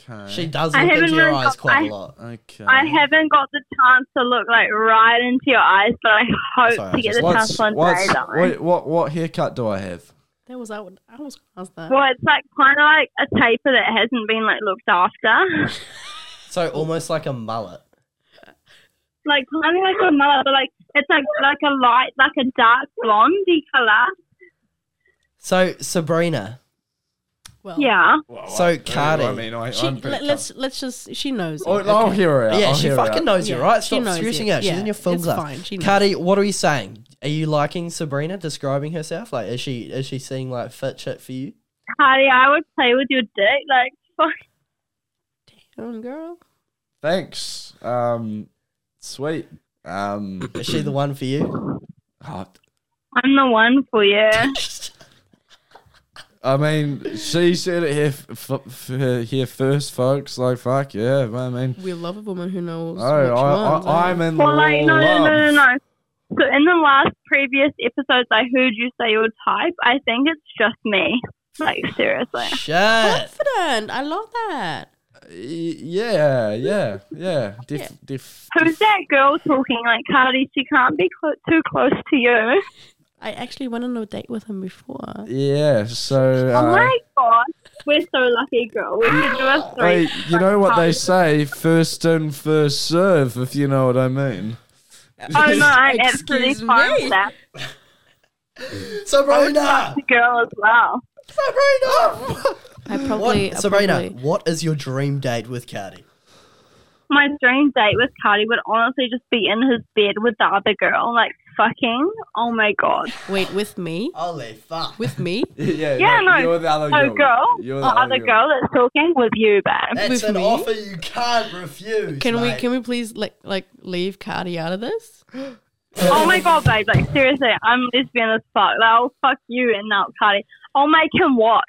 A: Okay.
B: She does
D: I
B: look
D: haven't
B: into your
D: really
B: eyes
D: got-
B: quite a
D: I-
B: lot.
A: okay.
D: I haven't got the chance to look like right into your eyes, but I hope
B: Sorry, I
D: to get
B: just-
D: the chance
A: What's,
D: one
A: what's,
D: day. Darling.
A: what, what, what haircut do I have?
C: That was I. would- I was gonna ask that.
D: Well, it's like kind of like a taper that hasn't been like looked after.
B: So almost like a mullet.
D: like kind of like a mullet, but like it's like like a light, like a dark blondie color.
B: So Sabrina,
C: Well,
D: Yeah.
B: So, I- Cardi. I mean,
A: mean, I,
C: She, let, us let's just. She knows.
A: Oh,
C: you.
A: I'll hear her out.
B: yeah,
A: I'll
B: she
A: hear her
B: fucking
A: out.
B: knows you,
C: Yeah,
B: right?
C: she
B: Stop
C: knows
B: stressing
C: you.
B: her. She's
C: Yeah,
B: in your film
C: it's
B: class.
C: fine, she knows.
B: Cardi, what are you saying? Are you liking Sabrina describing herself? Like, is she is she seeing like fit shit for you?
D: Cardi, I would play with your dick. Like, fuck.
C: Own girl.
A: Thanks. Um, sweet. Um,
B: Is she the one for you?
A: oh,
D: I'm the one for you.
A: I mean, she said it here, f- f- f- here first, folks. Like, fuck yeah. I mean,
C: We love a woman who knows.
A: oh,
C: what she wants,
A: I, I, I'm
C: eh?
A: in
D: well, like, no, no,
A: love.
D: no, no, no. So in the last previous episodes, I heard you say your type. I think it's just me. Like, seriously.
B: Shit.
C: confident. I love that.
A: Y- Yeah, yeah, yeah. Def, Def,
D: Who's
A: def-
D: that girl talking? Like, Cardi, she can't be clo- too close to you.
C: I actually went on a date with him before.
A: Yeah, so. Uh,
D: oh my god. We're so lucky, girl. We should do a three.
A: Wait, you know what they say? First in, first serve. If you know what I mean.
D: Oh no, I'm absolutely
C: Excuse
D: fine
C: me.
D: with that.
B: Sabrina.
D: The girl as well.
B: Sabrina.
C: I
B: What,
C: probably I
B: Sabrina,
C: probably-
B: what is your dream date with Cardi?
D: My dream date with Cardi would honestly just be in his bed with the other girl, like fucking. Oh my god.
C: Wait, with me?
B: Holy fuck.
C: With me?
A: yeah,
D: Yeah, no.
A: You're the other
D: Oh
A: girl.
D: girl,
A: You're
D: or
A: the
D: other girl that's talking with you, babe.
B: That's
C: With
B: an
C: me?
B: offer you can't refuse.
C: Can we
B: mate.
C: can we please like like leave Cardi out of this?
D: oh my god, babe. Like seriously, I'm lesbian as fuck. Like I'll fuck you and not Cardi. I'll make him watch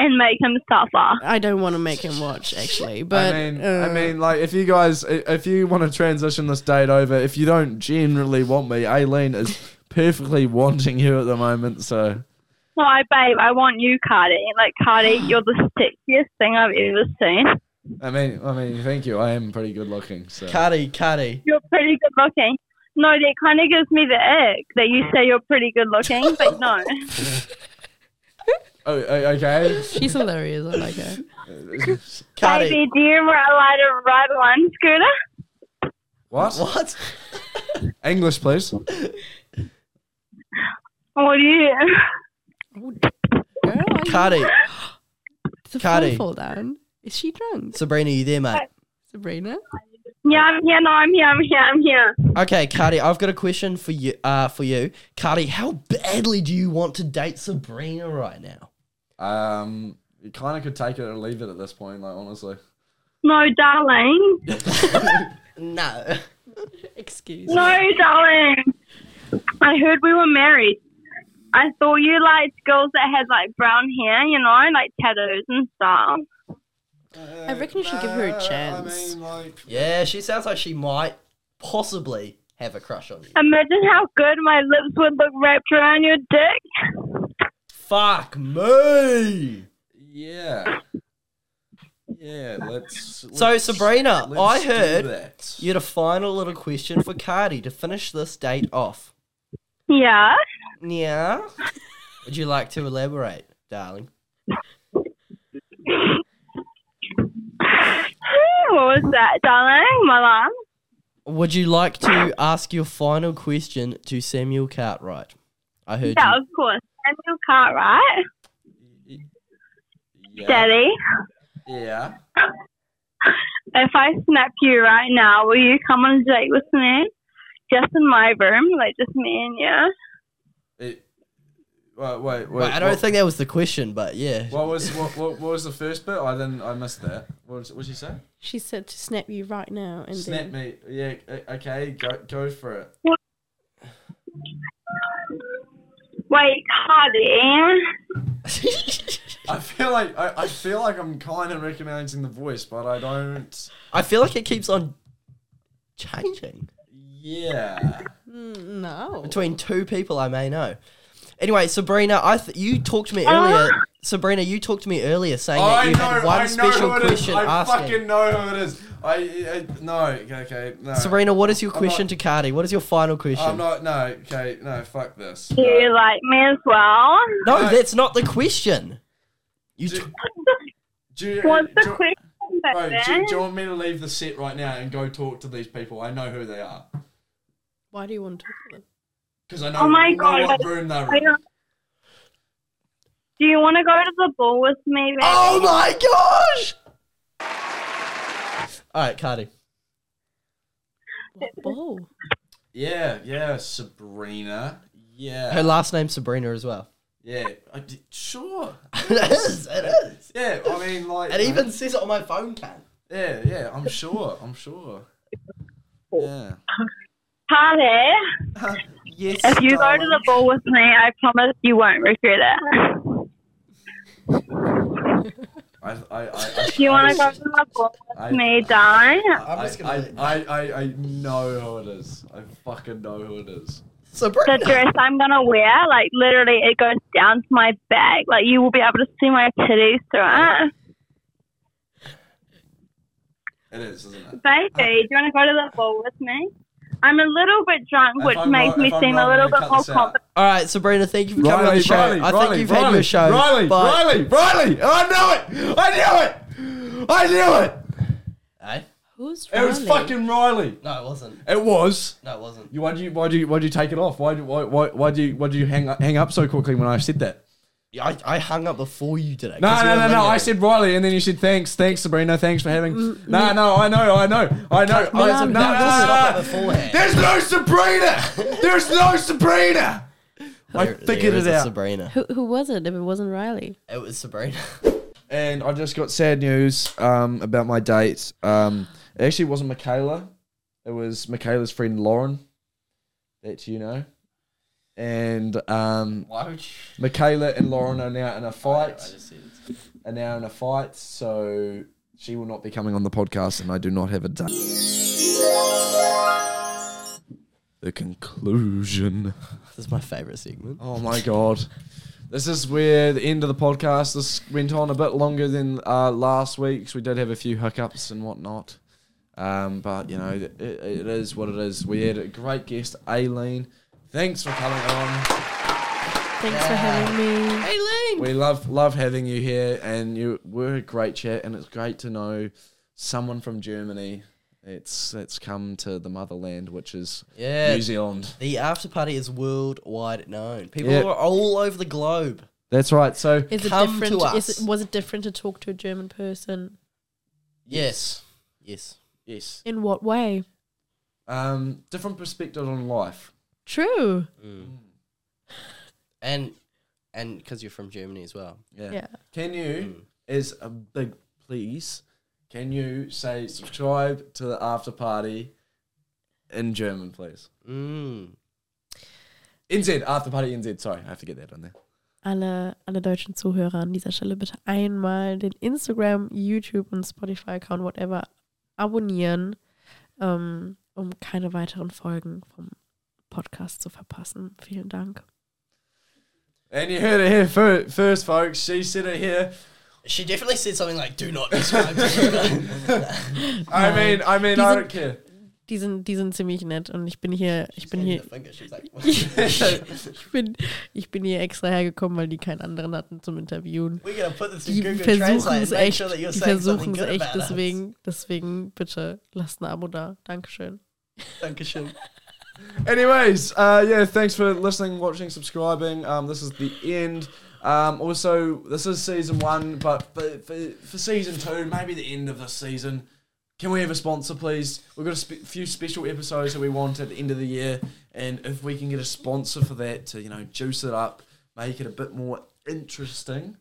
D: and make him suffer.
C: I don't want to make him watch actually, but
A: I mean,
C: uh,
A: I mean, like, if you guys, i- if you want to transition this date over, if you don't generally want me, Aileen is perfectly wanting you at the moment. So,
D: No, I babe, I want you, Cardi. Like Cardi, you're the sexiest thing I've ever seen.
A: I mean, I mean, thank you. I am pretty good looking. So,
B: Cuddy, cuddy.
D: You're pretty good looking. No, that kind of gives me the ick that you say you're pretty good looking, but no.
A: oh, o- okay.
C: she's hilarious. I like her.
B: Cuddy.
D: Baby, do you ride a ride one scooter?
A: what?
B: What?
A: English, please.
D: What do you?
C: Oh, girl, I-
B: Cuddy.
C: the
B: Cardi.
C: phone fall down. Is she drunk,
B: Sabrina, you there, mate?
C: Sabrina?
D: Yeah, I'm here. No, I'm here. I'm here. I'm here.
B: Okay, Cardi, I've got a question for you. Uh, for you, Cardi, how badly do you want to date Sabrina right now?
A: Um, you kind of could take it or leave it at this point. Like, honestly,
D: No, darling.
B: No.
C: Excuse me.
D: No, darling. I heard we were married. I thought you liked girls that had like brown hair, you know, like tattoos and stuff.
A: Uh, I
C: reckon you should give her a chance.
A: like,
B: Yeah, she sounds like she might possibly have a crush on you.
D: Imagine how good my lips would look wrapped around your dick.
B: Fuck me.
A: yeah, yeah. Let's.
B: So,
A: let's-
B: Sabrina,
A: let's
B: I
A: do
B: heard
A: that.
B: You had a final little question for Cardi to finish this date off.
D: Yeah.
B: Yeah. Would you like to elaborate, darling?
D: What was that, darling? My mom.
B: Would you like to ask your final question to Samuel Cartwright? I heard
D: Yeah,
B: you.
D: of course. Samuel Cartwright,
A: Yeah.
D: Daddy.
A: yeah.
D: If I snap you right now, will you come on a date with me? Just in my room, like just me and you.
A: It, wait, wait, wait.
B: Wait, I don't
A: what,
B: think that was the question, but yeah.
A: What was what, what, what was the first bit? I didn't. I missed that. What was, what she say?
C: She said to snap you right now and
A: Snap
C: then
A: me. Yeah. o- Okay. Go go for it.
D: Wait, Cardi.
A: I feel like I, I feel like I'm kind of recognizing the voice, but I don't.
B: I feel like it keeps on changing
A: Yeah.
C: Mm, no.
B: between two people I may know. Anyway, Sabrina, I th- you talked to me
D: Ah!
B: earlier. Sabrina, you talked to me earlier saying that
A: I
B: you had
A: know.
B: one
A: I know
B: special
A: who it is.
B: question
A: I
B: asking.
A: fucking know who it is. I, I no. Okay. No.
B: Sabrina, what is your
A: I'm
B: question
A: not-
B: to Cardi? What is your final question?
A: I'm not. No. Okay. No. Fuck this.
D: Do you
A: No.
D: like me as well?
B: no,
A: No.
B: that's not the question. You
A: Do-
B: t-
A: Do you,
D: What's the
A: do-
D: question,
A: Bro,
D: baby?
A: do, do you want me to leave the set right now and go talk to these people? I know who they are
C: Why do you want to talk to them?
A: because I know,
D: Oh my
A: know
D: God,
A: what
D: but-
A: room they're
D: I
A: in.
D: don't- Do you want to go to the ball with me, baby?
B: oh my gosh! All right, Cardi.
C: What ball?
A: Yeah, yeah, Sabrina.
B: Her
A: Yeah,
B: last name's Sabrina as well.
A: yeah. I did, sure.
B: it is. It is.
A: Yeah, I mean, like,
B: It even says it on my phone, can.
A: yeah, yeah. I'm sure. I'm sure. Yeah.
D: Cardi,
B: Yes.
D: if you go to the ball with me, I promise you won't regret it.
A: I, I, I, I
D: Do you want to go to the ball
A: I-
D: with me, darling?
A: I,
B: I'm just
A: I,
B: gonna-
A: I, I, I know who it is. I fucking know who it is.
D: the
B: Sabrina.
D: dress I'm gonna wear, like literally, it goes down to my back. Like you will be able to see my titties through it.
A: It is, isn't it?
D: Baby, do you want to go to the ball with me? I'm a little bit drunk,
A: If
D: which
A: I'm
D: makes
A: wrong-
D: me
A: if I'm
D: seem a
A: wrong,
D: little
A: then
D: bit
A: cut
D: more
A: this out.
D: confident.
B: All right, Sabrina, thank you for coming on the show. I think you've had your show.
A: Riley,
B: but-
A: Riley, Riley! I knew it! I knew it! I knew it!
B: Eh?
C: Who's
A: It was
C: Riley?
A: fucking Riley.
B: No, it wasn't.
A: It was.
B: No, it wasn't.
A: You, why do you why do you why do you take it off? Why do why why, why do you why do you hang up- hang up so quickly when I said that?
B: Yeah, I, I hung up before you today.
A: No,
B: 'cause you
A: no,
B: were
A: no, no. I
B: lingering.
A: said Riley, and then you said thanks, thanks, Sabrina, thanks for having. No, no, I know, I know, I know.
C: Mm, me
A: I-
C: up.
A: no,
C: No,
A: no,
C: just
A: no,
B: stop
A: no.
B: it beforehand.
A: There's no Sabrina. There's no Sabrina. I
B: There-
A: figured
B: there is
A: it
B: a
A: out,
B: Sabrina.
C: Who, who was it if it wasn't Riley?
B: It was Sabrina.
A: and I just got sad news um, about my date. Um, it actually wasn't Michaela. It was Michaela's friend Lauren, that you know, and um,
B: Why would you?
A: Michaela and Lauren are now in a
B: I
A: fight.
B: just said it's-
A: are now in a fight, so she will not be coming on the podcast, and I do not have a date. The conclusion.
B: This is my favorite segment.
A: Oh my god. This is where the end of the podcast. This went on a bit longer than uh, last week's. We did have a few hiccups and whatnot. Um, but, you know, it, it is what it is. We had a great guest, Aileen. Thanks for coming on.
C: Thanks for having me.
B: Aileen.
A: We love love having you here, and you were a great chat, and it's great to know someone from Germany. It's it's come to the motherland, which is
B: Yeah.
A: New Zealand.
B: The after party is worldwide known. People
A: Yeah.
B: are all over the globe.
A: That's right. So
C: Is it
B: Come to
C: different? Is
B: us.
C: it, was it different to talk to a German person?
B: Yes. Yes.
A: yes,
C: In what way?
A: um, different perspective on life.
C: True.
B: Mm. And and because you're from Germany as well. Mm.
A: Yeah.
C: Yeah.
A: Can you, as a big please, can you say subscribe to the after party in German, please?
B: Mm.
A: NZ after party NZ. Sorry, I have to get that on there.
C: Alle, alle deutschen Zuhörer an dieser Stelle bitte einmal den Instagram, YouTube und Spotify-Account, whatever, abonnieren, ähm, um keine weiteren Folgen vom Podcast zu verpassen. Vielen Dank.
A: And you heard it here fir- first, folks. She said it here.
B: She definitely said something like, "Do not describe." to me."
A: I
C: Nein.
A: mean, I mean, I
C: Diese-
A: don't care.
C: Die sind, die sind ziemlich nett und ich bin hier, ich bin
B: Handed
C: hier,
B: the finger. She's like,
C: ich bin, ich bin hier extra hergekommen, weil die keinen anderen hatten zum Interviewen.
B: "We're gonna put this in
C: Die
B: Google Translate
C: versuchen
B: and
C: es
B: make
C: echt,
B: sure that you're
C: die
B: saying something
C: versuchen es
B: good
C: echt,
B: about us."
C: deswegen, deswegen bitte lasst ein Abo da. Dankeschön.
B: Dankeschön.
A: Anyways, uh, yeah, thanks for listening, watching, subscribing. Um, this is the end. Um, also, this is season one, but for, for, for season two, maybe the end of this season, can we have a sponsor, please? We've got a spe- few special episodes that we want at the end of the year, and if we can get a sponsor for that to, you know, juice it up, make it a bit more interesting,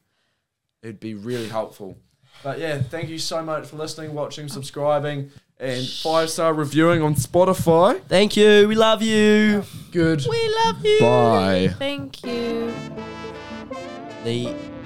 A: it'd be really helpful. But yeah, thank you so much for listening, watching, subscribing, and five star reviewing on Spotify.
B: Thank you. We love you.
A: Good.
C: We love you.
A: Bye.
C: Thank you.
B: The